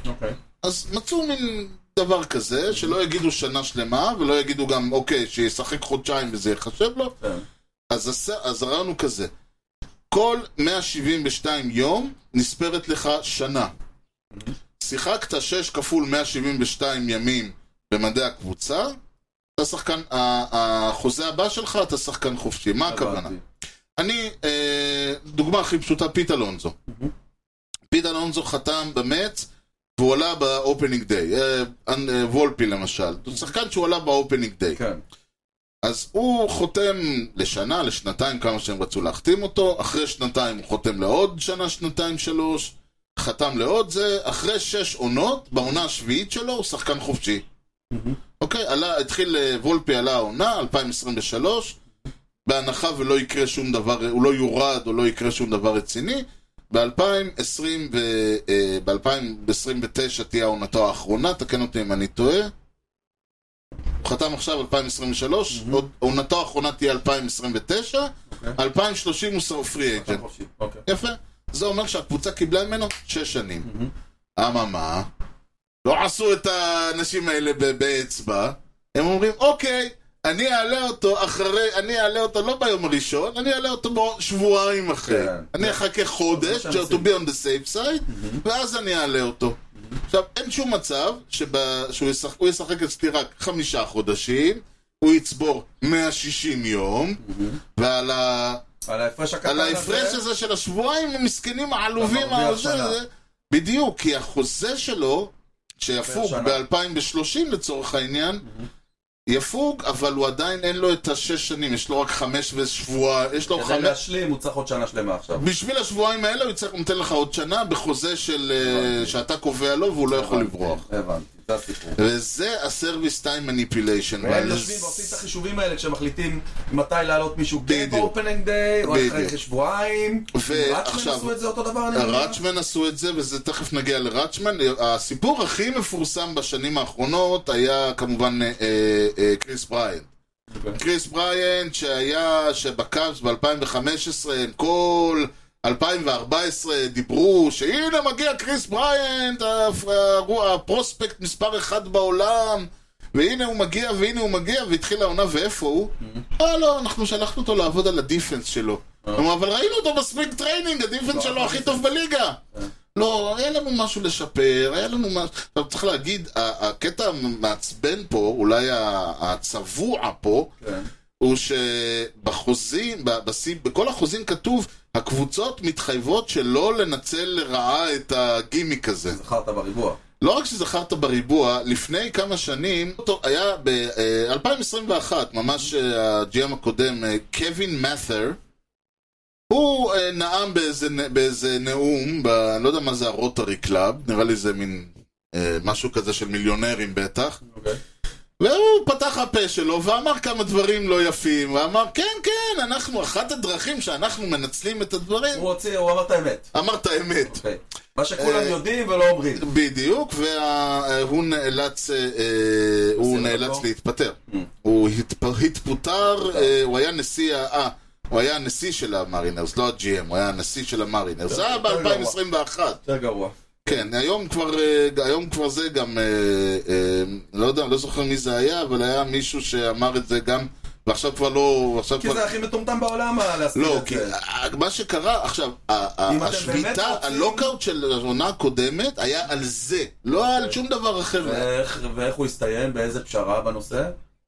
S2: אוקיי.
S1: אז מצאו מין דבר כזה, שלא יגידו שנה שלמה, ולא יגידו גם, אוקיי, שישחק חודשיים וזה ייחשב לו,
S2: כן.
S1: אז, הס... אז הרעיון הוא כזה, כל 172 יום נספרת לך שנה. שיחקת 6 כפול 172 ימים במדעי הקבוצה, אתה שחקן, ה- החוזה הבא שלך, אתה שחקן חופשי. מה הכוונה?
S2: הבנתי.
S1: אני, אה, דוגמה הכי פשוטה, פיט אלונזו. פיט אלונזו חתם במץ, והוא עלה באופנינג דיי. אה, אנ- אה, וולפי למשל. הוא שחקן שהוא עלה באופנינג דיי.
S2: כן.
S1: אז הוא חותם לשנה, לשנתיים, כמה שהם רצו להחתים אותו, אחרי שנתיים הוא חותם לעוד שנה, שנתיים, שלוש, חתם לעוד זה, אחרי שש עונות, בעונה השביעית שלו הוא שחקן חופשי. אוקיי, עלה, התחיל אה, וולפי עלה העונה, 2023, בהנחה ולא יקרה שום דבר, הוא לא יורד או לא יקרה שום דבר רציני, ב-2020 ו... אה, ב-2029 תהיה עונתו האחרונה, תקן אותי אם אני טועה. הוא חתם עכשיו 2023, עוד- עונתו האחרונה תהיה 2029, 2030 הוא שר פרי אג'נט.
S2: חופשי. אוקיי.
S1: יפה. זה אומר שהקבוצה קיבלה ממנו שש שנים. אממה, לא עשו את האנשים האלה ב- באצבע, הם אומרים, אוקיי, אני אעלה אותו אחרי, אני אעלה אותו לא ביום הראשון, אני אעלה אותו בעוד שבועיים אחרי.
S2: כן.
S1: אני אחכה חודש,
S2: זה מה שהם
S1: just to be on the safe side, ואז אני אעלה אותו. עכשיו, אין שום מצב שב- שהוא ישחק, הוא ישחק אצלי רק חמישה חודשים, הוא יצבור 160 יום, ועל ה...
S2: על ההפרש הקטן
S1: על
S2: הזה.
S1: ההפרש הזה של השבועיים המסכנים העלובים
S2: אתה מרוויח
S1: הזה,
S2: שנה.
S1: זה- בדיוק, כי החוזה שלו, שיפוג
S2: שנה.
S1: ב-2030 לצורך העניין, יפוג, אבל הוא עדיין אין לו את השש שנים, יש לו רק חמש ושבועה, יש לו
S2: כדי
S1: חמש...
S2: להשלים הוא צריך עוד שנה שלמה עכשיו.
S1: בשביל השבועיים האלה הוא יצטרך נותן לך עוד שנה בחוזה של... אה, שאתה קובע לו והוא לא יכול לברוח.
S2: הבנתי, זה הסיפור.
S1: וזה ה-Service Time Manipulation.
S2: והם
S1: ועל
S2: יושבים ועושים את החישובים האלה כשמחליטים מתי להעלות מישהו גם
S1: בדיוק.
S2: באופנינג דיי, או
S1: בדיוק.
S2: אחרי שבועיים.
S1: ועכשיו-
S2: ראצ'מן עשו את זה אותו דבר, אני מבין.
S1: ראצ'מן עשו את זה, וזה תכף נגיע לראצ'מן. הסיפור הכי מפורסם בשנים האחרונות היה כמובן אה, אה, קריס בריינד.
S2: אוקיי.
S1: קריס בריינד שהיה, שבקאפס ב-2015, כל 2014 דיברו שהנה מגיע קריס בריינד, הפ- הרו- הפרוספקט מספר אחד בעולם. והנה הוא מגיע, והנה הוא מגיע, והתחילה העונה, ואיפה הוא? אה, לא, אנחנו שלחנו אותו לעבוד על הדיפנס שלו. אמרו, אבל ראינו אותו בספרינג טריינינג, הדיפנס שלו הכי טוב בליגה. לא, היה לנו משהו לשפר, היה לנו משהו... עכשיו, צריך להגיד, ה- הקטע המעצבן פה, אולי ה- הצבוע פה,
S2: כן.
S1: הוא שבחוזים, ב- בסי- בכל החוזים כתוב, הקבוצות מתחייבות שלא לנצל לרעה את הגימיק הזה.
S2: זכרת בריבוע.
S1: לא רק שזכרת בריבוע, לפני כמה שנים, אותו היה אה, ב-2021, ממש אה, הג'י.אם הקודם, אה, קווין מת'ר, הוא אה, נאם באיזה, נ- באיזה נאום, ב, אני לא יודע מה זה הרוטרי קלאב, נראה לי זה מין אה, משהו כזה של מיליונרים בטח,
S2: אוקיי.
S1: והוא פתח הפה שלו ואמר כמה דברים לא יפים, ואמר, כן, כן, אנחנו, אחת הדרכים שאנחנו מנצלים את הדברים,
S2: הוא הוציא, הוא אמר את האמת.
S1: אמר את האמת.
S2: אוקיי. מה שכולם
S1: אה,
S2: יודעים ולא אומרים.
S1: בדיוק, והוא נאלץ, אה, אה, הוא
S2: נשיא
S1: נאלץ
S2: לפה?
S1: להתפטר. הוא התפ- התפוטר, אה, הוא היה נשיא, ה- אה, הוא היה הנשיא של המרינרס, לא הג'י.אם, הוא היה הנשיא של המרינרס. זה היה
S2: יותר גרוע.
S1: ב-2021.
S2: יותר גרוע.
S1: כן, היום כבר, אה, היום כבר זה גם, אה, אה, לא יודע, לא זוכר מי זה היה, אבל היה מישהו שאמר את זה גם, ועכשיו כבר לא, עכשיו
S2: כי
S1: כבר...
S2: זה הכי מטומטם בעולם אה, להסכים
S1: לא,
S2: את
S1: כי
S2: זה.
S1: ה- מה שקרה, עכשיו, ה- ה-
S2: אם אתם באמת
S1: השביתה,
S2: רוצים-
S1: הלוקאוט של העונה הקודמת היה על זה,
S2: אוקיי.
S1: לא על שום דבר אחר.
S2: ואיך- ואיך הוא הסתיים? באיזה פשרה בנושא?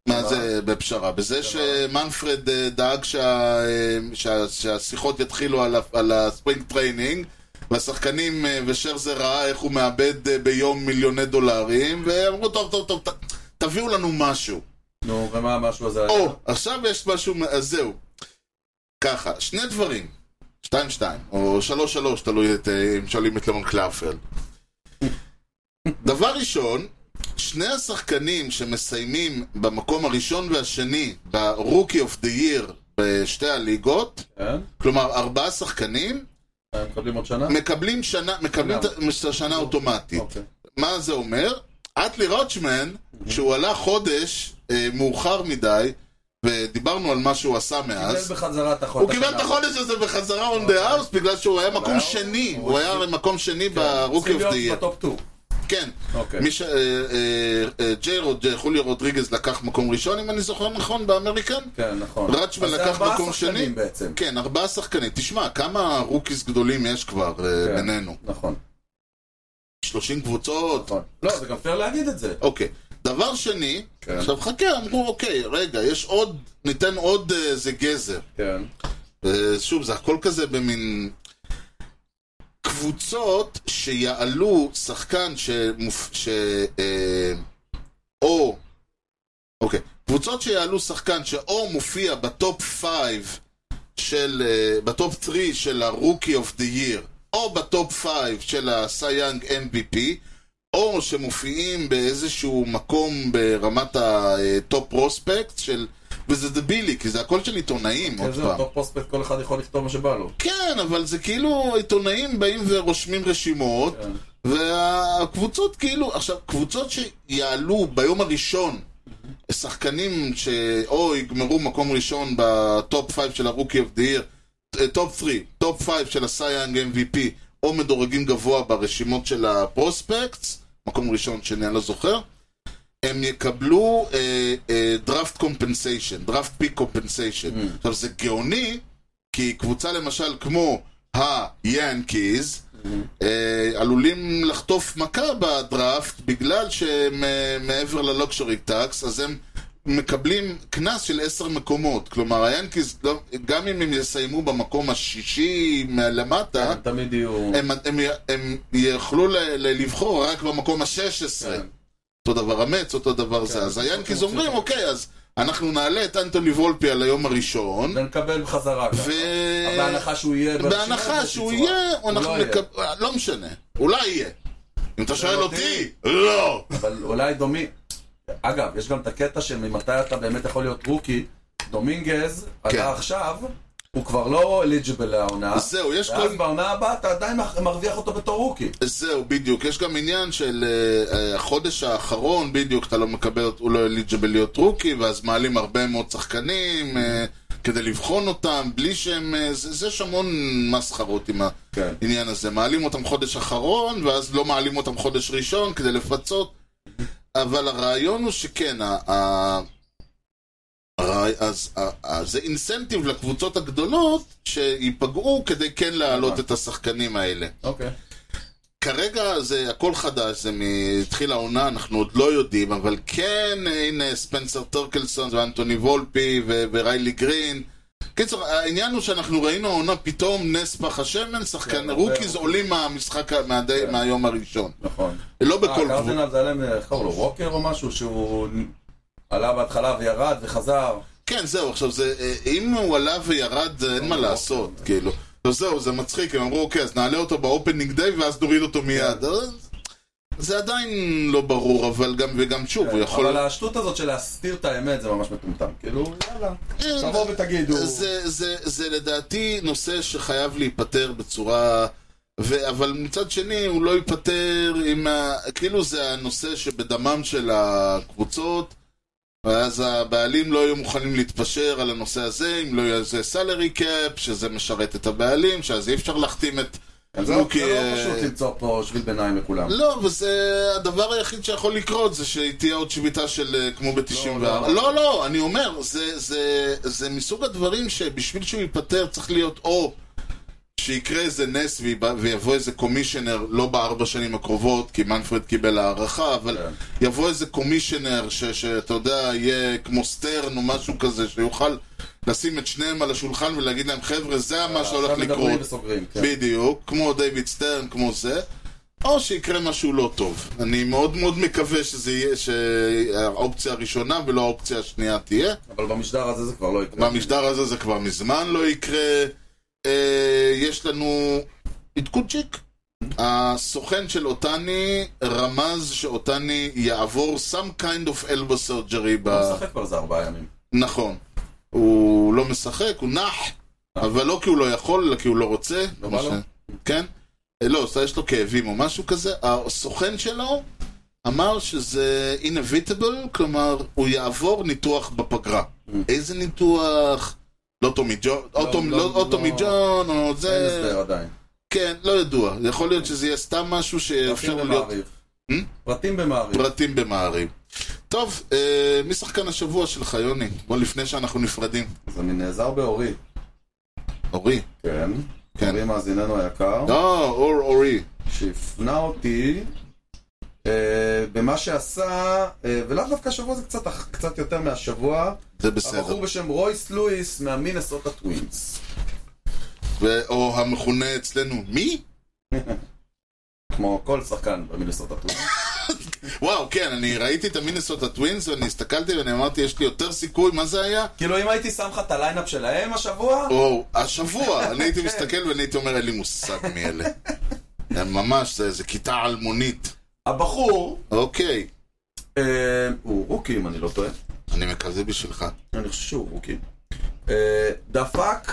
S1: מה
S2: אה,
S1: זה בפשרה? בזה שמנפרד אה, דאג שה- אה, שה- שהשיחות יתחילו על ה- על הספרינג טריינינג, והשחקנים אה, ושרזר ראה איך הוא מאבד אה, ביום מיליוני דולרים, ואמרו, טוב, טוב, טוב, ת- תביאו לנו משהו.
S2: נו, ומה המשהו הזה? היה?
S1: או, עכשיו יש משהו, מ- אז זהו. ככה, שני דברים. שתיים שתיים, או שלוש שלוש, תלוי את, אה, אם שואלים את לרון קלאפרל. דבר ראשון, שני השחקנים שמסיימים במקום הראשון והשני ברוקי אוף דה ייר בשתי הליגות,
S2: כן? אה,
S1: כלומר ארבעה שחקנים,
S2: הם מקבלים עוד שנה?
S1: מקבלים שנה, מקבלים את ה- שנה אוטומטית.
S2: אוקיי.
S1: מה זה אומר? אטלי רוטשמן, שהוא עלה חודש אה, מאוחר מדי, ודיברנו על מה שהוא עשה מאז,
S2: קיבל בחזרה את החודש.
S1: הוא קיבל את החודש הזה בחזרה on the house בגלל שהוא היה מקום שני, הוא היה מקום שני ברוקי אוף דה
S2: צריכים
S1: ייר.
S2: להיות כן, בטופ 2.
S1: כן.
S2: אוקיי.
S1: מי ש... אה, אה, אה, ג'יי רוד, אה, חוליו רודריגז לקח מקום ראשון, אם אני זוכר נכון, באמריקן?
S2: כן, נכון.
S1: רצ'מן
S2: אז זה
S1: לקח
S2: ארבעה
S1: מקום
S2: שחקנים
S1: שני.
S2: בעצם.
S1: כן, ארבעה שחקנים. תשמע, כמה רוקיס גדולים יש כבר אה,
S2: כן.
S1: בינינו?
S2: נכון,
S1: 30 קבוצות,
S2: נכון. לא, זה גם פייר להגיד את זה.
S1: אוקיי. דבר שני,
S2: כן.
S1: עכשיו חכה, אמרו, אוקיי, רגע, יש עוד, ניתן עוד אה, איזה גזר.
S2: כן.
S1: אה, שוב, זה הכל כזה במין... קבוצות שיעלו שחקן שמופ... ש... אה... או... אוקיי. קבוצות שיעלו שחקן שאו מופיע בטופ 5 של... אה, בטופ 3 של ה-Rookie of the Year, או בטופ 5 של ה-Sciang MVP, או שמופיעים באיזשהו מקום ברמת הטופ פרוספקט של... וזה דבילי, כי זה הכל של עיתונאים, עוד
S2: זה
S1: פעם.
S2: אותו כן, פרוספקט, כל אחד יכול לכתוב מה שבא לו.
S1: כן, אבל זה כאילו עיתונאים באים ורושמים רשימות,
S2: כן.
S1: והקבוצות כאילו, עכשיו, קבוצות שיעלו ביום הראשון 25-26 שחקנים שאו יגמרו מקום ראשון בטופ 5 של הרוקי אוף דהיר, טופ 3, טופ 5 של הסייאנג MVP, או מדורגים גבוה ברשימות של הפרוספקטס, מקום ראשון, שני, אני לא זוכר, הם יקבלו אה, דראפט קומפנסיישן, דראפט פיק קומפנסיישן. עכשיו זה גאוני, כי קבוצה למשל כמו היאנקיז, אה, עלולים לחטוף מכה בדראפט בגלל שהם אה, מעבר ללוקשורי טקס, אז הם מקבלים קנס של עשר מקומות. כלומר, היאנקיז, לא, גם אם הם יסיימו במקום השישי מלמטה,
S2: הם תמיד יהיו...
S1: אה? הם, הם, הם יכלו ל, ל, לבחור רק במקום ה-16.
S2: כן.
S1: אותו דבר המץ, אותו דבר זה. אז היאנקיז אומרים, אוקיי, אז אנחנו נעלה את אנטוני וולפי על היום הראשון.
S2: ונקבל בחזרה. ככה.
S1: ו-
S2: אבל בהנחה שהוא יהיה... ברשימה
S1: בהנחה
S2: באיזושהי
S1: שהוא
S2: צורה.
S1: יהיה,
S2: הוא
S1: אנחנו
S2: לא יהיה.
S1: נקבל... לא משנה, אולי יהיה. אם אתה שואל אותי,
S2: אותי?
S1: לא!
S2: אבל אולי דומי... אגב, יש גם את הקטע של ממתי אתה באמת יכול להיות רוקי. דומינגז
S1: כן.
S2: עלה עכשיו, הוא כבר לא אליג'יבל לעונה.
S1: אז זהו, יש כל...
S2: ואז בעונה הבאה אתה עדיין מרוויח אותו בתור רוקי.
S1: זהו, בדיוק. יש גם עניין של אה, אה, החודש האחרון, בדיוק, אתה לא מקבל, הוא לא אליג'בל להיות רוקי, ואז מעלים הרבה מאוד שחקנים אה, כדי לבחון אותם, בלי שהם... אה, זה- זה- יש המון מסחרות עם
S2: כן.
S1: העניין הזה. מעלים אותם חודש אחרון, ואז לא מעלים אותם חודש ראשון כדי לפצות. אבל הרעיון הוא שכן, ה... ה... הרעי- אז, ה- ה- זה אינסנטיב לקבוצות הגדולות שייפגעו כדי כן להעלות את השחקנים האלה.
S2: אוקיי.
S1: כרגע זה הכל חדש, זה מתחיל העונה, אנחנו עוד לא יודעים, אבל כן, הנה ספנסר טרקלסון ואנטוני וולפי ו- וריילי גרין. קיצור, העניין הוא שאנחנו ראינו העונה פתאום נס פח השמן,
S2: כן,
S1: שחקן
S2: הרבה
S1: רוקיז
S2: רוקיז.
S1: עולים מהמשחק, ה- מהדי- מהיום הראשון.
S2: נכון.
S1: לא
S2: אה,
S1: בכל קבוצה.
S2: קרדינל זה עליהם, איך קראו לו, ווקר או משהו, שהוא עלה בהתחלה וירד וחזר.
S1: כן, זהו, עכשיו זה, אה, אם הוא עלה וירד, אה, אין מה לעשות, כאילו. טוב, זהו, זה מצחיק, הם אמרו, אוקיי, אז נעלה אותו באופנינג דיי ואז נוריד אותו מיד. אז- זה עדיין לא ברור, אבל גם, וגם שוב, הוא יכול...
S2: כן. אבל השטות הזאת של להסתיר את האמת זה ממש מטומטם. כאילו, יאללה.
S1: אה,
S2: תבואו ותגידו.
S1: זה, זה, זה לדעתי נושא שחייב להיפתר בצורה... ו... אבל מצד שני, הוא לא ייפתר עם ה... כאילו זה הנושא שבדמם של הקבוצות, ואז הבעלים לא יהיו מוכנים להתפשר על הנושא הזה, אם לא יהיה איזה סלרי קאפ, שזה משרת את הבעלים, שאז אי אפשר להחתים את...
S2: אז זה לא
S1: אוקיי,
S2: זה לא
S1: אה,
S2: פשוט למצוא פה שביל ביניים לכולם.
S1: לא, וזה הדבר היחיד שיכול לקרות זה שתהיה עוד שביתה של אה, כמו ב-94.
S2: לא,
S1: לא,
S2: לא.
S1: לא, לא, לא, אני אומר, זה, זה, זה מסוג הדברים שבשביל שהוא ייפתר צריך להיות או שיקרה איזה נס ויבא- ויבוא איזה קומישיונר, לא בארבע שנים הקרובות, כי מנפרד קיבל הערכה, אבל
S2: כן.
S1: יבוא איזה קומישיונר ש- שאתה יודע, יהיה כמו סטרן או משהו כזה, שיוכל לשים את שניהם על השולחן ולהגיד להם, חבר'ה, זה מה שהולך
S2: עכשיו מדברים
S1: לקרות.
S2: וסוגרים, כן.
S1: בדיוק, כמו דיוויד סטרן, כמו זה, או שיקרה משהו לא טוב. אני מאוד מאוד מקווה שזה יהיה, שהאופציה הראשונה ולא האופציה השנייה תהיה.
S2: אבל במשדר הזה זה כבר לא יקרה.
S1: במשדר הזה זה כבר מזמן לא יקרה. אה, יש לנו עדכונצ'יק.
S2: Mm-hmm.
S1: הסוכן של אותני רמז שאותני יעבור some kind of elbow surgery ב...
S2: הוא לא משחק כבר איזה ארבעה ימים.
S1: נכון. הוא לא משחק, הוא נח, אבל לא כי הוא לא יכול, אלא כי הוא לא רוצה.
S2: לא
S1: כמו
S2: בא לו?
S1: כן? אה, לא, אז יש לו כאבים או משהו כזה. הסוכן שלו אמר שזה inevitable, כלומר, הוא יעבור ניתוח בפגרה. איזה ניתוח? לא טומי ג'ון, או
S2: Mm. לא,
S1: טומי-
S2: לא,
S1: לא- או
S2: לא.
S1: טומי ג'ון, או
S2: אין
S1: זה...
S2: הסדר עדיין.
S1: כן, לא ידוע. יכול להיות שזה יהיה סתם משהו
S2: פרטים
S1: שיאפשר לו להיות
S2: לא במעריב.
S1: Hmm?
S2: פרטים במעריב.
S1: פרטים במעריב. טוב, אה, מי שחקן השבוע שלך, יוני? בוא, לפני שאנחנו נפרדים.
S2: אז אני נעזר באורי.
S1: אורי.
S2: כן.
S1: כן.
S2: אורי מאזיננו היקר.
S1: אה, אור אורי.
S2: שהפנה אותי אה, במה שעשה, אה, ולאו דווקא השבוע, זה קצת, אח- קצת יותר מהשבוע,
S1: זה בסדר.
S2: הבחור בשם רויס לואיס מהמינסוטה טווינס.
S1: ו- או המכונה אצלנו, מי?
S2: כמו כל שחקן במינסוטה טווינס.
S1: וואו, כן, אני ראיתי את המינסוטה טווינס ואני הסתכלתי ואני אמרתי, יש לי יותר סיכוי, מה זה היה?
S2: כאילו אם הייתי שם לך את הליינאפ שלהם השבוע,
S1: או, השבוע, אני הייתי מסתכל ואני הייתי אומר, אין לי מושג מי אלה. הם ממש, זה איזה כיתה אלמונית.
S2: הבחור,
S1: אוקיי,
S2: אה, הוא רוקי אם אני לא טועה,
S1: אני מקווה בשבילך.
S2: אני חושב שהוא רוקי, אה, דפק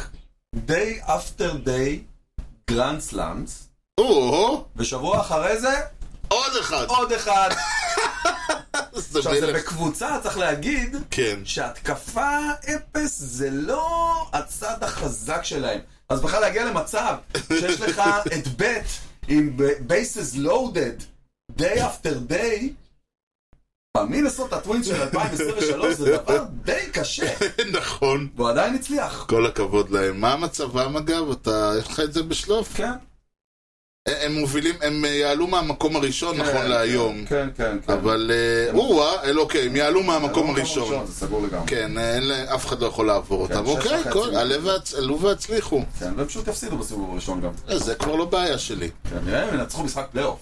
S2: day after day גרנד סלאמס,
S1: או,
S2: ושבוע אחרי זה
S1: עוד אחד.
S2: עוד אחד.
S1: זה
S2: עכשיו, זה
S1: מלך.
S2: בקבוצה, צריך להגיד,
S1: כן.
S2: שהתקפה אפס זה לא הצד החזק שלהם. אז בכלל להגיע למצב שיש לך את בית עם בייסס לואודד, day after day, במינסוטה טווינס של 2023 זה דבר די קשה,
S1: נכון.
S2: והוא עדיין הצליח.
S1: כל הכבוד להם. מה מצבם אגב? אתה, יש לך את זה בשלוף?
S2: כן.
S1: הם- הם מובילים, הם אה, יעלו מהמקום הראשון נכון
S2: כן,
S1: להיום.
S2: כן, כן, כן.
S1: אבל אה, אוה, אל אוקיי, הם יעלו מהמקום הראשון.
S2: זה סגור לגמרי.
S1: כן, אה, אין לה- אף אחד לא יכול לעבור
S2: כן,
S1: אותם.
S2: שש
S1: אוקיי,
S2: וחצי.
S1: כל- עלה והצ- עלו והצליחו.
S2: כן, והם פשוט יפסידו בסיבוב הראשון גם.
S1: אה, זה כבר לא בעיה שלי.
S2: כן, נראה אם ינצחו משחק פלייאוף.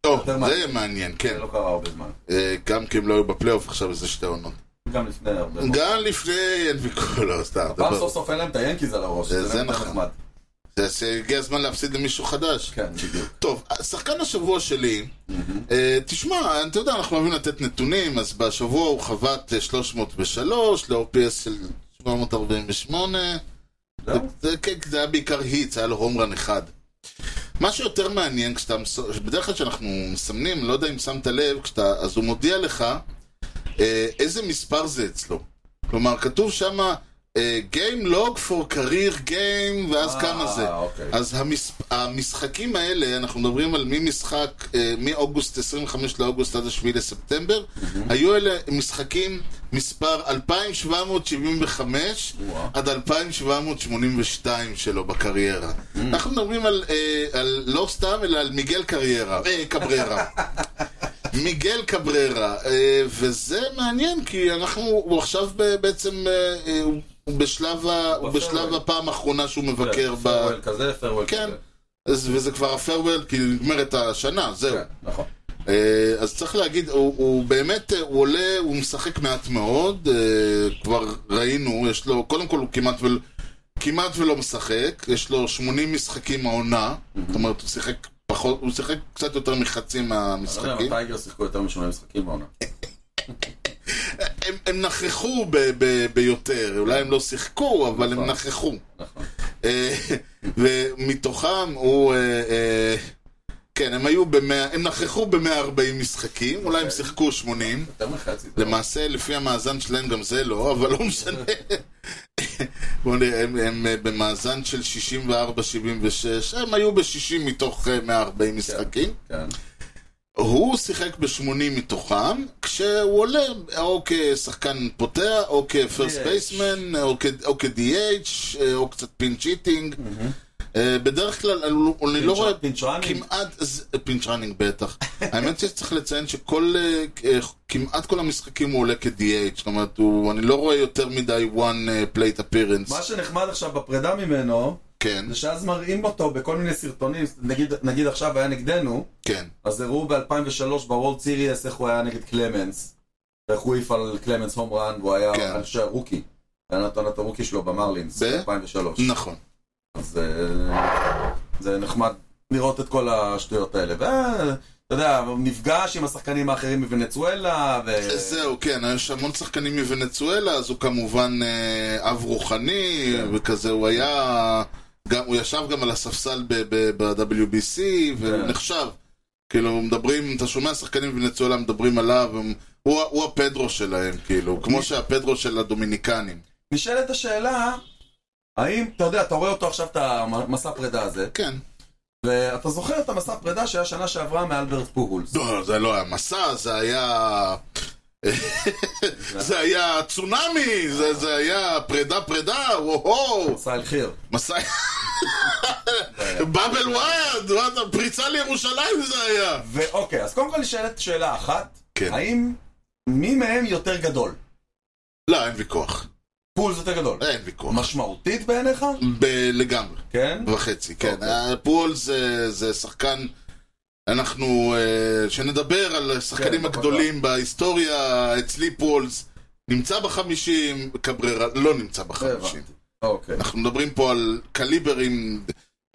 S1: טוב,
S2: יותר
S1: זה
S2: מעניין.
S1: יהיה מעניין, כן.
S2: זה לא קרה הרבה זמן.
S1: אה, גם כי הם לא היו בפלייאוף, עכשיו איזה שתי עונות.
S2: גם לפני הרבה זמן.
S1: גם לפני אין ויכוח, לא, סתם.
S2: פעם
S1: דבר.
S2: סוף סוף אין להם את היאנקיז על הראש.
S1: זה- זה
S2: באמת
S1: נכון.
S2: נחמד.
S1: זה- זה- הגיע הזמן להפסיד למישהו חדש.
S2: כן, בדיוק.
S1: טוב, שחקן השבוע שלי, אה, תשמע, אתה יודע, אנחנו אוהבים לתת נתונים, אז בשבוע הוא חבט אה, 303, ל-OPS של 748,
S2: זהו.
S1: זה כן, זה היה בעיקר היטס, היה לו הום רן אחד. מה שיותר מעניין, כשאתה, מס- בדרך כלל כשאנחנו מסמנים, לא יודע אם שמת לב, כשאתה, אז הוא מודיע לך אה, איזה מספר זה אצלו. כלומר, כתוב שמה אה, Game Log for Career Game, ואז
S2: אה,
S1: כמה זה.
S2: אוקיי.
S1: אז המס... המשחקים האלה, אנחנו מדברים על ממשחק, אה, מאוגוסט, 25 לאוגוסט עד 7 לספטמבר, היו אלה משחקים מספר 2,775
S2: וואו.
S1: עד 2,782 שלו בקריירה. אנחנו מדברים על, אה, על לא סתם, אלא על מיגל קריירה, אה, קבררה. מיגל קבררה, אה, וזה מעניין, כי אנחנו, הוא עכשיו ב- בעצם, אה, אה, הוא הוא בשלב, ה, הוא
S2: בפרוול.
S1: בשלב הפעם האחרונה שהוא מבקר ב...
S2: פרוול כן, כזה, פרוול
S1: כן,
S2: כזה.
S1: אז, וזה כבר הפרוול, כי נגמרת השנה, זהו.
S2: כן, נכון.
S1: אה, אז צריך להגיד, הוא, הוא באמת, אה, הוא עולה, הוא משחק מעט מאוד, אה, כבר ראינו, יש לו, קודם כל הוא כמעט, ול, כמעט ולא משחק, יש לו 80 משחקים העונה, זאת אומרת, הוא שיחק פחות, הוא שיחק קצת יותר מחצי
S2: אתה לא יודע,
S1: מהמשחקים.
S2: הטייגר שיחקו יותר משמונה משחקים בעונה.
S1: הם, הם נכחו ב, ב, ביותר, אולי הם לא שיחקו, אבל הם
S2: נכון.
S1: נכחו.
S2: נכון.
S1: אה, ומתוכם הוא... אה, אה, כן, הם היו במאה... הם נכחו ב-140 משחקים, אולי הם
S2: אוקיי.
S1: שיחקו 80.
S2: יותר מחצי. זה
S1: למעשה, לפי המאזן שלהם גם זה לא, אבל לא משנה. בואו נראה, הם, הם אה, במאזן של 64-76, הם היו ב-60 מתוך אה, 140 משחקים.
S2: כן.
S1: הוא שיחק ב-80 מתוכם, כשהוא עולה או כשחקן פותח, או כפרסט
S2: DH.
S1: בייסמן, או כ- או כ-DH, אה, או קצת פינץ' היטינג. אה, בדרך כלל, אני- אני לא רואה
S2: פינצ'רני.
S1: כמעט, ז- פינץ' ראנינג בטח. האמת שצריך לציין שכל, אה, אה, כמעט כל המשחקים הוא עולה כ-DH, זאת אומרת, הוא- אני לא רואה יותר מדי one אה, plate appearance.
S2: מה שנחמד עכשיו בפרידה ממנו,
S1: כן,
S2: זה שאז מראים אותו בכל מיני סרטונים, נגיד- נגיד עכשיו היה נגדנו,
S1: כן.
S2: אז הראו ב-2003 בוולד סיריאס איך הוא היה נגד קלמנס, ואיך הוא העיף על קלמנס הום רן, והוא
S1: כן.
S2: היה, אני חושב, רוקי. היה נתן את הרוקי שלו במרלינס,
S1: ב-
S2: ב-2003.
S1: נכון.
S2: אז אה, זה נחמד לראות את כל השטויות האלה. ואתה יודע, הוא נפגש עם השחקנים האחרים מוונצואלה, ו...
S1: זהו, כן, יש המון שחקנים מוונצואלה, אז הוא כמובן אה, אב רוחני,
S2: כן.
S1: וכזה, הוא היה... גם, הוא ישב גם על הספסל ב-WBC,
S2: כן.
S1: ונחשב. כאילו, מדברים, אתה שומע שחקנים מוונצואלה מדברים עליו, הם, הוא, ה- הוא הפדרו שלהם, כאילו, כמו שהפדרו של הדומיניקנים.
S2: נשאלת השאלה, האם, אתה יודע, אתה רואה אותו עכשיו, את המסע פרידה הזה,
S1: כן.
S2: ואתה זוכר את המסע פרידה שהיה שנה שעברה מאלברט פוהולס.
S1: לא, זה לא היה מסע, זה היה... זה היה צונאמי, זה, זה היה פרידה פרידה, וואו,
S2: סייל חיר.
S1: מסע... באבל וואד, וואד, פריצה לירושלים זה היה.
S2: ואוקיי, אז קודם כל נשאלת שאלה אחת,
S1: כן.
S2: האם מי מהם יותר גדול?
S1: לא, אין ויכוח.
S2: פוהולס יותר גדול.
S1: אין ויכוח.
S2: משמעותית בעיניך?
S1: ב- לגמרי.
S2: כן.
S1: וחצי, כן.
S2: אוקיי.
S1: הפועל זה, זה שחקן... אנחנו... אה, שנדבר על השחקנים
S2: כן,
S1: הגדולים בהיסטוריה, אצלי פולס נמצא בחמישים, קבררה לא נמצא בחמישים.
S2: הבנתי. אוקיי.
S1: אנחנו מדברים פה על קליברים,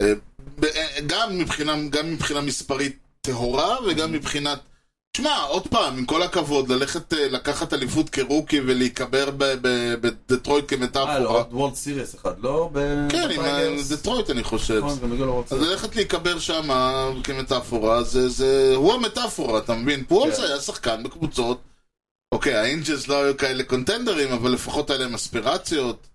S1: אה, ב- אה, גם מבחינה, גם מבחינה מספרית טהורה
S2: Mm.
S1: וגם מבחינת... שמע, עוד פעם, עם כל הכבוד, ללכת אה, לקחת אליפות כרוקי ולהיקבר ב- ב- בדטרויט
S2: אה, לא,
S1: כמטאפורה.
S2: עוד וולד סיריס אחד, לא? ב...
S1: כן, עם ה-
S2: בטייגרס?
S1: דטרויט אני חושב.
S2: נכון, גם בגלל הוולד
S1: אז
S2: סיריס.
S1: ללכת להיקבר שם אה, כמטאפורה, זה, זה... הוא המטאפורה, אתה מבין? פולס
S2: כן.
S1: היה שחקן בקבוצות אוקיי, האינג'לס לא היו כאלה קונטנדרים, אבל לפחות היה להם אספירציות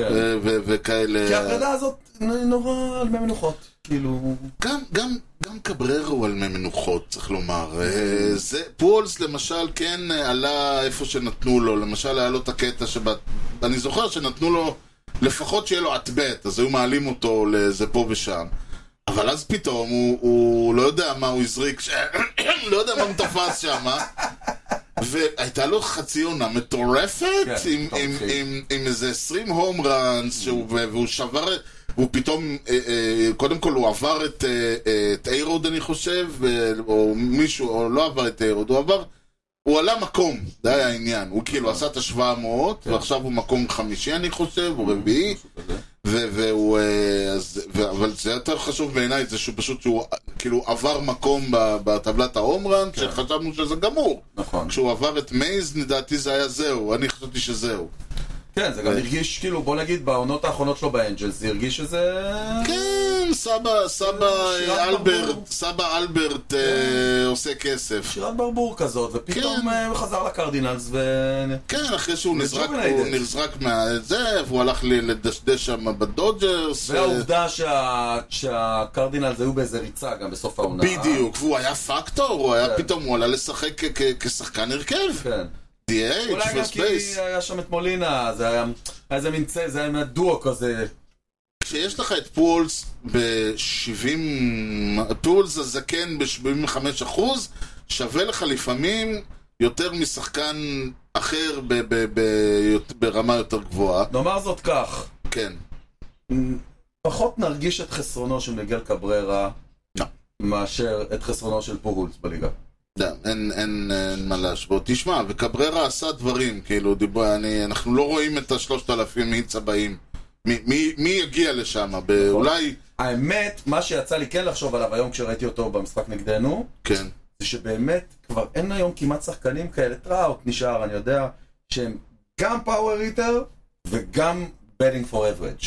S2: כן.
S1: ו- ו-
S2: כי
S1: וכאלה...
S2: ההחלטה הזאת נ- נורא על מי מנוחות, כאילו...
S1: גם, גם, גם קבררה הוא על מי מנוחות, צריך לומר. אה, זה, פולס למשל כן אה, עלה איפה שנתנו לו, למשל היה לו את הקטע שב... אני זוכר שנתנו לו, לפחות שיהיה לו עטבט, אז היו מעלים אותו לאיזה פה ושם. אבל אז פתאום הוא, הוא לא יודע מה הוא הזריק, ש... לא יודע מה הוא תפס שם. והייתה לו חצי עונה מטורפת,
S2: כן,
S1: עם, עם,
S2: מטורפת.
S1: עם, עם איזה 20 הום ראנס, שהוא- ו- והוא שבר, הוא פתאום, אה, אה, קודם כל הוא עבר את, אה, אה, את איירוד אני חושב, אה, או מישהו, או לא עבר את איירוד, הוא עבר, הוא עלה מקום, זה היה העניין, הוא כאילו עשה את ה-700, ועכשיו הוא מקום חמישי אני חושב, או רביעי, ו- והוא, אה, אז, ו- אבל זה יותר חשוב בעיניי, זה שהוא פשוט, שהוא אה, כאילו עבר מקום ב- בטבלת ההום ראנס, שחשבנו שזה גמור.
S2: נכון.
S1: כשהוא עבר את מייז, לדעתי זה היה זהו, אני חשבתי שזהו.
S2: כן, זה גם
S1: אה.
S2: הרגיש, כאילו, בוא נגיד, בעונות האחרונות שלו באנג'לס, זה הרגיש שזה...
S1: כן, סבא, סבא
S2: שירת
S1: אה, אלברט,
S2: ברבור.
S1: סבא אלברט
S2: כן.
S1: אה, עושה כסף.
S2: שירת ברבור כזאת,
S1: כן.
S2: ופתאום אה, הוא חזר לקרדינלס, ו...
S1: כן, אחרי שהוא נזרק,
S2: רג'ובנייטד.
S1: הוא נזרק מה... זה, והוא הלך ל- לדשדש שם בדודג'רס. אה,
S2: והעובדה שה... שהקרדינלס היו באיזה ריצה גם בסוף העונה.
S1: בדיוק, והוא היה פקטור, הוא היה
S2: כן.
S1: פתאום, הוא עלה לשחק כ- כ- כשחקן הרכב.
S2: כן.
S1: DH,
S2: אולי גם
S1: first
S2: כי
S1: base.
S2: היה שם את מולינה, זה היה היה איזה מין צא, זה היה מין דואו כזה.
S1: כשיש לך את פולס ב-70... פולס הזקן ב-75 אחוז, שווה לך לפעמים יותר משחקן אחר ב- ב- ב- ברמה יותר גבוהה.
S2: נאמר זאת כך,
S1: כן.
S2: פחות נרגיש את חסרונו של מיגל קבררה,
S1: לא.
S2: מאשר את חסרונו של פורולס בליגה.
S1: לא, אין, אין, אין מה להשוות. תשמע, וקבררה עשה דברים, כאילו, דיבר, אני, אנחנו לא רואים את השלושת אלפים היטס הבאים. מי, מי, מי יגיע לשם? ב- אולי...
S2: האמת, מה שיצא לי כן לחשוב עליו היום כשראיתי אותו במשחק נגדנו,
S1: כן.
S2: זה שבאמת כבר אין היום כמעט שחקנים כאלה, טראוט נשאר, אני יודע, שהם גם פאוור היטר וגם בדינג פור אברג'.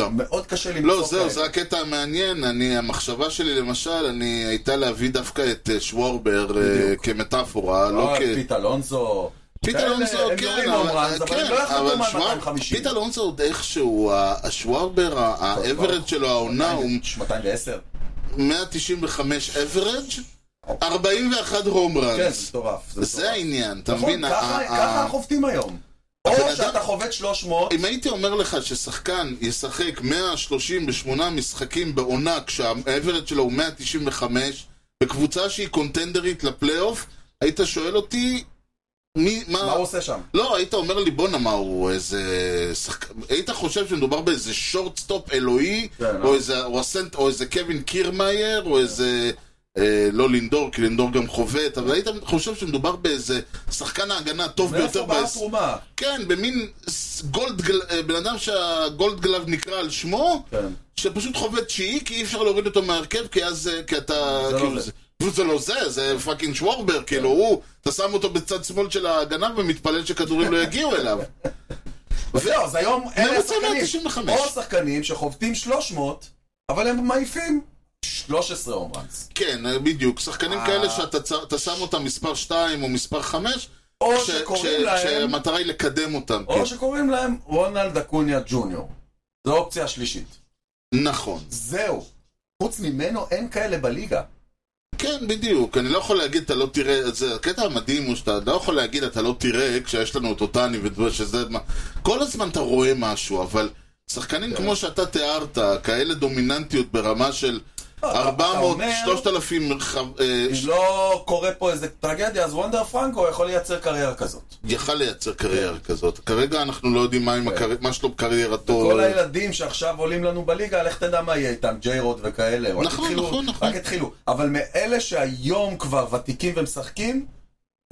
S1: לא.
S2: מאוד קשה למצוא
S1: לא, זהו,
S2: כאלה.
S1: זה הקטע המעניין. אני, המחשבה שלי, למשל, אני הייתה להביא דווקא את אה, שוורבר אה,
S2: בדיוק.
S1: כמטאפורה, לא
S2: אה,
S1: כ...
S2: פיט אלונזו.
S1: פית
S2: כאלה,
S1: אלונזו,
S2: הם
S1: כן,
S2: יורים
S1: אבל-
S2: הומראנס, אבל
S1: כן,
S2: הם לא יחלטו
S1: אבל
S2: מה-
S1: שוואר-
S2: 250.
S1: פית אלונזו עוד איכשהו, ה- השווארבר, ה- האברד שלו, העונה הוא
S2: 210.
S1: אוקיי. 195 אברג', 41 הום
S2: כן, זה
S1: ראנס.
S2: מטורף.
S1: זה
S2: מטורף.
S1: העניין, אתה
S2: נכון,
S1: מבין? ה-
S2: ככה
S1: ה-
S2: ככה
S1: ה-
S2: חובטים היום. או
S1: הבן אדם-
S2: שאתה חובט 300,
S1: אם הייתי אומר לך ששחקן ישחק 138 משחקים בעונה כשהאברד שלו הוא 195 בקבוצה שהיא קונטנדרית לפלייאוף, היית שואל אותי מי, מה...
S2: מה הוא עושה שם?
S1: לא, היית אומר לי בואנה מה הוא איזה... שחק... היית חושב שמדובר באיזה שורטסטופ אלוהי
S2: כן,
S1: או,
S2: אה.
S1: איזה, או, הסנט, או איזה קווין קירמאייר או איזה... אה, לא לינדור, כי לינדור גם חובט, אבל היית חושב שמדובר באיזה שחקן ההגנה הטוב ביותר
S2: מאיפה באה
S1: בהס-
S2: התרומה?
S1: כן, במין ס- גולד גל... אה, בן אדם שהגולד גלב נקרא על שמו,
S2: כן.
S1: שפשוט חובד תשיעי, כי אי אפשר להוריד אותו מההרכב, כי אז, אה, כי אתה...
S2: זה לא
S1: כאילו,
S2: זה.
S1: פשוט זה לא זה, זה פאקינג שוורבר, כאילו, הוא, אתה שם אותו בצד שמאל של ההגנה ומתפלל שכדורים לא יגיעו אליו.
S2: זהו, אז היום אלה
S1: ממוצע
S2: השחקנים.
S1: 195.
S2: או שחקנים שחובטים 300, אבל הם מעיפים 13 הומראנס.
S1: כן, אה, בדיוק, שחקנים כאלה שאתה צ- אתה שם אותם מספר 2 או מספר 5,
S2: או שקוראים להם,
S1: כשהמטרה היא לקדם אותם. כן.
S2: או שקוראים להם רונלד אקוניה ג'וניור. זו האופציה השלישית.
S1: נכון.
S2: זהו. חוץ ממנו אין כאלה בליגה.
S1: כן, בדיוק. אני לא יכול להגיד, אתה לא תראה... זה, הקטע המדהים הוא שאתה לא יכול להגיד, אתה לא תראה, כשיש לנו את אותני ושזה... מה- כל הזמן אתה רואה משהו, אבל
S2: כן.
S1: שחקנים כמו שאתה תיארת, כאלה דומיננטיות ברמה של
S2: לא, אתה- אתה
S1: 400,
S2: אומר-
S1: 3,000... אה,
S2: אם לא קורה פה איזה טרגדיה, אז וונדר פרנקו יכול לייצר קריירה כזאת.
S1: יכל לייצר קריירה כזאת. כרגע אנחנו לא יודעים מה עם
S2: כן.
S1: הקרי- מה שלו בקריירתו.
S2: כל הילדים שעכשיו עולים לנו בליגה, לך תדע מה יהיה איתם, ג'יי רוד וכאלה. רק
S1: נכון,
S2: התחילו-
S1: נכון, נכון.
S2: רק התחילו. אבל מאלה שהיום כבר ותיקים ומשחקים,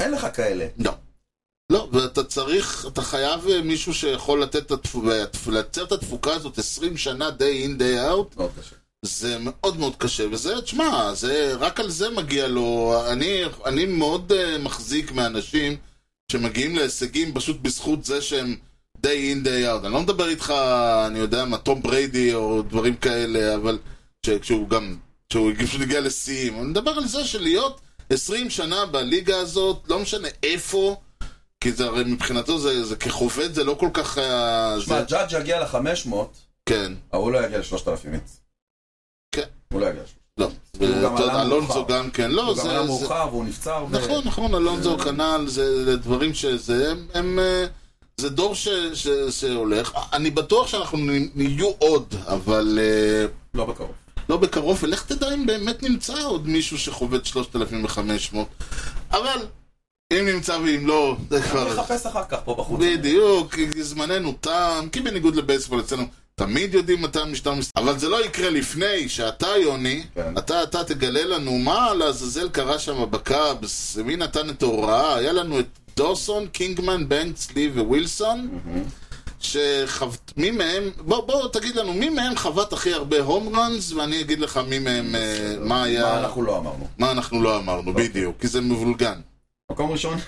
S2: אין לך כאלה.
S1: לא. לא, ואתה צריך, אתה חייב אה, מישהו שיכול לתת, את התפ- והתפ- לייצר את התפוקה הזאת 20 שנה, day in, day out.
S2: מאוד קשה.
S1: זה מאוד מאוד קשה, וזה, תשמע, זה, רק על זה מגיע לו, אני, אני מאוד uh, מחזיק מאנשים שמגיעים להישגים פשוט בזכות זה שהם day in, day out. אני לא מדבר איתך, אני יודע מה, טום בריידי או דברים כאלה, אבל ש, כשהוא גם, כשהוא פשוט הגיע לשיאים. אני מדבר על זה שלהיות 20 שנה בליגה הזאת, לא משנה איפה, כי זה הרי מבחינתו זה, זה כחובד זה לא כל כך היה... זה...
S2: תשמע, ג'אג' יגיע ל-500,
S1: כן,
S2: אבל הוא לא יגיע ל-3,000 איץ.
S1: כן.
S2: הוא לא יגיע. ל-
S1: לא.
S2: הוא גם
S1: אתה יודע,
S2: עלה
S1: אלונזו
S2: מאוחר.
S1: גם כן, לא,
S2: הוא גם עלה
S1: זה... זה...
S2: מאוחר והוא נפצר. ו-
S1: נכון, נכון, אלונזו כנ"ל, זה זה דברים שזה, הם- הם... אה, זה דור ש, ש, שהולך. אני בטוח שאנחנו נ- נהיו עוד, אבל אה,
S2: לא בקרוב.
S1: לא בקרוב, ולך תדע אם באמת נמצא עוד מישהו שחובד 3,500. אבל, אם נמצא ואם לא, זה
S2: אני
S1: כבר...
S2: אחפש אחר כך פה בחוץ.
S1: בדיוק, כי זמננו תם, כי בניגוד לבייסבול אצלנו, תמיד יודעים מתי המשטר מסתכל. אבל זה לא יקרה לפני שאתה, יוני,
S2: כן.
S1: אתה, אתה תגלה לנו מה לעזאזל קרה שם בקאבס, מי נתן את ההוראה, היה לנו את דוסון, קינגמן, בנקס, לי ווילסון, שחוות, מי מהם, בוא, בוא תגיד לנו, מי מהם חוות הכי הרבה הום ראנס, ואני אגיד לך מי מהם, אה, מה היה,
S2: מה אנחנו לא אמרנו?
S1: מה אנחנו לא אמרנו, בדיוק, כי זה מבולגן.
S2: מקום ראשון?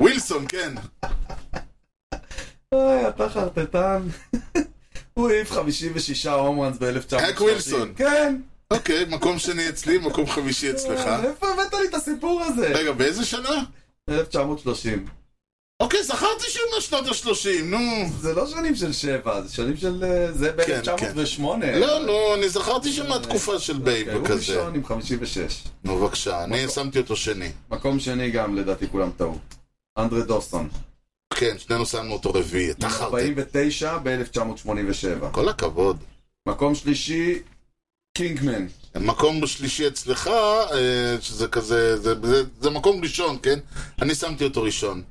S1: ווילסון, כן.
S2: אוי, אתה חרטטן. הוא העיף 56 הומראנס ב-1930.
S1: האק ווילסון.
S2: כן. אה,
S1: אוקיי, מקום שני אצלי, מקום חמישי אצלך.
S2: איפה הבאת לי את הסיפור הזה?
S1: רגע, באיזה שנה?
S2: 1930.
S1: אוקיי, זכרתי שהוא מהשנות ה-30, נו.
S2: זה לא שנים של שבע, זה שנים של... אה, זה ב-1908.
S1: כן, לא, נו, אני זכרתי שהוא מהתקופה של בייב
S2: אוקיי, כן, הוא
S1: וכזה.
S2: ראשון עם 56.
S1: נו, בבקשה, אני שמתי אותו שני.
S2: מקום שני גם, לדעתי כולם טעו. אנדרה דוסון.
S1: כן, שנינו שמנו אותו רביעי, אתה חרטט.
S2: 49 ב-1987.
S1: כל הכבוד.
S2: מקום שלישי, קינגמן.
S1: מקום שלישי אצלך, אה, שזה כזה, זה- זה- זה מקום ראשון, כן? אני שמתי אותו ראשון.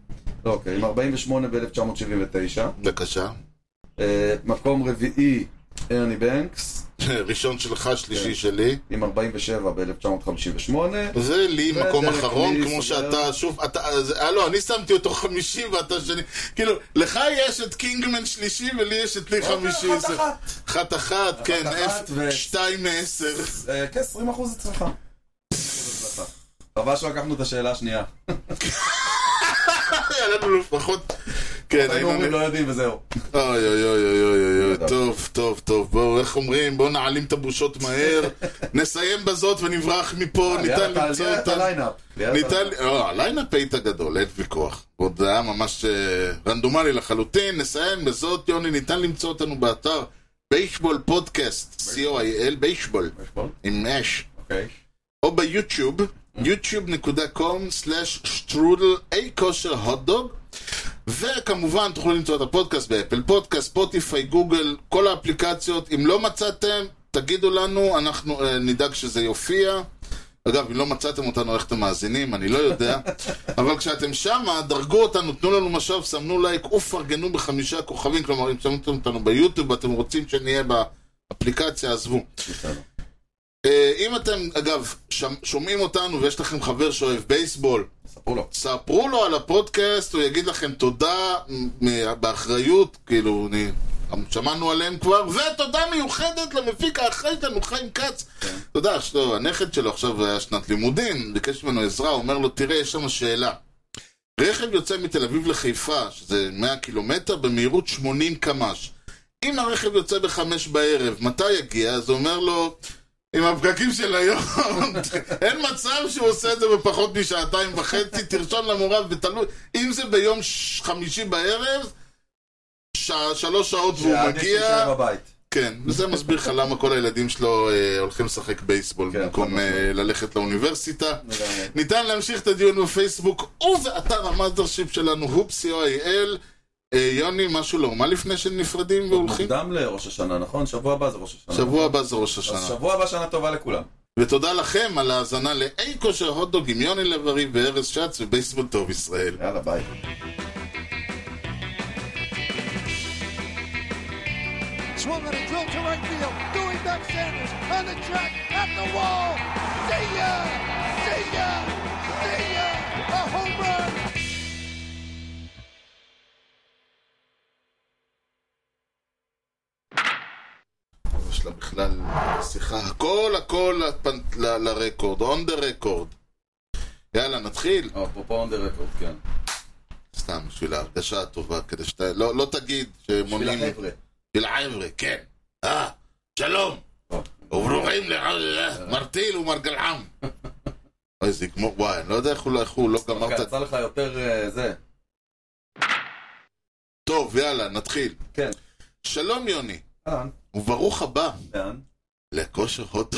S2: אוקיי, עם 48 ב-1979.
S1: בבקשה.
S2: אה, מקום רביעי, ארני בנקס.
S1: ראשון שלך,
S2: כן.
S1: שלישי שלי.
S2: עם 47 ב-1958.
S1: ולי
S2: זה
S1: מקום
S2: דרק
S1: אחרון,
S2: לי,
S1: כמו
S2: סוגר.
S1: שאתה, שוב, אתה, אז- אה לא, אני שמתי אותו חמישי ואתה שני, כאילו, לך יש את קינגמן שלישי ולי יש את לי חמישי. זה-
S2: אחת-אחת.
S1: אוקיי, אחת אחת, כן,
S2: אחת ו-
S1: F- שתיים מעשר.
S2: אה, כ-20 אחוז אצלך. חבל שלקחנו את השאלה השנייה.
S1: היה לנו לפחות, כן,
S2: היינו
S1: היינו,
S2: אומרים לא יודעים וזהו.
S1: אוי אוי אוי אוי אוי אוי,
S2: ידע.
S1: טוב, טוב, טוב, בואו, איך אומרים, בואו נעלים את הבושות מהר, נסיים בזאת ונברח מפה, ניתן למצוא
S2: את
S1: אותה.
S2: הליינאפ. ליד
S1: ניתן,
S2: הליינאפ.
S1: לא, הליינאפ היית גדול, אין ויכוח. עוד זה היה ממש אה, רנדומלי לחלוטין. נסיים בזאת, יוני, ניתן למצוא אותנו באתר ביישבול פודקאסט, co.il, ביישבול,
S2: יש פה?
S1: עם אש,
S2: נכון? אוקיי.
S1: או ביוטיוב, yוטיוב.com/שטרודל, אי כושר הוטדוג. וכמובן, תוכלו למצוא את הפודקאסט באפל פודקאסט, ספוטיפיי, גוגל, כל האפליקציות. אם לא מצאתם, תגידו לנו, אנחנו אה, נדאג שזה יופיע. אגב, אם לא מצאתם אותנו, איך אתם מאזינים, אני לא יודע. אבל כשאתם שמה, דרגו אותנו, תנו לנו משאב, סמנו לייק ופרגנו בחמישה כוכבים. כלומר, אם שמתם אותנו ביוטיוב ואתם רוצים שנהיה באפליקציה, עזבו.
S2: בסדר.
S1: אה, אם אתם, אגב, שמ- שומעים אותנו ויש לכם חבר שאוהב בייסבול,
S2: ספרו לו.
S1: ספרו לו על הפודקאסט, הוא יגיד לכם תודה מ- באחריות, כאילו, אני... שמענו עליהם כבר, ותודה מיוחדת למפיק האחראי שלנו, חיים כץ. אתה יודע, יש לו- הנכד שלו עכשיו היה שנת לימודים, ביקש ממנו עזרה, הוא אומר לו, תראה, יש שם שאלה. רכב יוצא מתל אביב לחיפה, שזה 100 קילומטר, במהירות 80 קמ"ש. אם הרכב יוצא בחמש בערב, מתי יגיע? אז הוא אומר לו, עם הפקקים של היום, אין מצב שהוא עושה את זה בפחות משעתיים וחצי, תרשום למורה ותלוי, אם זה ביום ש- חמישי בערב, שע- שלוש שעות והוא
S2: שהאדיש
S1: מגיע,
S2: נשאר בבית.
S1: כן, וזה מסביר לך למה כל הילדים שלו אה, הולכים לשחק בייסבול
S2: כן,
S1: במקום
S2: חד משמעית.
S1: אה, ללכת לאוניברסיטה.
S2: לגמרי.
S1: ניתן להמשיך את הדיון בפייסבוק ובאתר המאזרשיפ שלנו, הופסי.או.איי.אל. יוני, משהו לא, מה לפני שנפרדים והולכים?
S2: מוקדם לראש השנה, נכון? שבוע הבא זה ראש השנה.
S1: שבוע הבא זה ראש
S2: אז
S1: השנה.
S2: שבוע הבא שנה טובה לכולם.
S1: ותודה לכם על ההאזנה לאי כושר הוטדוג עם יוני לב-ארי וארז שץ ובייסבול טוב ישראל.
S2: יאללה, ביי.
S3: Swung and a drill to right field. Doing back Sanders on the track at the wall. See ya! See ya! See ya! A home run!
S1: כן, יש לה בכלל שיחה, הכל הכל לפנ- ל- לרקורד, און דה רקורד. יאללה, נתחיל.
S2: אה, אפרופו on the record, כן.
S1: סתם, בשביל ההרגשה הטובה, כדי שאתה... לא, לא תגיד שמונעים...
S2: בשביל החבר'ה.
S1: בשביל החבר'ה, כן. אה, שלום,
S2: טוב.
S1: וברוכים ל... מרטיל ומרגלעם. אוי, זה יגמור, וואי, אני לא יודע איך הוא לא, איך הוא לא גמר
S2: אוקיי,
S1: את ה...
S2: יצא לך יותר אה, זה.
S1: טוב, יאללה, נתחיל.
S2: כן.
S1: שלום יוני,
S2: אהלן,
S1: וברוך הבא
S2: לאן?
S1: לכושר הוטו.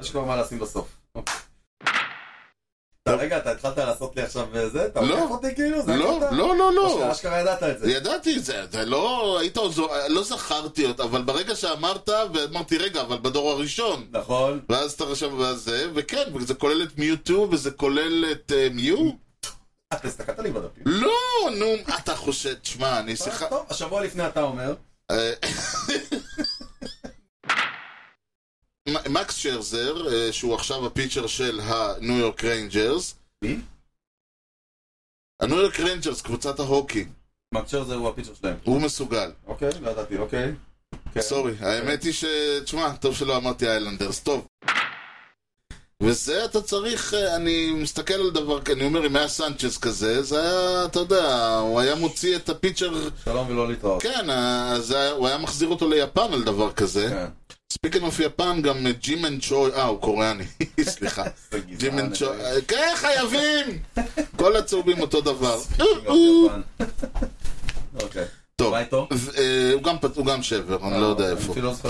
S2: יש כבר מה לשים בסוף. אוקיי. אתה, רגע, אתה התחלת לעשות לי עכשיו אה, זה? אתה
S1: לא.
S2: עוקף אותי כאילו? זה
S1: לא,
S2: הקטע?
S1: לא, לא,
S2: או
S1: לא.
S2: שאתה אשכרה ידעת את זה.
S1: ידעתי את זה, זה לא, היית עוזר, לא זכרתי אותה, אבל ברגע שאמרת, ואמרתי, רגע, אבל בדור הראשון.
S2: נכון.
S1: ואז אתה רשם וזה, וכן, וזה כולל את מיוטו, וזה כולל את אה, מיו?
S2: אה, אתה הסתכלת לי בדפים. אה,
S1: לא, נו, אתה חושב, תשמע, אני שיחה...
S2: טוב, השבוע לפני אתה אומר.
S1: אה, מ- מקס שרזר, אה, שהוא עכשיו הפיצ'ר של הניו יורק ריינג'רס,
S2: מי?
S1: הניו יורק ריינג'רס, קבוצת ההוקי,
S2: מקשר זה הוא הפיצ'ר שלהם.
S1: הוא מסוגל.
S2: אוקיי, לא ידעתי, אוקיי. כן.
S1: סורי, האמת היא ש... תשמע, טוב שלא אמרתי איילנדרס, טוב. וזה אתה צריך, אה, אני מסתכל על דבר כזה, אני אומר, אם היה סנצ'ס כזה, זה היה, אתה יודע, הוא היה מוציא את הפיצ'ר,
S2: שלום ולא להתראות.
S1: כן, אה, זה היה- הוא היה מחזיר אותו ליפן על דבר כזה.
S2: כן.
S1: ספיקינג אוף יפן, גם ג'ימן צ'וי, אה, הוא קוריאני, סליחה.
S2: זה גזען,
S1: ג'ימן
S2: אה,
S1: צ'וי, כן, חייבים! כל הצהובים אותו דבר.
S2: King of Japan. אוקיי.
S1: טוב,
S2: מה איתו?
S1: ו- אה, הוא גם פת- הוא גם שבר, אני לא יודע
S2: אני
S1: איפה.
S2: אפילו לא זוכר.